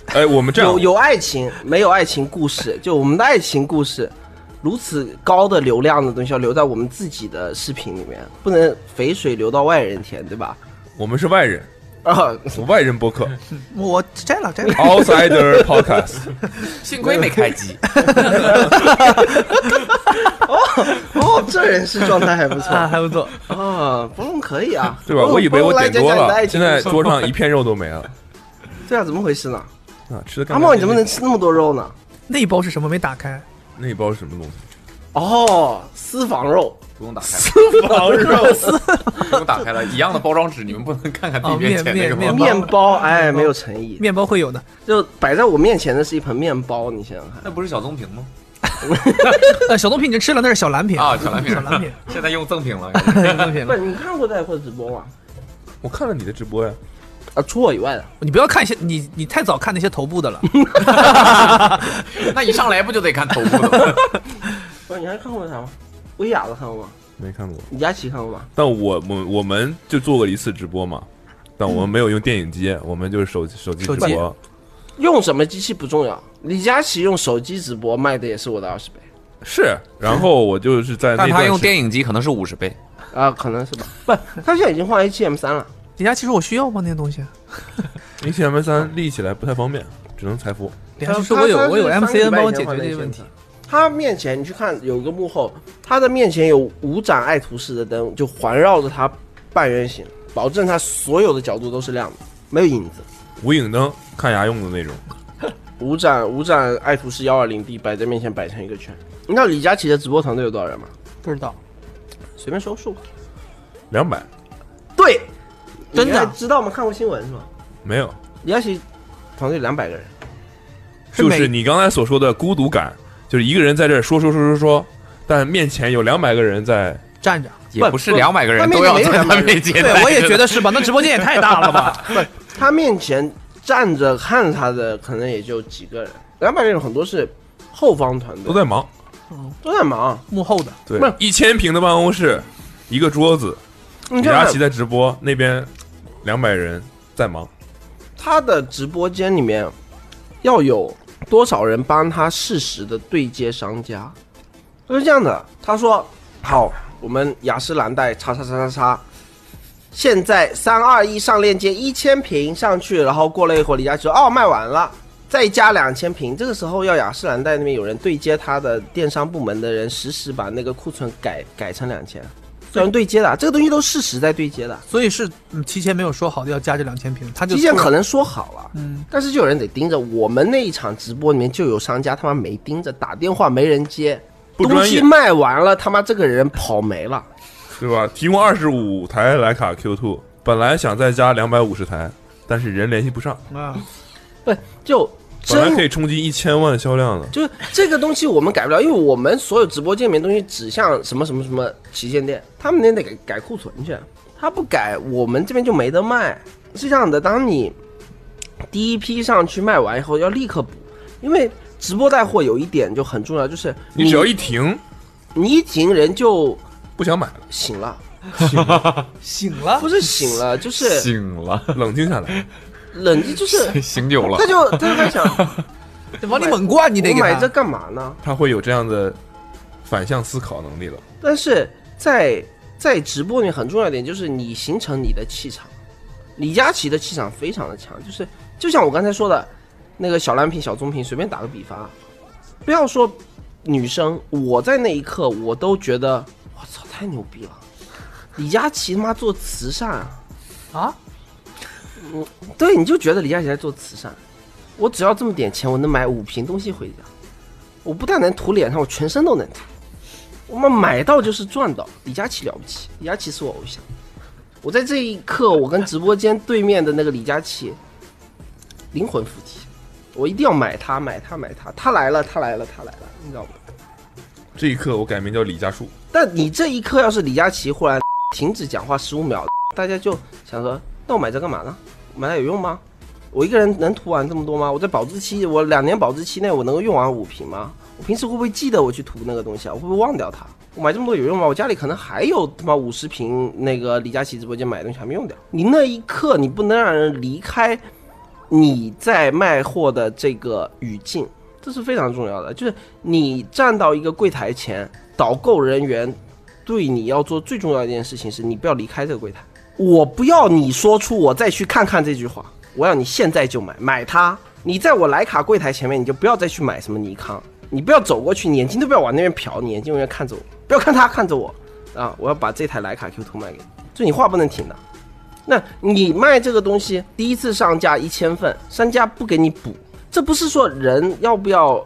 S3: 哎，我们这样
S2: 有，有爱情，没有爱情故事，就我们的爱情故事，如此高的流量的东西要留在我们自己的视频里面，不能肥水流到外人田，对吧？ [LAUGHS]
S3: 我们是外人，
S2: 啊，
S3: 外人播客
S4: 我摘了摘了，
S2: [LAUGHS]
S3: ，outsider podcast。
S5: 幸亏没开机。
S2: 哦，这人是状态还不
S3: [LAUGHS]
S2: 错
S4: 啊，还不错。
S2: 啊，不用可以啊，
S3: 对吧？
S2: 不用
S3: 我以为我点多
S2: 不用来讲讲你的爱
S3: 了，
S2: 情
S3: 现在
S2: 故事
S3: 桌上一片肉都没了。
S2: 对啊，怎么回事呢？
S3: 啊，吃的干
S2: 阿
S3: 干
S2: 茂，你怎
S3: 净
S2: 么能
S3: 净
S2: 吃那么多肉呢？
S4: [LAUGHS] 那一包是什么没打开？
S3: 那一包是什么东西？
S2: 哦，私房
S3: [LAUGHS]
S2: 肉，
S5: [LAUGHS] 不用打开，
S3: 羊
S2: [LAUGHS]
S3: 肉丝。
S5: 不用打开了，一样的包装纸，你们不能看看地面前那个
S4: 哦面
S5: 吗？
S2: 面包，哎，没有诚意，
S4: 面包会有 [LAUGHS] 的。
S2: 就摆在我面前的是一盆面包，你想想看，
S5: 那不是小棕瓶吗？
S4: 呃，小棕瓶已经吃了，那是小蓝瓶
S5: 啊，小蓝瓶，
S4: 小蓝 [LAUGHS] 瓶，，
S5: 现在用赠品了。
S4: 小蓝瓶
S2: 不
S4: 了。
S2: 是你看过带货直播吗？
S3: 我看了你的直播呀，
S2: 啊，除我以外的，
S4: 你不要看一些，你你太早看那些头部的了。
S5: 那一上来不就得看头部的 [LAUGHS] 吗？
S2: 不是你还看过啥吗？薇娅的看过吗？
S3: 没看过。
S2: 李佳琦看过吧？
S3: 但我我我们就做过一次直播嘛，但我们没有用电影机，我们就是手机手机直
S4: 手机
S3: 播。
S2: 用什么机器不重要，李佳琦用手机直播卖的也是我的二十倍
S3: 是，然后我就是在那
S5: 但他
S3: 段
S5: 用
S3: 时间
S5: 电影机可能是五十倍，
S2: 啊，可能是吧？不，他现在已经换 H M 三了，
S4: 李佳琦说：“我需要吗？那些东西。
S3: H M 三立起来不太方便，只能裁服。”
S4: 李佳琦说：“我有，我有 MCN 帮我解决这些问题。。
S2: 他面前你去看，有个幕后，他的面前有五盏爱图仕的灯，就环绕着他半圆形，保证他所有的角度都是亮的，没有影子。
S3: 无影灯看牙用的那种。
S2: 五盏五盏爱图仕幺二零 D 摆在面前摆成一个圈。你知道李佳琦的直播团队有多少人吗？”
S4: 不知道，
S2: 随便说个数吧。
S3: 两百
S2: 对，
S4: 真
S2: 你
S4: 的
S2: 还知道吗？看过新闻是吗？
S3: 没有，
S2: 李佳琦团队两百个人，
S4: 是
S3: 就
S4: 每
S3: 是你刚才所说的孤独感，就是一个人在这儿说说说说说，但面前有两百个人在。
S4: 站着。
S5: 也不是两百个人
S2: 不
S5: 都要在
S2: 他
S5: 他
S2: 面前没有
S5: 面前。
S4: 对，我 [LAUGHS] 也
S5: [LAUGHS]
S4: 觉得 [LAUGHS] 是吧？那直播间也太大了 [LAUGHS] 吧？
S2: 他面前站着看他的可能也就几个人，两百个人有很多是后方团队
S3: 都在忙。
S2: 都在忙。
S4: 幕后的
S3: 对
S2: 不是，
S3: 一千平的办公室，一个桌子，
S2: 你
S3: 李
S2: 看
S3: 佳琦在直播，那边两百人在忙。
S2: 他的直播间里面要有多少人帮他适时的对接商家？就是这样的，他说：“好，我们雅诗兰黛叉叉叉叉叉，现在三二一上链接，一千瓶上去，然后过了一会儿，李佳琦说：‘哦，卖完了。’”再加两千瓶，这个时候要雅诗兰黛那边有人对接他的电商部门的人，实时把那个库存改改成两千，有人对接的，这个东西都是实时在对接的，
S4: 所以是嗯提前没有说好的要加这两千瓶，他就
S2: 提前
S4: 突然
S2: 可能说好了，
S4: 嗯，
S2: 但是就有人得盯着。我们那一场直播里面就有商家他妈没盯着，打电话没人接，
S3: 不
S2: 东
S3: 专业
S2: 西卖完了，他妈这个人跑没了。
S3: 对吧？提供二十五台徕卡 Q Two，本来想再加两百五十台，但是人联系不上，
S4: 啊，
S2: 不就
S3: 本来
S2: 真
S3: 可以冲击一千万销量的。
S2: 就是这个东西我们改不了，因为我们所有直播界面东西指向什么什么什么旗舰店，他们那得改改库存去，他不改，我们这边就没得卖。是这样的，当你第一批上去卖完以后，要立刻补，因为直播带货有一点就很重要，就是
S3: 你只要一停，
S2: 你一停人就
S3: 不想买了，
S2: 醒了，
S4: 醒了
S2: 不，是醒
S4: [LAUGHS]
S2: 了，就是
S5: 醒了，
S3: 冷静下来。 [LAUGHS]
S2: 冷静，就是
S5: 醒酒了
S2: 他，
S4: [LAUGHS]
S2: 就他就在想，
S4: 往里猛灌，你得
S2: 我
S4: 给
S2: 买
S4: 他
S2: 这干嘛呢？
S3: 他会有这样的反向思考能力了。
S2: 但是在在直播里面很重要一点就是你形成你的气场。李佳琦的气场非常的强，就是就像我刚才说的，那个小蓝瓶、小棕瓶，随便打个比方啊，不要说女生，我在那一刻我都觉得我操太牛逼了，李佳琦他妈做慈善啊，
S4: 啊，
S2: 对，你就觉得李佳琦在做慈善，我只要这么点钱，我能买五瓶东西回家。我不但能涂脸上，我全身都能涂。我们买到就是赚到。李佳琦了不起，李佳琦是我偶像。我在这一刻，我跟直播间对面的那个李佳琦灵魂附体，我一定要买他，买他，买他，他来了，他来了，他来了，你知道吗？
S3: 这一刻，我改名叫李家树。
S2: 但你这一刻要是李佳琦忽然 [LAUGHS] 停止讲话十五秒，大家就想说，那我买这干嘛呢？买它有用吗？我一个人能涂完这么多吗？我在保质期，我两年保质期内我能够用完五瓶吗？我平时会不会记得我去涂那个东西啊？我会不会忘掉它？我买这么多有用吗？我家里可能还有他妈五十瓶那个李佳琦直播间买的东西还没用掉。你那一刻你不能让人离开你在卖货的这个语境，这是非常重要的。就是你站到一个柜台前，导购人员对你要做最重要的一件事情是，你不要离开这个柜台。我不要你说出我再去看看这句话，我要你现在就买，买它。你在我徕卡柜台前面，你就不要再去买什么尼康，你不要走过去，你眼睛都不要往那边瞟，你眼睛永远看着我，不要看他看着我啊！我要把这台徕卡 Q2 卖给你，就你话不能停的。那你卖这个东西，第一次上架一千份，商家不给你补，这不是说人要不要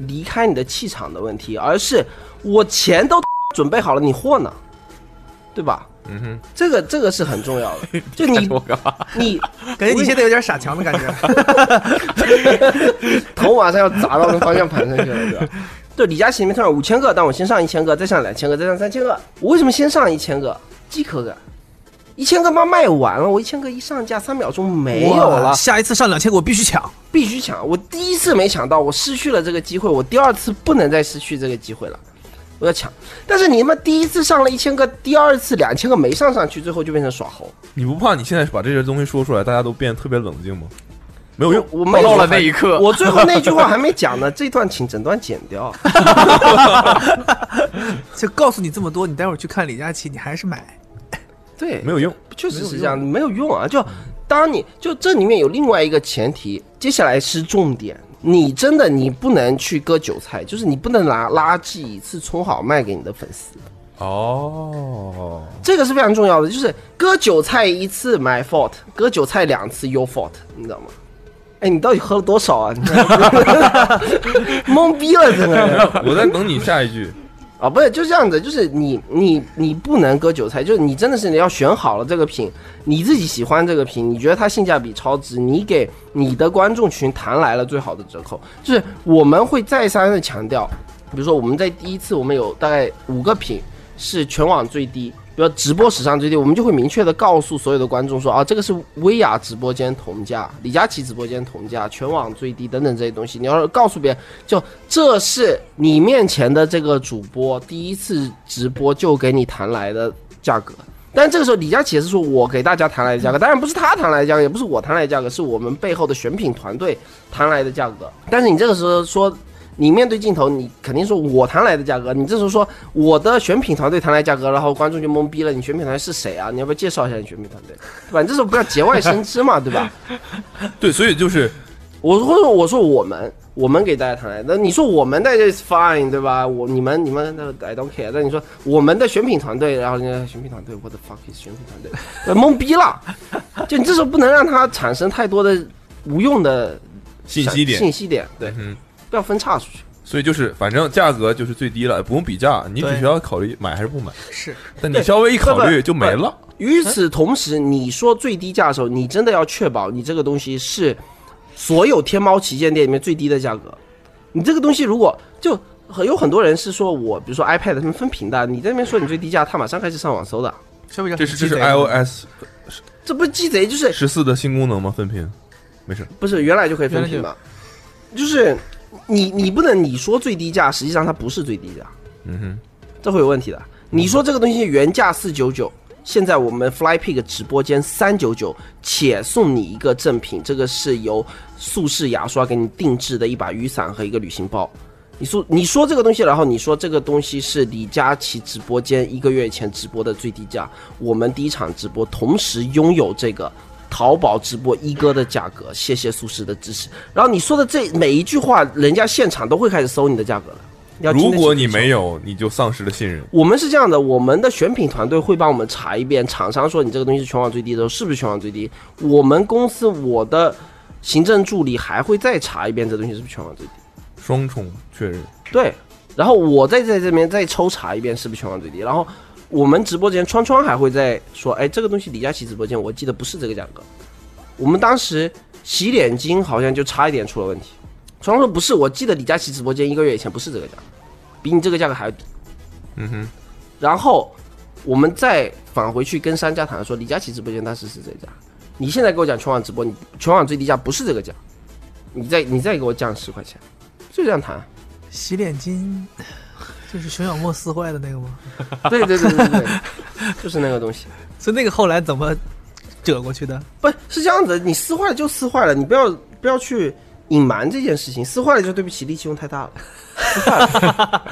S2: 离开你的气场的问题，而是我钱都 [LAUGHS] 准备好了，你货呢？对吧？
S3: 嗯哼，
S2: 这个这个是很重要的，就
S3: [LAUGHS]
S2: 你
S5: 我干嘛？
S2: 你
S4: 感觉你现在有点傻强的感觉。
S2: 头马上要砸到那方向盘上去了，对
S5: [LAUGHS]
S2: 吧？对，李佳琦里面突然五千个，但我先上一千个，再上两千个，再上三千个。我为什么先上一千个？饥渴感，一千个妈卖完了，我一千个一上架三秒钟 [LAUGHS] 没有了
S4: 哇，下一次上两千个我必须抢。
S2: 必须抢。我第一次没抢到，我失去了这个机会，我第二次不能再失去这个机会了，我要抢。但是你他妈第一次上了一千个，第二次两千个没上上去，最后就变成耍猴。
S3: 你不怕你现在把这些东西说出来，大家都变得特别冷静吗？没
S5: 哎
S3: 有用，
S2: 我没
S5: 报
S2: 有
S5: 到了那一刻，
S2: 我最后那句话还没讲呢，这段请整段剪
S5: [LAUGHS]
S2: 掉。
S4: 就告诉你这么多，你待会儿去看李佳琦，你还是买。
S2: 对，
S3: 没有用。
S2: 确实是这样，没有用啊。就当你就这里面有另外一个前提，接下来是重点。你真的你不能去割韭菜，就是你不能拿垃圾以次充好卖给你的粉丝，
S3: 哦，
S2: [LAUGHS] 这个是非常重要的。就是割韭菜一次 my fault，割韭菜两次 your fault，你知道吗？哎，你到底喝了多少啊？你 [LAUGHS] 懵逼了，真的。
S3: 我在等你下一句。
S2: 啊，不是，就这样子，就是你你你不能割韭菜，就是你真的是你要选好了这个品，你自己喜欢这个品，你觉得它性价比超值，你给你的观众群谈来了最好的折扣。就是我们会再三的强调，比如说我们在第一次我们有大概五个品是全网最低，比如说直播史上最低，我们就会明确的告诉所有的观众说啊，这个是薇娅直播间同价、李佳琦直播间同价、全网最低等等这些东西，你要是告诉别人。就这是你面前的这个主播第一次直播就给你谈来的价格。但这个时候，李佳琦也是说我给大家谈来的价格，当然不是他谈来的价格，也不是我谈来的价格，是我们背后的选品团队谈来的价格。但是你这个时候说，你面对镜头，你肯定说我谈来的价格，你这时候说我的选品团队谈来价格，然后观众就懵逼了，你选品团队是谁啊？你要不要介绍一下你选品团队，对吧？你这时候不要节外生枝嘛，对吧？
S3: 对，所以就是
S2: 我或者我说我们，我们给大家谈来，那你说我们的 is fine 对吧？我你们你们那个 I don't care，那你说我们的选品团队，然后人家选品团队，what the fuck is 选品团队，呃懵逼了，就你这时候不能让它产生太多的无用的
S3: 信息点。
S2: 信息点，对，
S3: 嗯，
S2: 不要分岔出去。
S3: 所以就是反正价格就是最低了，不用比价，你只
S4: 对
S3: 需要考虑买还是不买。
S4: 是，
S3: 但你
S2: 对
S3: 稍微一考
S2: 不
S3: 虑
S2: 不
S3: 就没了。
S2: 与此同时，你说最低价的时候，你真的要确保你这个东西是所有天猫旗舰店里面最低的价格。你这个东西如果就很有很多人是说我，比如说 iPad 他们分屏的，你在那边说你最低价，他马上开始上网搜的，
S4: 消费者
S3: 这
S4: 很
S3: 是这
S4: 鸡
S3: 是
S4: 贼
S3: iOS
S2: 这不是鸡贼就是
S3: 十四的新功能吗？分屏，
S2: 啊
S3: 没事，
S2: 不是原来就可以分屏
S4: 原来
S2: 嘛？就是你你不能你说最低价，实际上它不是最低价，
S3: 嗯哼，
S2: 这会有问题的。你说这个东西原价四九九，现在我们 FlyPig 直播间三九九，且送你一个赠品，这个是由速氏牙刷给你定制的一把雨伞和一个旅行包。你说你说这个东西，然后你说这个东西是李佳琦直播间一个月以前直播的最低价，我们第一场直播同时拥有这个淘宝直播一哥的价格，谢谢苏轼的支持。然后你说的这每一句话，人家现场都会开始搜你的价格了。要
S3: 如果你
S2: 有。
S3: 没有，你就丧失了信任。
S2: 我们是这样的，我们的选品团队会帮我们查一遍，厂商说你这个东西是全网最低的时候，是不是全网最低？我们公司我的行政助理还会再查一遍这东西是不是全网最低。
S3: 双重确认，
S2: 对，然后我再在这边再抽查一遍是不是全网最低，然后我们直播间川川还会再说，哎，这个东西李佳琦直播间我记得不是这个价格，我们当时洗脸巾好像就差一点出了问题，川川说不是，我记得李佳琦直播间一个月以前不是这个价格，比你这个价格还要低，
S3: 嗯哼，
S2: 然后我们再返回去跟商家谈说，李佳琦直播间当时是这个价，你现在给我讲全网直播，你全网最低价不是这个价，你再你再给我降十块钱，就这样谈。啊
S4: 洗脸巾，就是熊小莫撕坏的那个吗？ [LAUGHS]
S2: 对对对对对， [LAUGHS] 就是那个东西。
S4: 所以那个后来怎么折过去的？
S2: 不是这样子，你撕坏了就撕坏了，你不要不要去隐瞒这件事情，撕坏了就对不起，力气用太
S4: [LAUGHS]
S2: 大了。撕坏了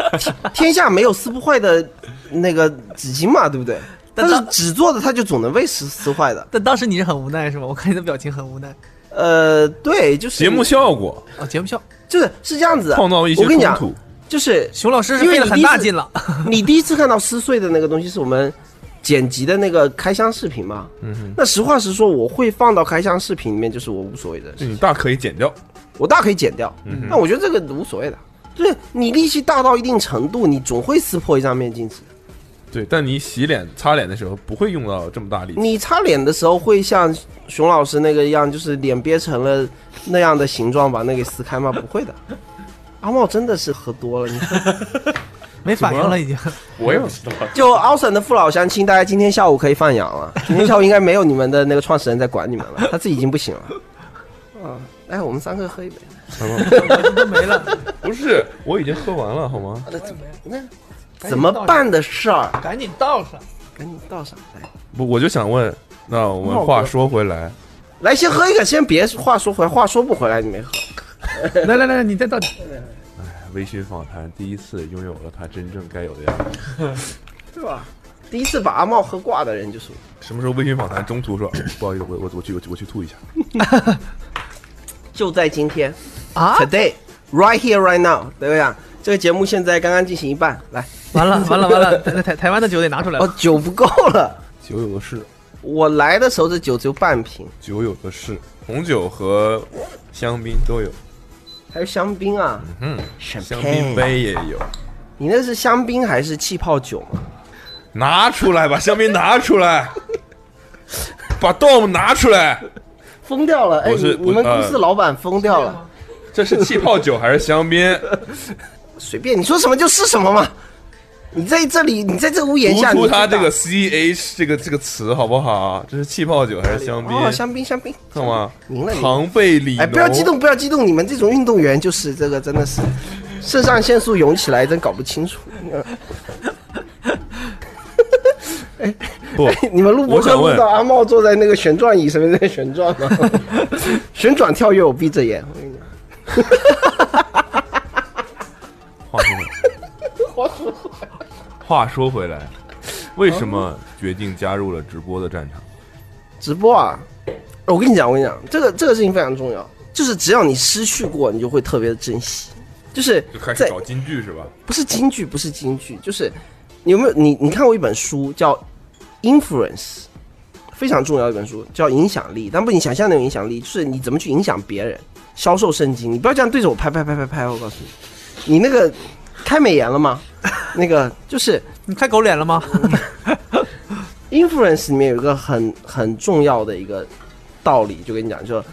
S2: 天天下没有撕不坏的那个纸巾嘛，对不对？但
S4: 但
S2: 是
S4: 当
S2: 纸做的它就总能被撕撕坏的。
S4: 但当时你是很无奈是吗？我看你的表情很无奈。
S2: 呃，对，就是
S3: 节目效果
S4: 啊，节目效，
S2: 就是是这样子的，
S3: 创造一些
S2: 我跟你
S3: 冲
S2: 讲，
S3: 突，
S2: 就是
S4: 熊老师是
S2: 因为
S4: 费了
S2: 你
S4: 很
S2: 第一
S4: 大
S2: 次
S4: 劲了。
S2: [LAUGHS] 你第一次看到撕碎的那个东西是我们剪辑的那个开箱视频嘛？嗯哼。那实话实说，我会放到开箱视频里面，就是我无所谓的事
S3: 就
S2: 情。
S3: 你大可以剪掉。
S2: 我大可以减掉。但我觉得这个无所谓的，就是你力气大到一定程度，你总会撕破一张面巾纸。
S3: 对，但你洗脸、擦脸的时候不会用到这么大力气。
S2: 你擦脸的时候会像熊老师那个一样，就是脸憋成了那样的形状，把那给撕开吗？不会的。阿茂真的是喝多了，你看
S4: 没反应了已经。
S5: 我也不知道，
S2: 就奥森的父老乡亲，大家今天下午可以放养了。今天下午应该没有你们的那个创始人在管你们了，他自己已经不行了。 [LAUGHS] 啊，来，我们三个喝一杯。
S3: 不是，我已经喝完了，好吗？
S2: 怎么办的事儿？
S4: 赶紧倒上。
S2: 赶紧倒上来。
S3: 不，我就想问，那我们话说回来，
S2: 来，先喝一个，先别话说回来，话说不回来，你没喝。
S4: 来来来，你再倒点。
S3: 微醺访谈第一次拥有了它真正该有的样子。
S2: 对吧？第一次把阿茂喝挂的人就是我，
S3: 什么时候微醺访谈中途说， [COUGHS] 不好意思，我我我去我去我去吐一下。
S2: 就在今天
S4: 啊！
S2: ，today right here right now，对不对啊？这个节目现在刚刚进行一半，来，
S4: 完了完了完了，台台台湾的酒得拿出来
S2: 哦
S4: 了。，
S2: 酒不够了，
S3: 酒有的是，
S2: 我来的时候这酒只有半瓶，
S3: 酒有的是，红酒和香槟都有，
S2: 还有香槟啊，
S3: 嗯，
S2: 香
S3: 香槟，杯也有。
S2: 你那是香槟还是气泡酒吗？
S3: 拿出来，把香槟拿出来， [LAUGHS] 把 dom 拿出来。
S2: 疯掉了，哎，
S3: 我
S2: 你
S3: 是
S2: 你们
S3: 我呃
S2: 公司老板疯掉了，
S3: 这是气泡酒还是香槟？
S2: 随便你说什么就是什么嘛。你在这里，你在这屋檐
S3: 读
S2: 下，
S3: 出
S2: 你
S3: 它
S2: 知
S3: 这
S2: 道
S3: 个 C H 这个这个词好不好？这是气泡酒还是香槟？
S2: 哦，香槟，香槟，
S3: 看吗？
S2: 赢了赢了
S3: 庞贝里，
S2: 哎，不要激动，，不要激动！你们这种运动员就是这个，真的是肾上腺素涌起来，真搞不清楚。
S3: 不，
S2: 你们录播
S3: 我
S2: 课
S3: 想
S2: 录
S3: 问
S2: 到阿茂坐在那个旋转椅上面在旋转吗？
S3: [LAUGHS]
S2: 旋转跳跃，我闭着眼。我跟你讲，
S3: 话说回来，话说回来，为什么决定加入了直播的战场？
S2: 直播啊，我跟你讲，我跟你讲，这个这个事情非常重要，就是只要你失去过，你就会特别的珍惜。就是
S3: 就开始
S2: 在
S3: 搞金句是吧？
S2: 不是京剧，不是京剧，就是你有没有你你看过一本书叫《Influence》，非常重要的一本书，叫《影响力》，但不你想象那种影响力，就是你怎么去影响别人，销售圣经。你不要这样对着我拍拍拍拍拍，我告诉你，你那个开美颜了吗？那个就是
S4: 你开狗脸了吗？
S2: 《 influence 里面有一个很很重要的一个道理，就跟你讲，就是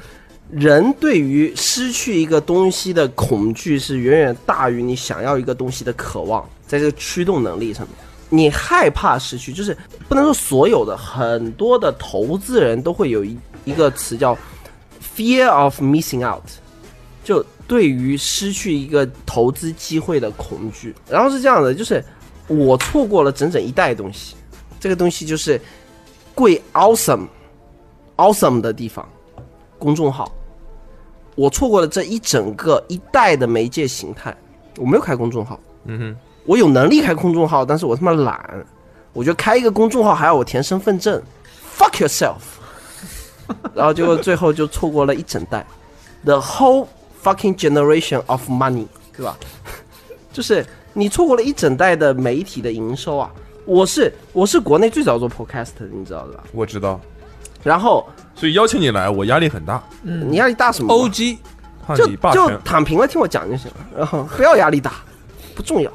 S2: 人对于失去一个东西的恐惧是远远大于你想要一个东西的渴望，在这个驱动能力上面。你害怕失去，就是不能说所有的，很多的投资人都会有一一个词叫 fear of missing out，就对于失去一个投资机会的恐惧。然后是这样的，就是我错过了整整一代东西，这个东西就是贵 awesome awesome 的地方，公众号，我错过了这一整个一代的媒介形态，我没有开公众号，
S3: 嗯哼，
S2: 我有能力开公众号，但是我他妈懒，我觉得开一个公众号还要我填身份证，fuck
S3: [LAUGHS]
S2: yourself，然后结果最后就错过了一整代，the whole fucking generation of money，对吧？就是你错过了一整代的媒体的营收啊！我是我是国内最早做 podcast 的，你知道的吧？
S3: 我知道，
S2: 然后
S3: 所以邀请你来，我压力很大，
S2: 你压力大什么吗？
S4: OG
S3: 怕
S2: 就
S3: 你霸
S2: 就
S3: 权。
S2: 躺平了，听我讲就行了。然后不要压力大，不重要，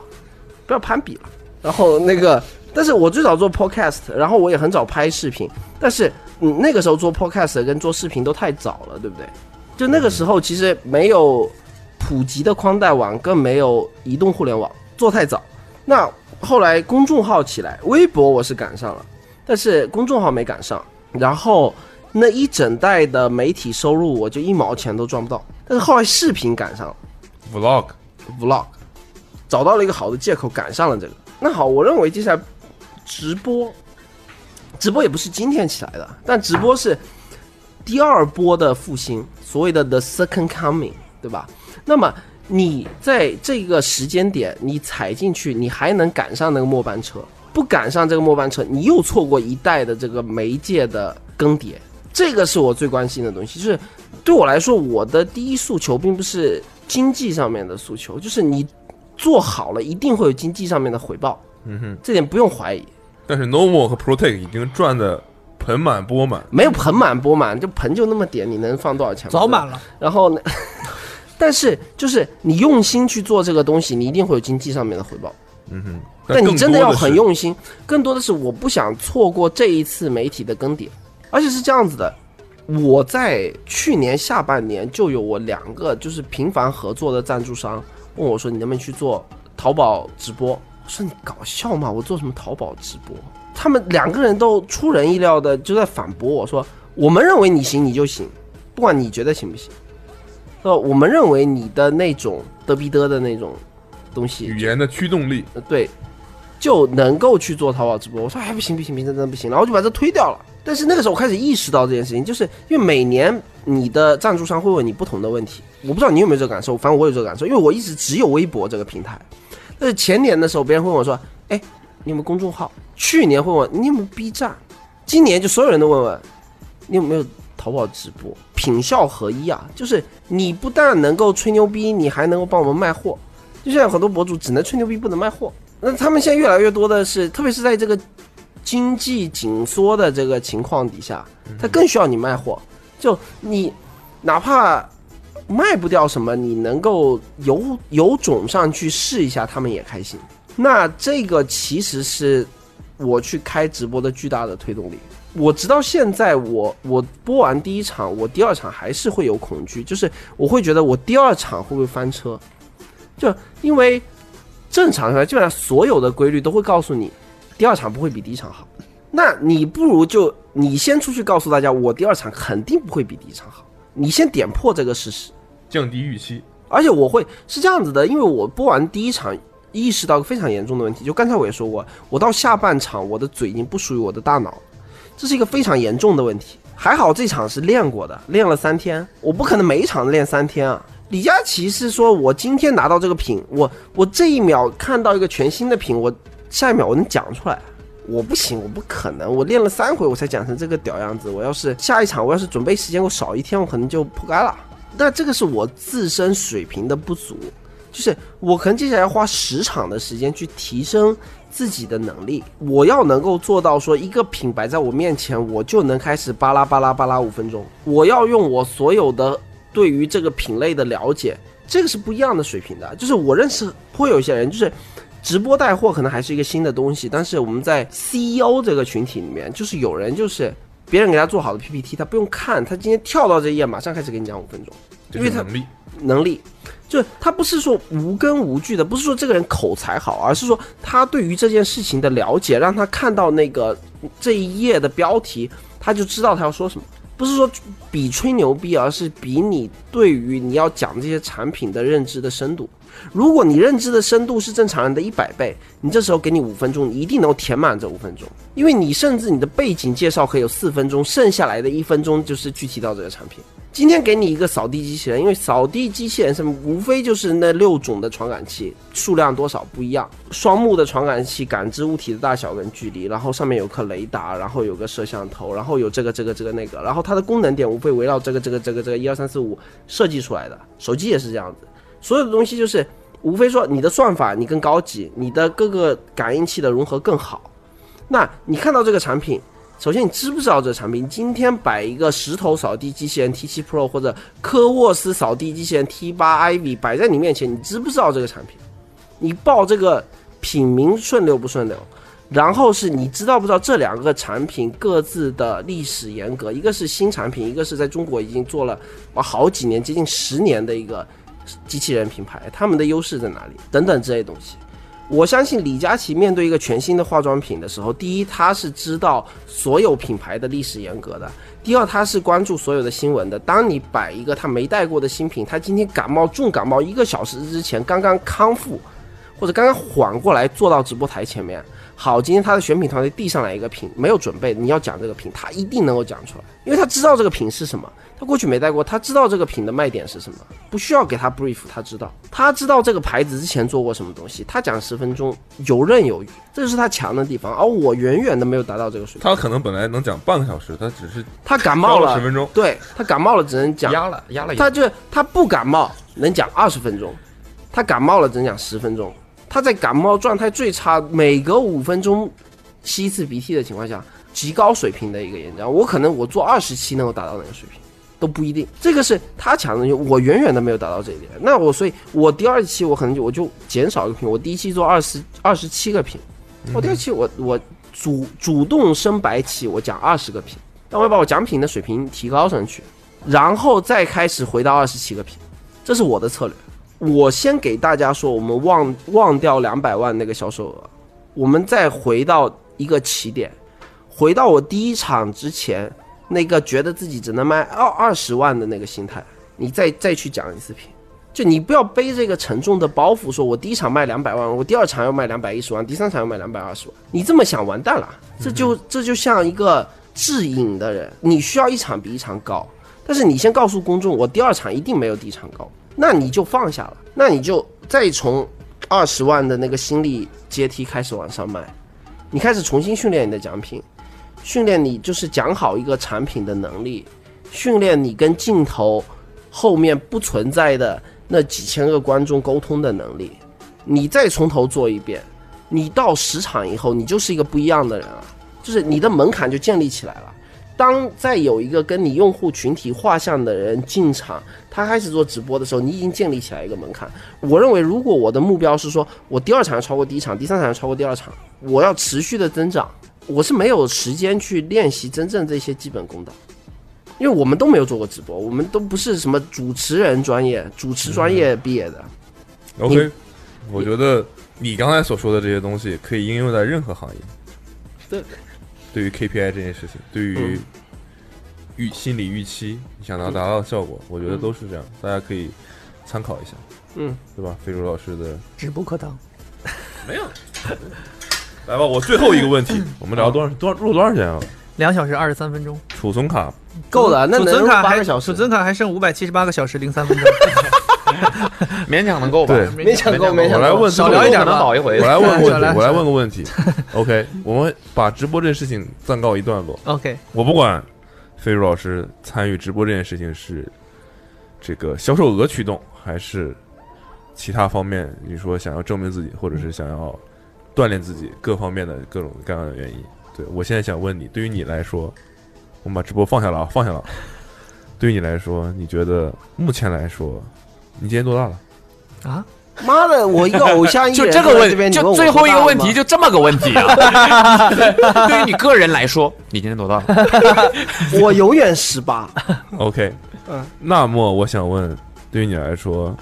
S2: 不要攀比了。然后那个，但是我最早做 podcast，然后我也很早拍视频，但是你那个时候做 podcast 跟做视频都太早了，对不对？就那个时候其实没有普及的宽带网，更没有移动互联网，做太早。那后来公众号起来，微博我是赶上了，但是公众号没赶上。然后那一整代的媒体收入，我就一毛钱都赚不到。但是后来视频赶上了
S3: Vlog，
S2: ，vlog，找到了一个好的借口，赶上了这个。那好，我认为接下来直播，直播也不是今天起来的，但直播是第二波的复兴，所谓的 the second coming，对吧？那么你在这个时间点，你踩进去，你还能赶上那个末班车，不赶上这个末班车，你又错过一代的这个媒介的更迭。这个是我最关心的东西，就是对我来说，我的第一诉求并不是经济上面的诉求，就是你做好了，一定会有经济上面的回报，
S3: 嗯哼，
S2: 这点不用怀疑。
S3: 但是 Novo 和 Protect 已经赚的盆满钵满，
S2: 没有盆满钵满，就盆就那么点，你能放多少钱？
S4: 早满。 [LAUGHS] 了，
S2: 然后呢， [LAUGHS] 但是就是你用心去做这个东西，你一定会有经济上面的回报。
S3: 嗯哼，
S2: 但你
S3: 更
S2: 真
S3: 多的
S2: 要很
S3: 是，
S2: 用心。更多的是我不想错过这一次媒体的更迭，而且是这样子的。我在去年下半年就有我两个就是频繁合作的赞助商问我说：“你能不能去做淘宝直播？”我说：“你搞笑吗？我做什么淘宝直播？”他们两个人都出人意料的就在反驳我说：“我们认为你行，你就行，不管你觉得行不行。”呃，我们认为你的那种嘚逼嘚的那种东西，
S3: 语言的驱动力，
S2: 呃对，就能够去做淘宝直播。我说哎不行不行不行，真的不行，然后就把这推掉了。但是那个时候我开始意识到这件事情，就是因为每年你的赞助商会问你不同的问题，我不知道你有没有这个感受，反正我有这个感受，因为我一直只有微博这个平台。但是前年的时候，别人会问我说，哎，你有没有公众号？去年会问你有没有 B 站，今年就所有人都问问你有没有淘宝直播，品效合一啊，就是你不但能够吹牛逼，你还能够帮我们卖货。就现在很多博主只能吹牛逼，不能卖货。那他们现在越来越多的是，特别是在这个经济紧缩的这个情况底下，他更需要你卖货。就你哪怕卖不掉什么，你能够有有种上去试一下，他们也开心。那这个其实是我去开直播的巨大的推动力。我直到现在我，我播完第一场，我第二场还是会有恐惧，就是我会觉得我第二场会不会翻车，就因为正常来，基本上所有的规律都会告诉你，第二场不会比第一场好。那你不如就你先出去告诉大家，我第二场肯定不会比第一场好，你先点破这个事实。
S3: 降低预期，
S2: 而且我会是这样子的，因为我播完第一场，意识到个非常严重的问题，就刚才我也说过，我到下半场我的嘴已经不属于我的大脑了，这是一个非常严重的问题。还好这场是练过的，练了三天，我不可能每一场练三天啊。李佳琦是说我今天拿到这个品，我我这一秒看到一个全新的品，我下一秒我能讲出来。我不行，我不可能，我练了三回我才讲成这个屌样子。我要是下一场，我要是准备时间给我少一天，我可能就扑街了。那这个是我自身水平的不足，就是我可能接下来要花十场的时间去提升自己的能力。我要能够做到说，一个品摆在我面前，我就能开始巴拉巴拉巴拉五分钟。我要用我所有的对于这个品类的了解，这个是不一样的水平的。就是我认识会有一些人，就是直播带货可能还是一个新的东西，但是我们在 CEO 这个群体里面，就是有人就是别人给他做好的 PPT，他不用看，他今天跳到这一页，马上开始给你讲五分钟，因
S5: 这
S2: 为
S5: 是
S2: 他
S5: 能力，
S2: 能力，就他不是说无根无据的，不是说这个人口才好，而是说他对于这件事情的了解，让他看到那个这一页的标题，他就知道他要说什么。不是说比吹牛逼，而是比你对于你要讲这些产品的认知的深度。如果你认知的深度是正常人的一百倍，你这时候给你五分钟，你一定能够填满这五分钟，因为你甚至你的背景介绍可以有四分钟，剩下来的一分钟就是具体到这个产品。今天给你一个扫地机器人，因为扫地机器人上面无非就是那六种的传感器，数量多少不一样，双目的传感器感知物体的大小跟距离，然后上面有颗雷达，然后有个摄像头，然后有这个这个这个那个，然后它的功能点无非围绕这个这个这个这个一二三四五设计出来的。手机也是这样子，所有的东西就是无非说你的算法你更高级，你的各个感应器的融合更好。那你看到这个产品，首先你知不知道这个产品？今天摆一个石头扫地机器人 T7 Pro 或者科沃斯扫地机器人 T8 Ivy 摆在你面前，你知不知道这个产品？你报这个品名顺溜不顺溜？然后是你知道不知道这两个产品各自的历史沿革？一个是新产品，一个是在中国已经做了哇好几年，接近十年的一个机器人品牌，他们的优势在哪里？等等之类的东西。我相信李佳琦面对一个全新的化妆品的时候，第一，他是知道所有品牌的历史沿革的；第二，他是关注所有的新闻的。当你摆一个他没带过的新品，他今天感冒重感冒一个小时之前刚刚康复，或者刚刚缓过来坐到直播台前面，好，今天他的选品团队递上来一个品，没有准备，你要讲这个品，他一定能够讲出来，因为他知道这个品是什么，他过去没带过，他知道这个品的卖点是什么，不需要给他 brief，他知道，他知道这个牌子之前做过什么东西，他讲十分钟游刃有余，这就是他强的地方，而我远远的没有达到这个水平，
S3: 他可能本来能讲半个小时，他只是
S2: 他感冒
S3: 挑了
S2: 了
S3: 10分钟
S2: 对他感冒了只能讲
S5: 压了压了一
S2: 他就是他不感冒能讲二十分钟，他感冒了只能讲十分钟。他在感冒状态最差，每隔五分钟吸一次鼻涕的情况下，极高水平的一个演讲。我可能我做二十期能够达到那个水平。都不一定，这个是他强的地方，我远远的没有达到这一点。那我所以，我第二期我可能就我就减少一个品，我第一期做二十二十七个品，
S5: 嗯
S2: 我第二期我我主主动升白旗，我讲二十个品，但我要把我奖品的水平提高上去，然后再开始回到二十七个品，这是我的策略。我先给大家说，我们忘忘掉两百万那个销售额，我们再回到一个起点，回到我第一场之前那个觉得自己只能卖二二十万的那个心态，你再再去讲一次品。就你不要背这个沉重的包袱，说我第一场卖两百万，我第二场要卖两百一十万，第三场要卖两百二十万，你这么想完蛋了，这就这就像一个智瘾的人，你需要一场比一场高，但是你先告诉公众，我第二场一定没有第一场高，那你就放下了，那你就再从二十万的那个心理阶梯开始往上迈，你开始重新训练你的奖品，训练你就是讲好一个产品的能力，训练你跟镜头后面不存在的那几千个观众沟通的能力，你再从头做一遍，你到十场以后，你就是一个不一样的人了，就是你的门槛就建立起来了。当再有一个跟你用户群体画像的人进场，他开始做直播的时候，你已经建立起来一个门槛。我认为，如果我的目标是说我第二场要超过第一场，第三场要超过第二场，我要持续的增长，我是没有时间去练习真正这些基本功的，因为我们都没有做过直播，我们都不是什么主持人专业、主持专业毕业的。
S3: OK。我觉得你刚才所说的这些东西可以应用在任何行业。
S2: 对，
S3: 对于 KPI 这件事情，对于
S2: 嗯
S3: 预心理预期，你想要达到的效果，我觉得都是这样，大家可以参考一下，
S2: 嗯，
S3: 对吧？非洲老师的
S4: 指不可当。
S3: 没有。 [LAUGHS] 来吧，我最后一个问题， [COUGHS] 我们聊多少多少录了多长时间啊？
S4: 两小时二十三分钟，
S3: 储存卡
S2: 够了，那
S4: 储
S2: 能
S4: 存卡
S2: 八
S4: 还
S2: 个小时
S4: 储，存卡还剩五百七十八个小时零三分 [LAUGHS] 钟，
S5: [LAUGHS] 勉强能够吧。
S3: 对
S2: 没想够，没想
S3: 我来
S2: 够。
S3: 问
S4: 少聊一点吧
S5: 能倒一 [LAUGHS] 回
S3: 我。来问个
S4: 小
S3: 问
S4: 蓝
S3: 题，我来问个问题。OK，我们把直播这事情暂告一段落。
S4: OK，
S3: 我不管，飞如老师参与直播这件事情是这个销售额驱动，还是其他方面？你说想要证明自己，或者是想要锻炼自己，各方面的各种各样的原因。对我现在想问你，对于你来说，我们把直播放下了啊，放下了啊。对于你来说，你觉得目前来说，你今年多大了？
S4: 啊，
S2: 妈的，我一个偶像艺
S5: 就
S2: 人
S5: 这个
S2: 坐在
S5: 问
S2: 这边，你
S5: 就
S2: 问
S5: 最
S2: 我
S5: 后
S2: 多
S5: 一
S2: 大
S5: 个
S2: 了
S5: 问
S2: 吗
S5: 题就这么个问题啊！ [LAUGHS] 对于你个人来说，你今年多大了？
S2: 我永远十八。
S3: OK，
S2: 嗯，
S3: 那么我想问，对于你来说，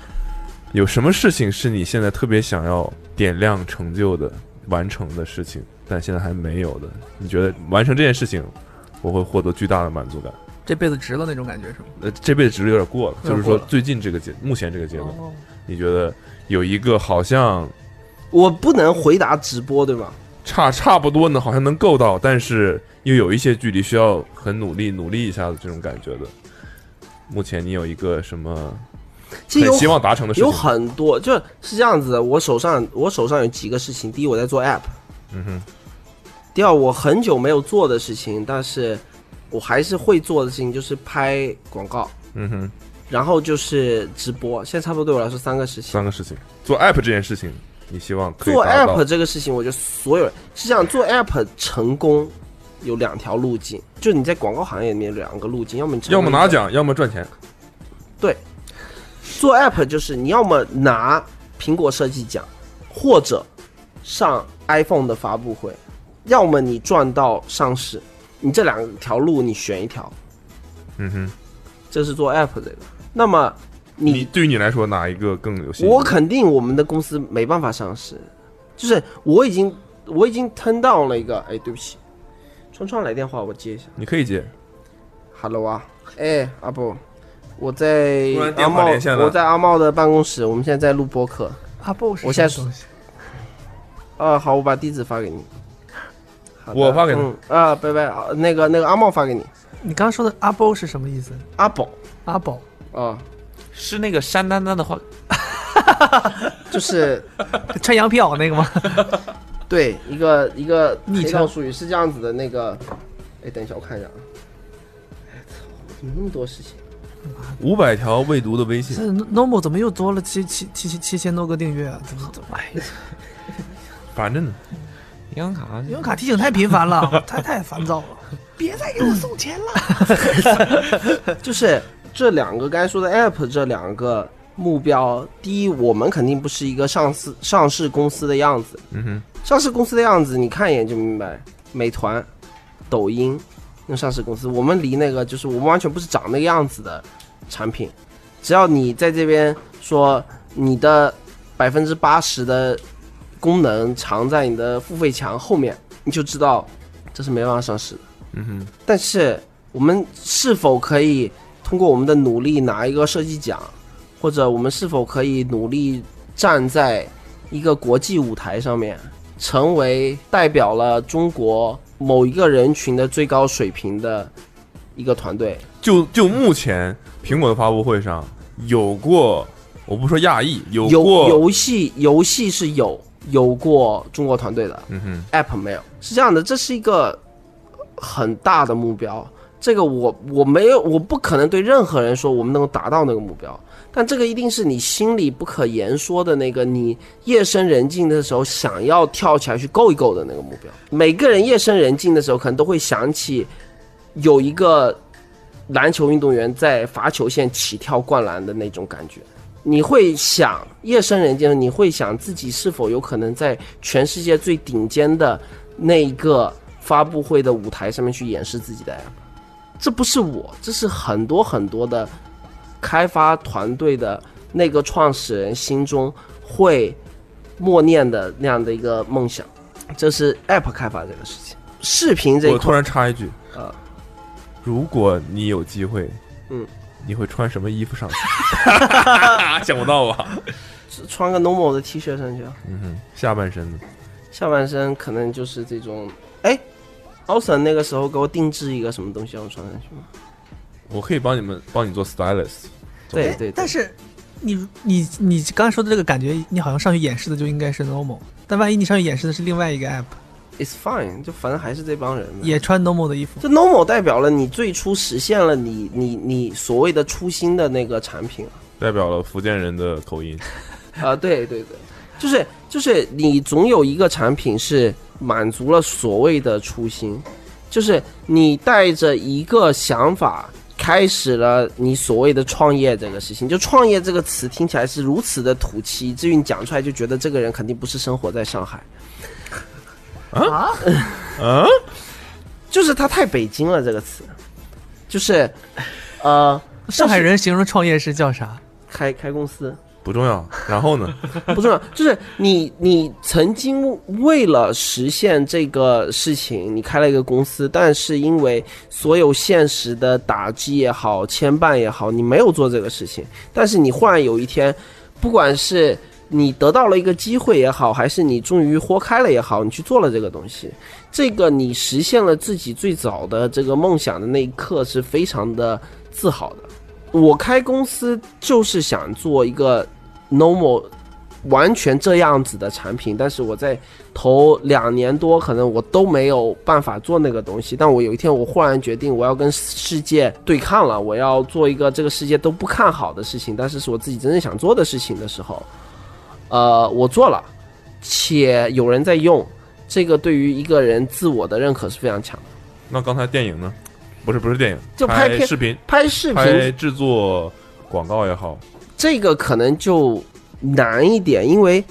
S3: 有什么事情是你现在特别想要点亮、成就的、完成的事情，但现在还没有的？你觉得完成这件事情，我会获得巨大的满足感？
S4: 这辈子值了那种感觉是吗？
S3: 呃，这辈子只是有点过了，
S2: 嗯
S4: 有
S3: 就
S4: 点
S3: 是
S4: 过
S3: 说
S4: 了
S3: 最近这个阶，目前这个阶段，
S2: 哦
S4: 哦
S3: 你觉得有一个好像
S2: 我不能回答直播，对吗？
S3: 差差不多呢，好像能够到，但是又有一些距离需要很努力努力一下子这种感觉的。目前你有一个什么
S2: 其实
S3: 很
S2: 有
S3: 希望达成的事情
S2: 有
S3: 吗？
S2: 很多，就是这样子的。我手上我手上有几个事情，第一我在做 app，
S3: 嗯哼。
S2: 第二我很久没有做的事情，但是我还是会做的事情就是拍广告，
S3: 嗯哼，
S2: 然后就是直播。现在差不多对我来说三个事情。
S3: 三个事情，做 app 这件事情，你希望可以
S2: 做
S3: 达到
S2: app 这个事情，我觉得所有人是这样，做 app 成功有两条路径，就你在广告行业里面有两个路径，要么你成
S3: 要么拿
S2: 功
S3: 奖，要么赚钱。
S2: 做 app 就是你要么拿苹果设计奖，或者上 iPhone 的发布会，要么你赚到上市，你这两条路你选一条，
S3: 嗯哼，
S2: 这是做 app 这个。那么
S3: 你
S2: 你
S3: 对于你来说哪一个更有吸引力？
S2: 我肯定我们的公司没办法上市，就是我已经我已经 turn down 了一个，哎，对不起，川川来电话我接一下
S3: 你可以接，
S2: ，Hello 啊，哎阿布。我在
S3: 突然电
S2: 阿
S3: 话
S2: 茂
S3: 连线，了
S2: 我在阿茂的办公室，我们现在在录播客。
S4: 阿 boss，
S2: 我现在啊，好，我把地址发给你。好的
S3: 我发给他
S2: 嗯啊，拜拜啊，那个那个阿茂发给你，
S4: 你刚刚说的阿 b 是什么意思？
S2: 阿宝
S4: 阿 [LAUGHS] 宝，
S2: 啊，
S5: 是那个山丹丹的话，
S2: 就是
S4: 穿羊皮袄那个 [LAUGHS] 吗？
S2: 对一个一个
S4: 昵
S2: 黑
S4: 称
S2: 道术语是这样子的，那个，哎，等一下我看一下啊，哎操，怎么那么多事情？
S3: 五百条未读的微信
S4: 这，normal 怎么又多了七七七七七千多个订阅啊？怎么怎么？哎呀，
S3: 反正呢
S5: 银行卡
S4: 信用卡提醒太频繁了，太太烦躁 [LAUGHS] 了。别再给我送钱了。
S2: 就是这两个该说的 app 这两个目标，第一，我们肯定不是一个上市上市公司的样子，
S3: 嗯哼，
S2: 上市公司的样子，你看一眼就明白。美团、抖音那种上市公司，我们离那个就是我们完全不是长那个样子的产品。只要你在这边说你的百分之八十的功能藏在你的付费墙后面，你就知道这是没办法上市的。
S3: 嗯哼，
S2: 但是我们是否可以通过我们的努力拿一个设计奖，或者我们是否可以努力站在一个国际舞台上面，成为代表了中国某一个人群的最高水平的一个团队？
S3: 就就目前苹果的发布会上有过，我不说亚裔，有
S2: 游
S3: 过，
S2: 游戏游戏是有有过中国团队的，
S3: 嗯哼，
S2: app 没有，是这样的，这是一个很大的目标。这个我我没有，我不可能对任何人说我们能够达到那个目标，但这个一定是你心里不可言说的那个，你夜深人静的时候想要跳起来去够一够的那个目标。每个人夜深人静的时候，可能都会想起有一个篮球运动员在罚球线起跳灌篮的那种感觉。你会想夜深人静，你会想自己是否有可能在全世界最顶尖的那一个发布会的舞台上面去演示自己的 app。这不是我，这是很多很多的开发团队的那个创始人心中会默念的那样的一个梦想。这是 app 开发这个事情，视频这一
S3: 我突
S2: 块，
S3: 然插一句，
S2: 呃，
S3: 如果你有机会，
S2: 嗯。
S3: 你会穿什么衣服上去？ [LAUGHS]
S5: [LAUGHS] 啊
S3: 想不到吧？
S2: 穿个 normal 的 T 恤上去啊。
S3: 嗯哼，下半身呢？
S2: 下半身可能就是这种。哎，奥森那个时候给我定制一个什么东西让我穿上去吗？
S3: 我可以帮你们帮你做 stylist，
S2: 对
S4: 哎
S2: 对对，
S4: 但是你你你刚才说的这个感觉，你好像上去演示的就应该是 normal，但万一你上去演示的是另外一个 app，
S2: it's fine，就反正还是这帮人嘛。
S4: 也穿 normal 的衣服，
S2: 这 normal 代表了你最初实现了你你你所谓的初心的那个产品啊。
S3: 代表了福建人的口音。
S2: 啊，对对对，就是就是你总有一个产品是满足了所谓的初心，就是你带着一个想法开始了你所谓的创业这个事情。就创业这个词听起来是如此的土气，以至于你讲出来就觉得这个人肯定不是生活在上海， [LAUGHS]
S4: 啊，
S2: 就是他太北京了这个词，就是呃
S4: 上海人形容创业是叫啥？
S2: 开开公司
S3: 不重要。然后呢？
S2: 不重要，就是你你曾经为了实现这个事情，你开了一个公司，但是因为所有现实的打击也好、牵绊也好，你没有做这个事情。但是你忽然有一天，不管是你得到了一个机会也好，还是你终于豁开了也好，你去做了这个东西，这个你实现了自己最早的这个梦想的那一刻是非常的自豪的。我开公司就是想做一个 normal 完全这样子的产品，但是我在头两年多，可能我都没有办法做那个东西。但我有一天，我忽然决定，我要跟世界对抗了，我要做一个这个世界都不看好的事情，但是是我自己真正想做的事情的时候，呃，我做了，且有人在用，这个对于一个人自我的认可是非常强的。
S3: 那刚才电影呢？不是不是电影，
S2: 就拍
S3: 拍
S2: 片
S3: 视频、
S2: 拍视频
S3: 拍制作广告也好，
S2: 这个可能就难一点，因为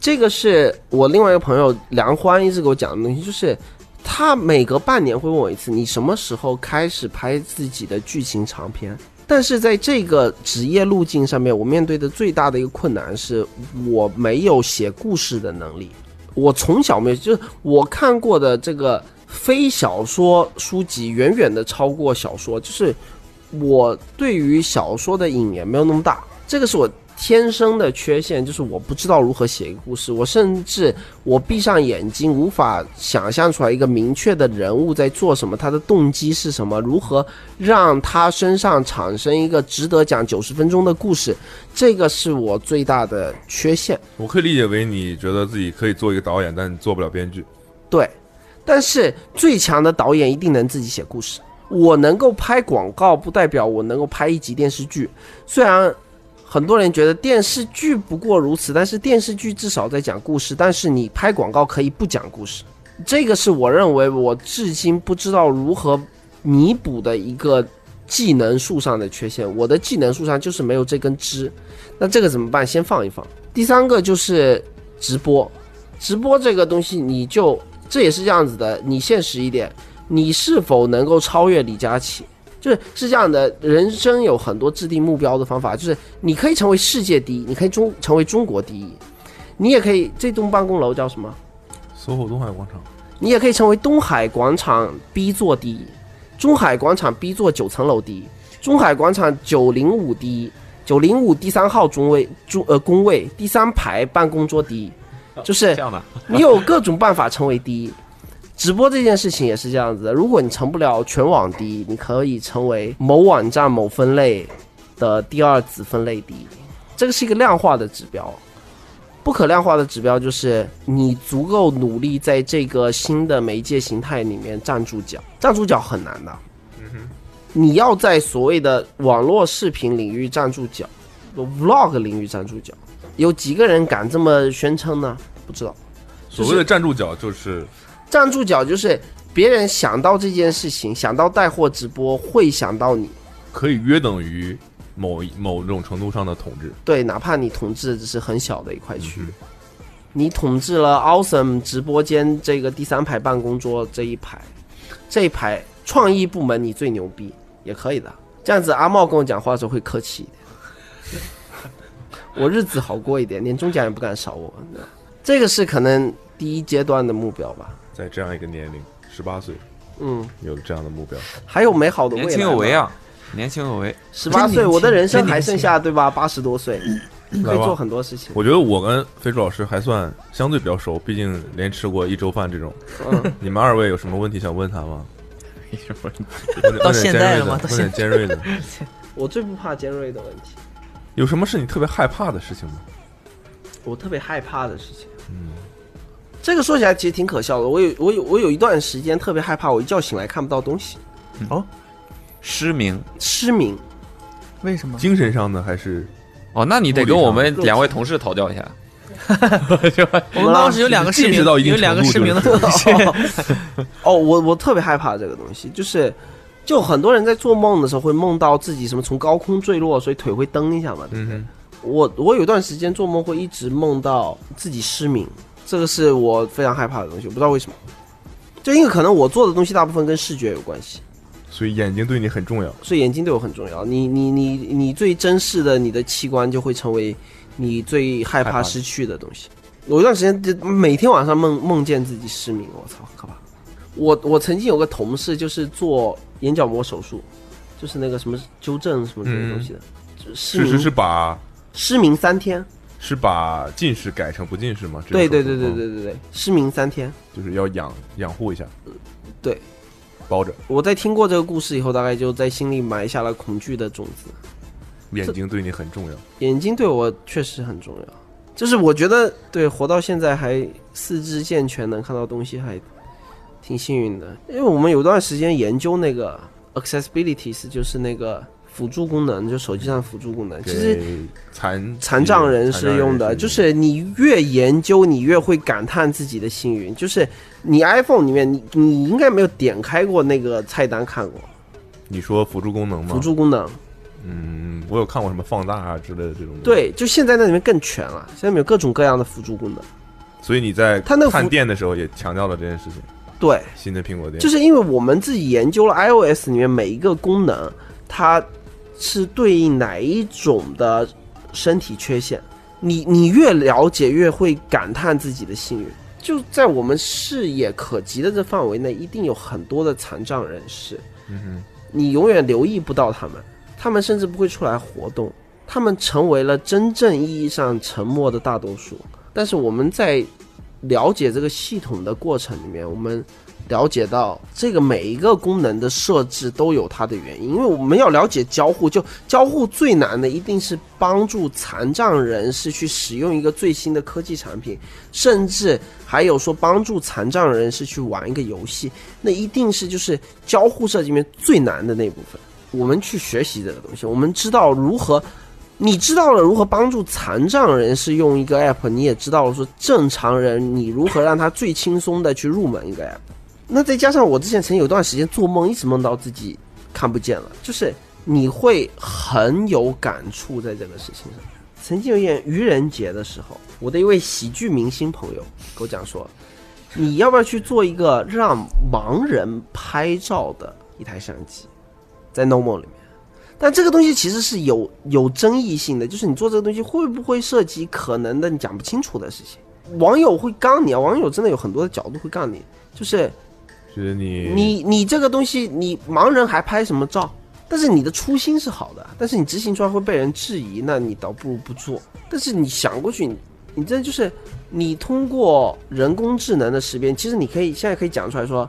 S2: 这个是我另外一个朋友梁欢一直给我讲的东西，就是他每隔半年会问我一次，你什么时候开始拍自己的剧情长片？但是在这个职业路径上面，我面对的最大的一个困难是我没有写故事的能力。我从小没有，就是我看过的这个非小说书籍，远远的超过小说，就是我对于小说的引言没有那么大，这个是我天生的缺陷，就是我不知道如何写一个故事。我甚至我闭上眼睛，无法想象出来一个明确的人物在做什么，他的动机是什么，如何让他身上产生一个值得讲九十分钟的故事，这个是我最大的缺陷。
S3: 我可以理解为你觉得自己可以做一个导演，但你做不了编剧。
S2: 对，但是最强的导演一定能自己写故事。我能够拍广告，不代表我能够拍一集电视剧。虽然很多人觉得电视剧不过如此，但是电视剧至少在讲故事，但是你拍广告可以不讲故事。这个是我认为我至今不知道如何弥补的一个技能树上的缺陷。我的技能树上就是没有这根枝，那这个怎么办？先放一放。第三个就是直播，直播这个东西，你就这也是这样子的，你现实一点，你是否能够超越李佳琦？就是是这样的，人生有很多制定目标的方法，就是你可以成为世界第一，你可以中成为中国第一，你也可以这栋办公楼叫什么？
S3: SOHO 东海广场，
S2: 你也可以成为东海广场 B 座第一，中海广场 B 座九层楼第一，中海广场九零五第一，九零五第三号中位中呃工位第三排办公桌第一，就是
S5: 这样的，
S2: [LAUGHS] 你有各种办法成为第一。直播这件事情也是这样子的，如果你成不了全网第一，你可以成为某网站某分类的第二子分类第一，这个是一个量化的指标。不可量化的指标就是你足够努力，在这个新的媒介形态里面站住脚。站住脚很难的，你要在所谓的网络视频领域站住脚，vlog 领域站住脚，有几个人敢这么宣称呢？不知道。
S3: 所谓的站住脚就是
S2: 站住脚就是别人想到这件事情，想到带货直播会想到你，
S3: 可以约等于某一某种程度上的统治。
S2: 对，哪怕你统治的只是很小的一块区域，
S5: 嗯
S2: 你统治了 Awesome 直播间这个第三排办公桌这一排，这一排创意部门你最牛逼，也可以的。这样子，阿茂跟我讲话的时候会客气一点， [LAUGHS] 我日子好过一点，连中奖也不敢少我。这个是可能第一阶段的目标吧。
S3: 在这样一个年龄，十八岁
S2: 嗯，
S3: 有这样的目标，
S2: 还有美好的未来。
S5: 年轻有为！啊，年轻有为，
S2: 十八
S4: 真年
S2: 岁，
S4: 轻
S2: 我的人生
S4: 真
S2: 还
S4: 年轻嗯
S2: 剩下对吧？八十多岁，可以做很多事情。
S3: 我觉得我跟飞猪老师还算相对比较熟，毕竟连吃过一周饭这种。
S2: 嗯，
S3: 你们二位有什么问题想问他 [LAUGHS] 吗？
S5: 没什么问题
S3: 问
S4: 到现在了吗
S3: 问点尖锐的，问点尖锐的。
S2: 我最不怕尖锐的问题，
S3: 有什么是你特别害怕的事情吗？
S2: 我特别害怕的事情。
S3: 嗯，
S2: 这个说起来其实挺可笑的。我有我有我有一段时间特别害怕，我一觉醒来看不到东西，
S5: 失明
S2: 失明。
S4: 为什么？
S3: 精神上的还是
S5: 哦，那你得跟我们两位同事讨教一下，
S4: 我们办公室有两个失
S3: 近
S4: 明
S3: 视到一定
S4: 有两个 [LAUGHS]
S3: 程
S4: 失
S3: 度
S4: 明
S3: 就是
S4: 的同事，
S2: 哦，我我特别害怕这个东西，就是就很多人在做梦的时候会梦到自己什么从高空坠落，所以腿会蹬一下嘛。对不对
S5: 嗯
S2: 我我有段时间做梦会一直梦到自己失明，这个是我非常害怕的东西，我不知道为什么。就因为可能我做的东西大部分跟视觉有关系，
S3: 所以眼睛对你很重要。
S2: 所以眼睛对我很重要。你你你你最珍视的你的器官就会成为你最害
S5: 害怕
S2: 怕
S5: 的
S2: 失去的东西。有一段时间，就每天晚上梦梦见自己失明，我操，可怕！我我曾经有个同事就是做眼角膜手术，就是那个什么纠正什么这些东西的，就失
S3: 是
S2: 明
S3: 是是把
S2: 失明三天，
S3: 是把近视改成不近视吗？这个嗯
S2: 对对
S3: 手术
S2: 对对，对对对，失明三天。
S3: 嗯就是要养养护一下，
S2: 呃对，
S3: 包着
S2: 我在听过这个故事以后，大概就在心里埋下了恐惧的种子。
S3: 眼睛对你很重要。
S2: 眼睛对我确实很重要，就是我觉得对活到现在还四肢健全，能看到东西还挺幸运的。因为我们有段时间研究那个 accessibilities，就是那个辅助功能，就手机上辅助功能，其实。
S3: 给残
S2: 残障人士用的，就是你越研究，你越会感叹自己的幸运。就是你 iPhone 里面，你你应该没有点开过那个菜单看过
S3: 你说辅助功能吗？
S2: 辅助功能，
S3: 嗯，我有看过什么放大啊之类的这种。，
S2: 对，就现在那里面更全了，现在里面有各种各样的辅助功能。
S3: 所以你在
S2: 它那个辅
S3: 看店的时候也强调了这件事情。
S2: 对，
S3: 新的苹果店
S2: 就是因为我们自己研究了 iOS 里面每一个功能，它是对应哪一种的身体缺陷。你你越了解，越会感叹自己的幸运。就在我们视野可及的这范围内，一定有很多的残障人士，
S3: 嗯哼，
S2: 你永远留意不到他们，他们甚至不会出来活动，他们成为了真正意义上沉默的大多数。但是我们在了解这个系统的过程里面，我们了解到这个每一个功能的设置都有它的原因，因为我们要了解交互，就交互最难的一定是帮助残障人士去使用一个最新的科技产品，甚至还有说帮助残障人士去玩一个游戏，那一定是就是交互设计里面最难的那部分。我们去学习这个东西，我们知道如何，你知道了如何帮助残障人士用一个 app，你也知道了说正常人你如何让他最轻松的去入门一个 app。那再加上我之前曾经有段时间做梦，一直梦到自己看不见了，就是你会很有感触在这个事情上。曾经有一年愚人节的时候，我的一位喜剧明星朋友跟我讲说，你要不要去做一个让盲人拍照的一台相机，在 Normal 里面？但这个东西其实是有有争议性的，就是你做这个东西会不会涉及可能的你讲不清楚的事情？网友会杠你啊，网友真的有很多的角度会杠你，就是
S3: 就是你
S2: 你你这个东西，你盲人还拍什么照？但是你的初心是好的，但是你执行出来会被人质疑，那你倒不如不做。但是你想过去，你你这就是你通过人工智能的识别，其实你可以现在可以讲出来说，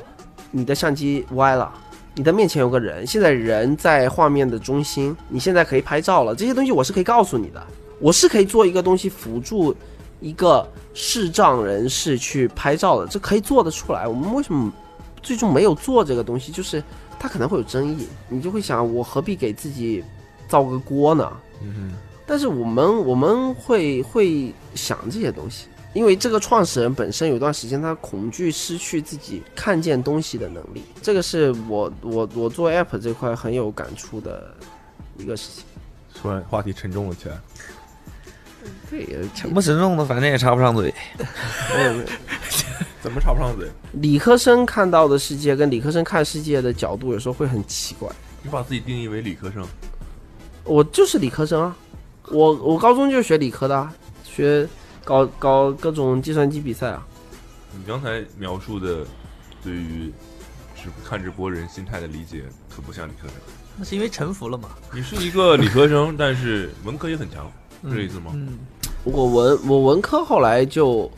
S2: 你的相机歪了，你的面前有个人，现在人在画面的中心，你现在可以拍照了，这些东西我是可以告诉你的，我是可以做一个东西辅助一个视障人士去拍照的，这可以做得出来。我们为什么最终没有做这个东西？就是它可能会有争议，你就会想，我何必给自己造个锅呢？
S3: 嗯
S2: 但是我们我们会会想这些东西，因为这个创始人本身有段时间他恐惧失去自己看见东西的能力，这个是我我我做 app 这块很有感触的一个事情。
S3: 哼，突然话题沉重了起来。
S2: 对，
S6: 沉不沉重的，反正也插不上嘴。
S2: [LAUGHS]
S3: 怎么插不上嘴？
S2: 理科生看到的世界跟理科生看世界的角度有时候会很奇怪。
S3: 你把自己定义为理科生，
S2: 我就是理科生啊，我我高中就学理科的、啊，学搞搞各种计算机比赛啊。
S3: 你刚才描述的对于直看直播人心态的理解，可不像理科生。
S4: 那是因为臣服了嘛？
S3: 你是一个理科生，但是文科也很强，是这意思吗？
S4: 嗯，
S2: 我文我文科后来就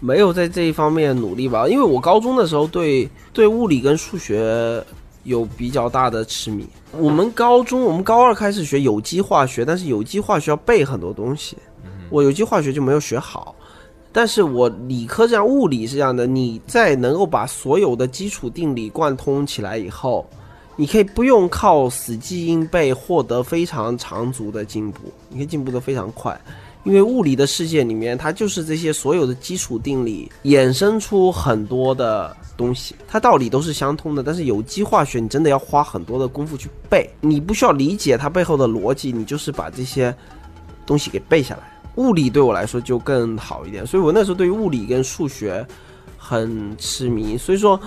S2: 没有在这一方面努力吧，因为我高中的时候对对物理跟数学有比较大的痴迷。我们高中我们高二开始学有机化学，但是有机化学要背很多东西，我有机化学就没有学好。但是我理科这样，物理是这样的，你在能够把所有的基础定理贯通起来以后，你可以不用靠死记硬背获得非常长足的进步，你可以进步得非常快。因为物理的世界里面，它就是这些所有的基础定理衍生出很多的东西，它道理都是相通的。但是有机化学，你真的要花很多的功夫去背，你不需要理解它背后的逻辑，你就是把这些东西给背下来。物理对我来说就更好一点，所以我那时候对于物理跟数学很痴迷。所以说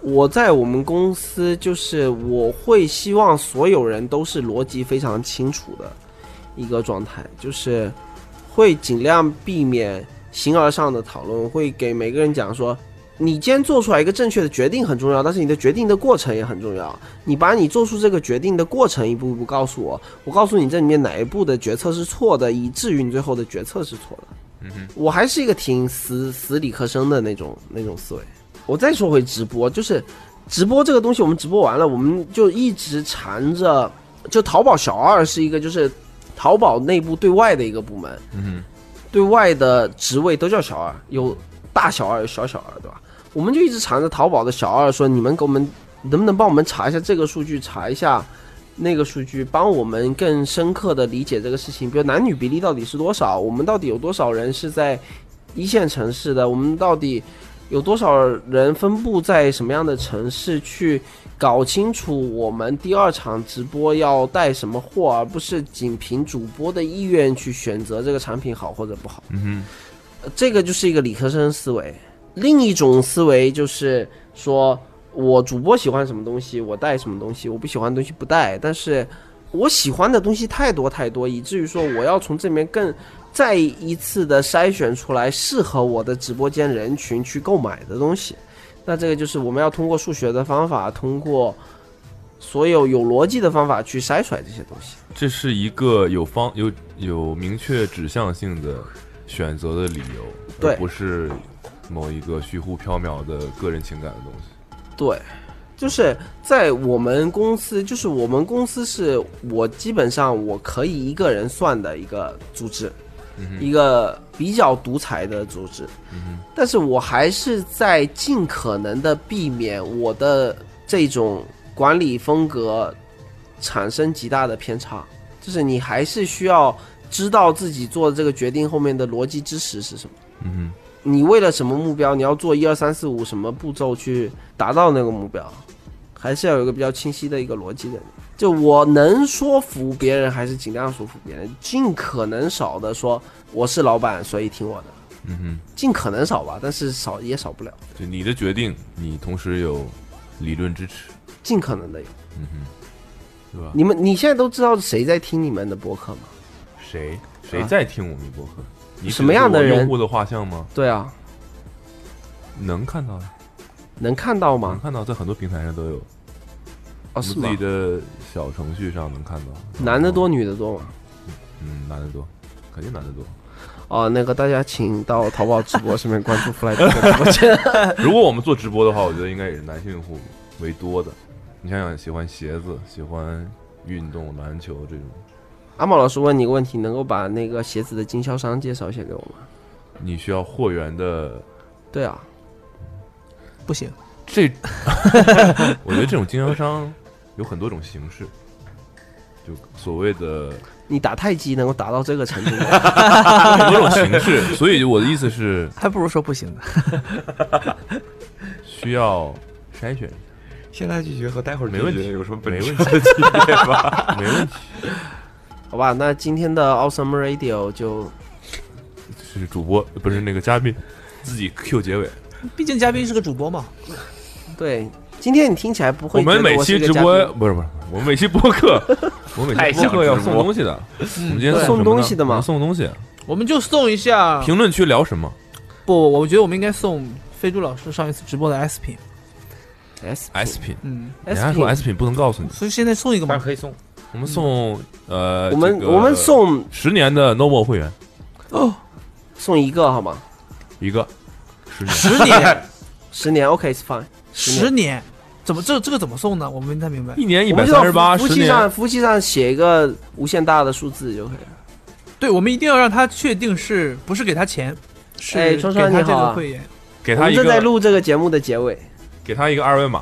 S2: 我在我们公司就是我会希望所有人都是逻辑非常清楚的一个状态，就是会尽量避免形而上的讨论，会给每个人讲说。你今天做出来一个正确的决定很重要，但是你的决定的过程也很重要。你把你做出这个决定的过程一步一步告诉我，我告诉你这里面哪一步的决策是错的，以至于你最后的决策是错的。嗯我还是一个挺死死理科生的那种那种思维。我再说回直播，就是直播这个东西，我们直播完了，我们就一直缠着，就淘宝小二是一个，就是淘宝内部对外的一个部门，嗯对外的职位都叫小二，有大小二，有小小二，对吧？我们就一直缠着淘宝的小二说，你们给我们能不能帮我们查一下这个数据，查一下那个数据，帮我们更深刻的理解这个事情，比如男女比例到底是多少，我们到底有多少人是在一线城市的，我们到底有多少人分布在什么样的城市，去搞清楚我们第二场直播要带什么货，而不是仅凭主播的意愿去选择这个产品好或者不好。
S3: 嗯
S2: 呃这个就是一个理科生思维。另一种思维就是说，我主播喜欢什么东西，我带什么东西；我不喜欢的东西不带。但是我喜欢的东西太多太多，以至于说我要从这里面更再一次的筛选出来适合我的直播间人群去购买的东西。那这个就是我们要通过数学的方法，通过所有有逻辑的方法去筛出来这些东西。
S3: 哼，这是一个有方有有明确指向性的选择的理由，
S2: 对
S3: 而不是某一个虚无缥缈的个人情感的东西。
S2: 对，就是在我们公司，就是我们公司是我基本上我可以一个人算的一个组织，一个比较独裁的组织，但是我还是在尽可能的避免我的这种管理风格产生极大的偏差，就是你还是需要知道自己做的这个决定后面的逻辑支持是什么。
S3: 嗯
S2: 你为了什么目标，你要做一二三四五什么步骤去达到那个目标，还是要有一个比较清晰的一个逻辑的。就我能说服别人，还是尽量说服别人，尽可能少的说我是老板，所以听我的，
S3: 哼，嗯哼，
S2: 尽可能少吧，但是少也少不了，
S3: 就你的决定，你同时有理论支持，
S2: 尽可能的有。
S3: 嗯哼，对吧？
S2: 你们你现在都知道谁在听你们的播客吗？
S3: 谁谁在听我们播客？你
S2: 啊什么样的
S3: 指的是我
S2: 人
S3: 用户的画像吗？
S2: 对啊，
S3: 能看到呀，
S2: 能看到
S3: 能
S2: 吗？
S3: 看到，在很多平台上都
S2: 哦，
S3: 有，嗯我
S2: 是
S3: 们
S2: 吗
S3: 自己？的小程序上能看到。
S2: 男的多，，女的多吗？
S3: 嗯，男的多，肯定男的多。
S2: 哦，那个大家请到淘宝直播顺便关注
S3: [LAUGHS]
S2: fly 的直播间。
S3: 如果我们做直播的话，我觉得应该也是男性用户为多的。你想想，喜欢鞋子，喜欢运动、篮球这种，
S2: 阿茂老师问你个问题，能够把那个鞋子的经销商介绍一下给我吗？
S3: 你需要货源的。
S2: [LAUGHS] 对啊，
S4: 不行，
S3: 这， [LAUGHS] 我觉得这种经销商有很多种形式，就所谓
S2: [LAUGHS]
S3: 的
S2: 你打太极能够达到这个程度
S3: [LAUGHS]
S2: 吗，
S3: 很多种形式。所以我的意思是，
S4: 还不如说不行呢。
S3: 需要筛选一下。
S5: [LAUGHS] 现在拒绝和待会儿
S3: 没问
S5: 拒绝
S3: 题
S5: 有什么本
S3: 没
S5: 质
S3: 问
S5: 的区别
S3: [LAUGHS]
S5: 吗？
S3: 没问题，
S2: 好吧？那今天的 Awesome Radio 就
S3: 就是主播不是那个嘉宾自己 Q 结尾。
S4: 毕竟嘉宾是个主播嘛，
S2: 对。今天你听起来不
S3: 我
S2: 会觉得
S3: 们每
S2: 是
S3: 期
S2: 个
S3: 直
S2: 嘉
S3: 播
S2: 宾
S3: 不是不是，我们每期播客，
S2: [LAUGHS]
S3: 我们每期播客要送东西的。我们今天
S2: 嗯送
S3: 什么呢
S2: 东西的吗
S3: 我们送东西。
S4: 我们就送一下。
S3: 评论区聊什么
S4: 不，我觉得我们应该送飞猪老师上一次直播的 S 品。
S2: S
S3: ？S 品，
S4: 嗯，
S3: 人家说
S2: S
S3: S 品不能告诉你。
S4: 所以现在送一个
S5: 但
S4: 嘛
S5: 是，可以送，
S3: 我们送呃，
S2: 我们
S3: 这个
S2: 我们送
S3: 十年的 Novo 会员
S4: 哦
S2: 送一个好吗？
S3: 一个，十年。
S4: [LAUGHS] 十年，
S2: 十年 OK is fine。
S4: 十年，怎么这这个怎么送呢？我没太明白。
S3: 一年一
S2: 我
S3: 百
S2: 们就
S3: 三十八，
S2: 到服务
S3: 十
S2: 器
S3: 年
S2: 上，服务器上写一个无限大的数字就可以了。
S4: 对，我们一定要让他确定是不是给他钱，是
S2: 哎
S4: 给
S2: 川
S4: 他
S2: 川
S4: 这
S2: 你好啊
S4: 个会员。
S3: 给
S2: 我
S3: 他
S2: 们
S3: 一
S2: 正在
S3: 个，
S2: 录这个节目的结尾，
S3: 给他一个二维码，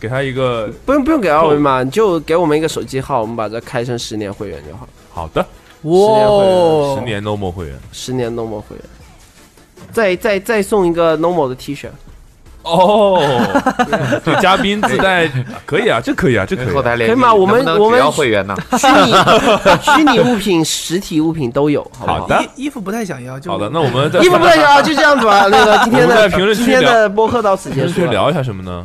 S3: 给他一个
S2: 不用不用给二维码，你就给我们一个手机号，我们把这开成十年会员就好了。
S3: 好的，
S2: 哦
S3: 十年 normal 会员
S2: 十年 normal 会员，再再再送一个 normal 的 T
S3: [LAUGHS]
S2: 恤，
S3: 哦，对，嘉宾自带可以啊，这可以啊，这可以啊、
S5: 后台联系
S2: 可以吗我们
S5: 能不能
S2: 我们
S5: 只要会员呢？
S2: 虚拟虚拟物品、实体物品都有，好不
S3: 好
S2: 嗯好？
S3: 的
S4: 衣衣服不太想要，就
S3: 好的，那我们在
S2: 衣服不太行啊，就这样子
S3: [LAUGHS]
S2: 吧。那个今天
S3: 我们在
S2: 的
S3: 评论区
S2: 今天的播客到此
S3: 评
S2: 结
S3: 论
S2: 束
S3: 区
S2: 了，
S3: 聊一下什么呢？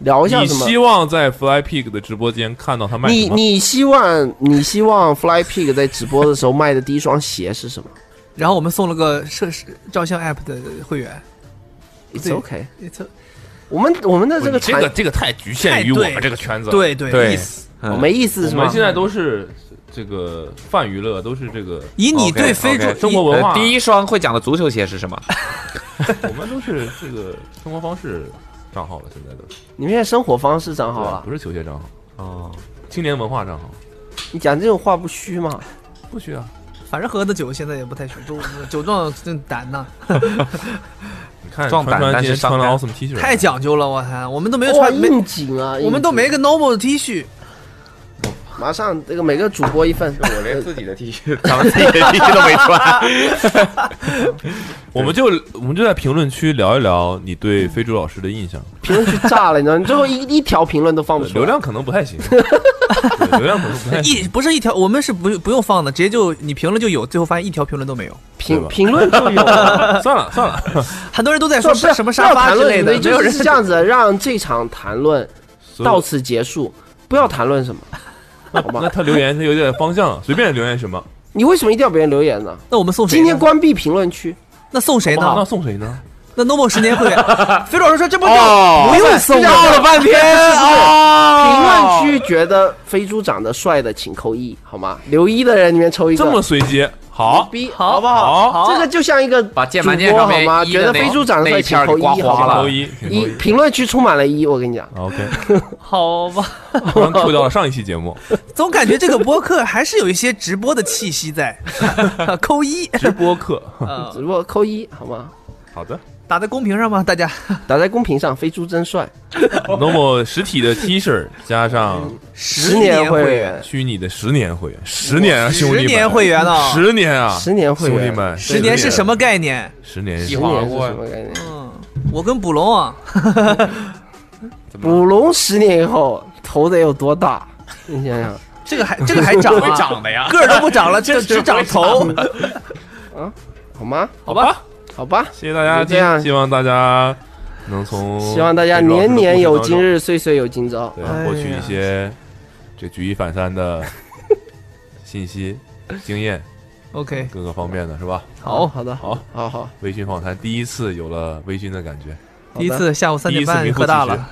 S2: 聊一下
S3: 你
S2: 什么？
S3: 希望在 Fly Pig 的直播间看到他卖
S2: 你
S3: 什么？
S2: 你希望你希望 Fly Pig 在直播的时候卖的第一双鞋是什么
S4: 然后我们送了个摄摄照相 app 的会员，
S2: ？It's
S4: 对
S2: OK，
S4: It's a-
S2: 我们我们的这个
S3: 这
S2: 产
S3: 个这个太局限于我们这个圈子了。
S4: 对对
S5: 对
S4: 意思
S5: 嗯
S2: 我没意思
S3: 嗯我
S2: 是
S3: 们
S2: 吗
S3: 现？在都是这个泛娱乐，都是这个，
S4: 以你对
S5: OK，OK，
S4: 非洲
S3: 中国文化
S5: 呃第一双会讲的足球鞋是什么？
S3: 我们都是这个生活方式账号了，现在都是
S2: 你们现在生活方式账号啊？
S3: 不是球鞋账号，
S5: 哦，
S3: 青年文化账号，
S2: 你讲这种话不虚吗？
S3: 不需要。
S4: 反正喝的酒现在也不太行，都酒壮真胆呐，
S3: 你看
S5: 壮
S3: 川川
S5: 胆
S3: 今天
S5: 但是
S3: 穿了
S5: 伤
S3: awesome T 恤，
S4: 太讲究了，我操，我们都没有
S2: 哇，
S4: 穿，没
S2: 应景啊！
S4: 我们都
S2: 应景
S4: 没个 normal 的 T 恤，
S2: 马上这个每个主播一
S3: [LAUGHS]
S2: 份，
S5: 我连自己的 T 恤，咱们自己的 T 恤都没穿。
S3: 我们就我们就在评论区聊一聊你对非洲老师的印象，
S2: 评论区炸了，你知道吗？你最后一一条评论都放不出
S3: 流
S2: 来。
S3: 量可能不太行，对流量可能
S2: 哎
S3: 不太行。
S4: 一不是一条，我们是不不用放的，直接就你评论就有，最后发现一条评论都没有。
S3: 对
S2: 评
S3: 吧
S2: 评论就有了，
S3: 算了算了，
S4: 很多人都在
S2: 不
S4: 说
S2: 要不要
S4: 什么沙发
S2: 谈
S4: 之
S2: 论
S4: 类
S2: 什么
S4: 的，没
S2: 就
S4: 有
S2: 是
S4: 人
S2: 是这样子，让这场谈论到此结束，不要谈论什么，好
S3: 那
S2: 吗？
S3: 他留言他有点方向了，随便留言什么。
S2: 你为什么一定要别人留言呢？
S4: [LAUGHS] 那我们送谁呢？
S2: 今天关闭评论区，
S4: 那送谁
S3: 那
S4: 呢？
S3: 送谁呢？
S4: 那 normal 十年会
S2: [LAUGHS]
S4: 员，肥老师说这不就
S2: 哦
S4: 不用送了半
S5: [LAUGHS]
S4: 天
S2: 评论
S4: 啊
S2: 区觉得飞猪长得帅的请扣一，好吗？留一的人里面抽一个，
S3: 这么随机，
S2: 牛
S3: 好，
S2: 逼，
S4: 好
S2: 好不好？
S3: 好
S2: 这个就像一个
S5: 把键
S2: 主
S5: 盘键
S2: 播
S5: 上
S2: 好
S5: 面
S2: 吗？
S5: 一
S2: 觉得
S5: 的那
S2: 非猪长得
S5: 那
S2: 帅，
S5: 一
S2: 请
S5: 片儿
S2: 扣
S5: 给刮
S2: 一，好
S5: 花
S2: 不
S5: 了
S2: 好
S3: 扣？一，
S2: 一评论区充满了一，我跟你讲，
S3: OK，
S4: 好吧，
S3: 突然 Q 到了上一期节目，
S4: 总感觉这个播客还是有一些直播的气息在。 [LAUGHS]
S2: [LAUGHS]
S4: 扣一，
S3: 直播课。
S4: 呃
S2: 只不过扣一，好吗？
S3: 好的
S4: 打在公屏上吗？大家
S2: 打在公屏上，飞猪真帅，
S3: ，Normal 实体的 T 恤加上
S4: 十
S2: 年
S4: 会
S2: 员，
S3: 虚拟的十年会员，十年啊，兄弟
S4: 十
S3: 们，
S4: 年会员呢？
S3: 十年啊，
S2: 十年会员
S3: 兄弟们，
S4: 十年是什么概念？
S3: 十年？十
S5: 计
S3: 年
S5: 划
S2: 十
S5: 哇
S2: 年是
S5: 我
S2: 什么概念？
S4: 嗯，我跟捕龙啊，
S2: 捕龙十年以后头得有多大？ [LAUGHS] 你想想，
S4: 这个还这个还 [LAUGHS]
S5: [LAUGHS]
S4: 长啊，
S3: [LAUGHS]
S5: 的呀
S4: 个儿都不长了，就只长头。
S2: 好吗？
S3: 好
S5: [LAUGHS]
S3: 吧，
S2: 好吧，
S3: 谢谢大家，
S2: 就这样
S3: 希望大家能从
S2: 希望大家年年有今日，岁岁有今朝。
S3: 哦对，
S4: 哎呀
S3: 获取一些这举一反三的 [LAUGHS] 信息、经验，
S4: OK，
S3: 各个方面的是吧？
S2: 好好的，
S3: 好，
S2: 好
S3: [LAUGHS]
S2: 好，
S3: 微醺访谈第一次有了微醺的感觉，
S2: 好的
S4: 第一，次下午三
S3: 第
S4: 点
S3: 一次
S4: 半
S3: 没
S4: 喝大了。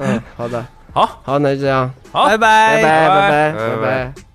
S2: 嗯，好的，
S3: 好，
S2: 好，那就这样，
S3: 好
S4: 拜
S2: 拜拜
S4: 拜
S2: 拜拜
S5: 拜
S2: 拜
S5: 拜
S2: 拜。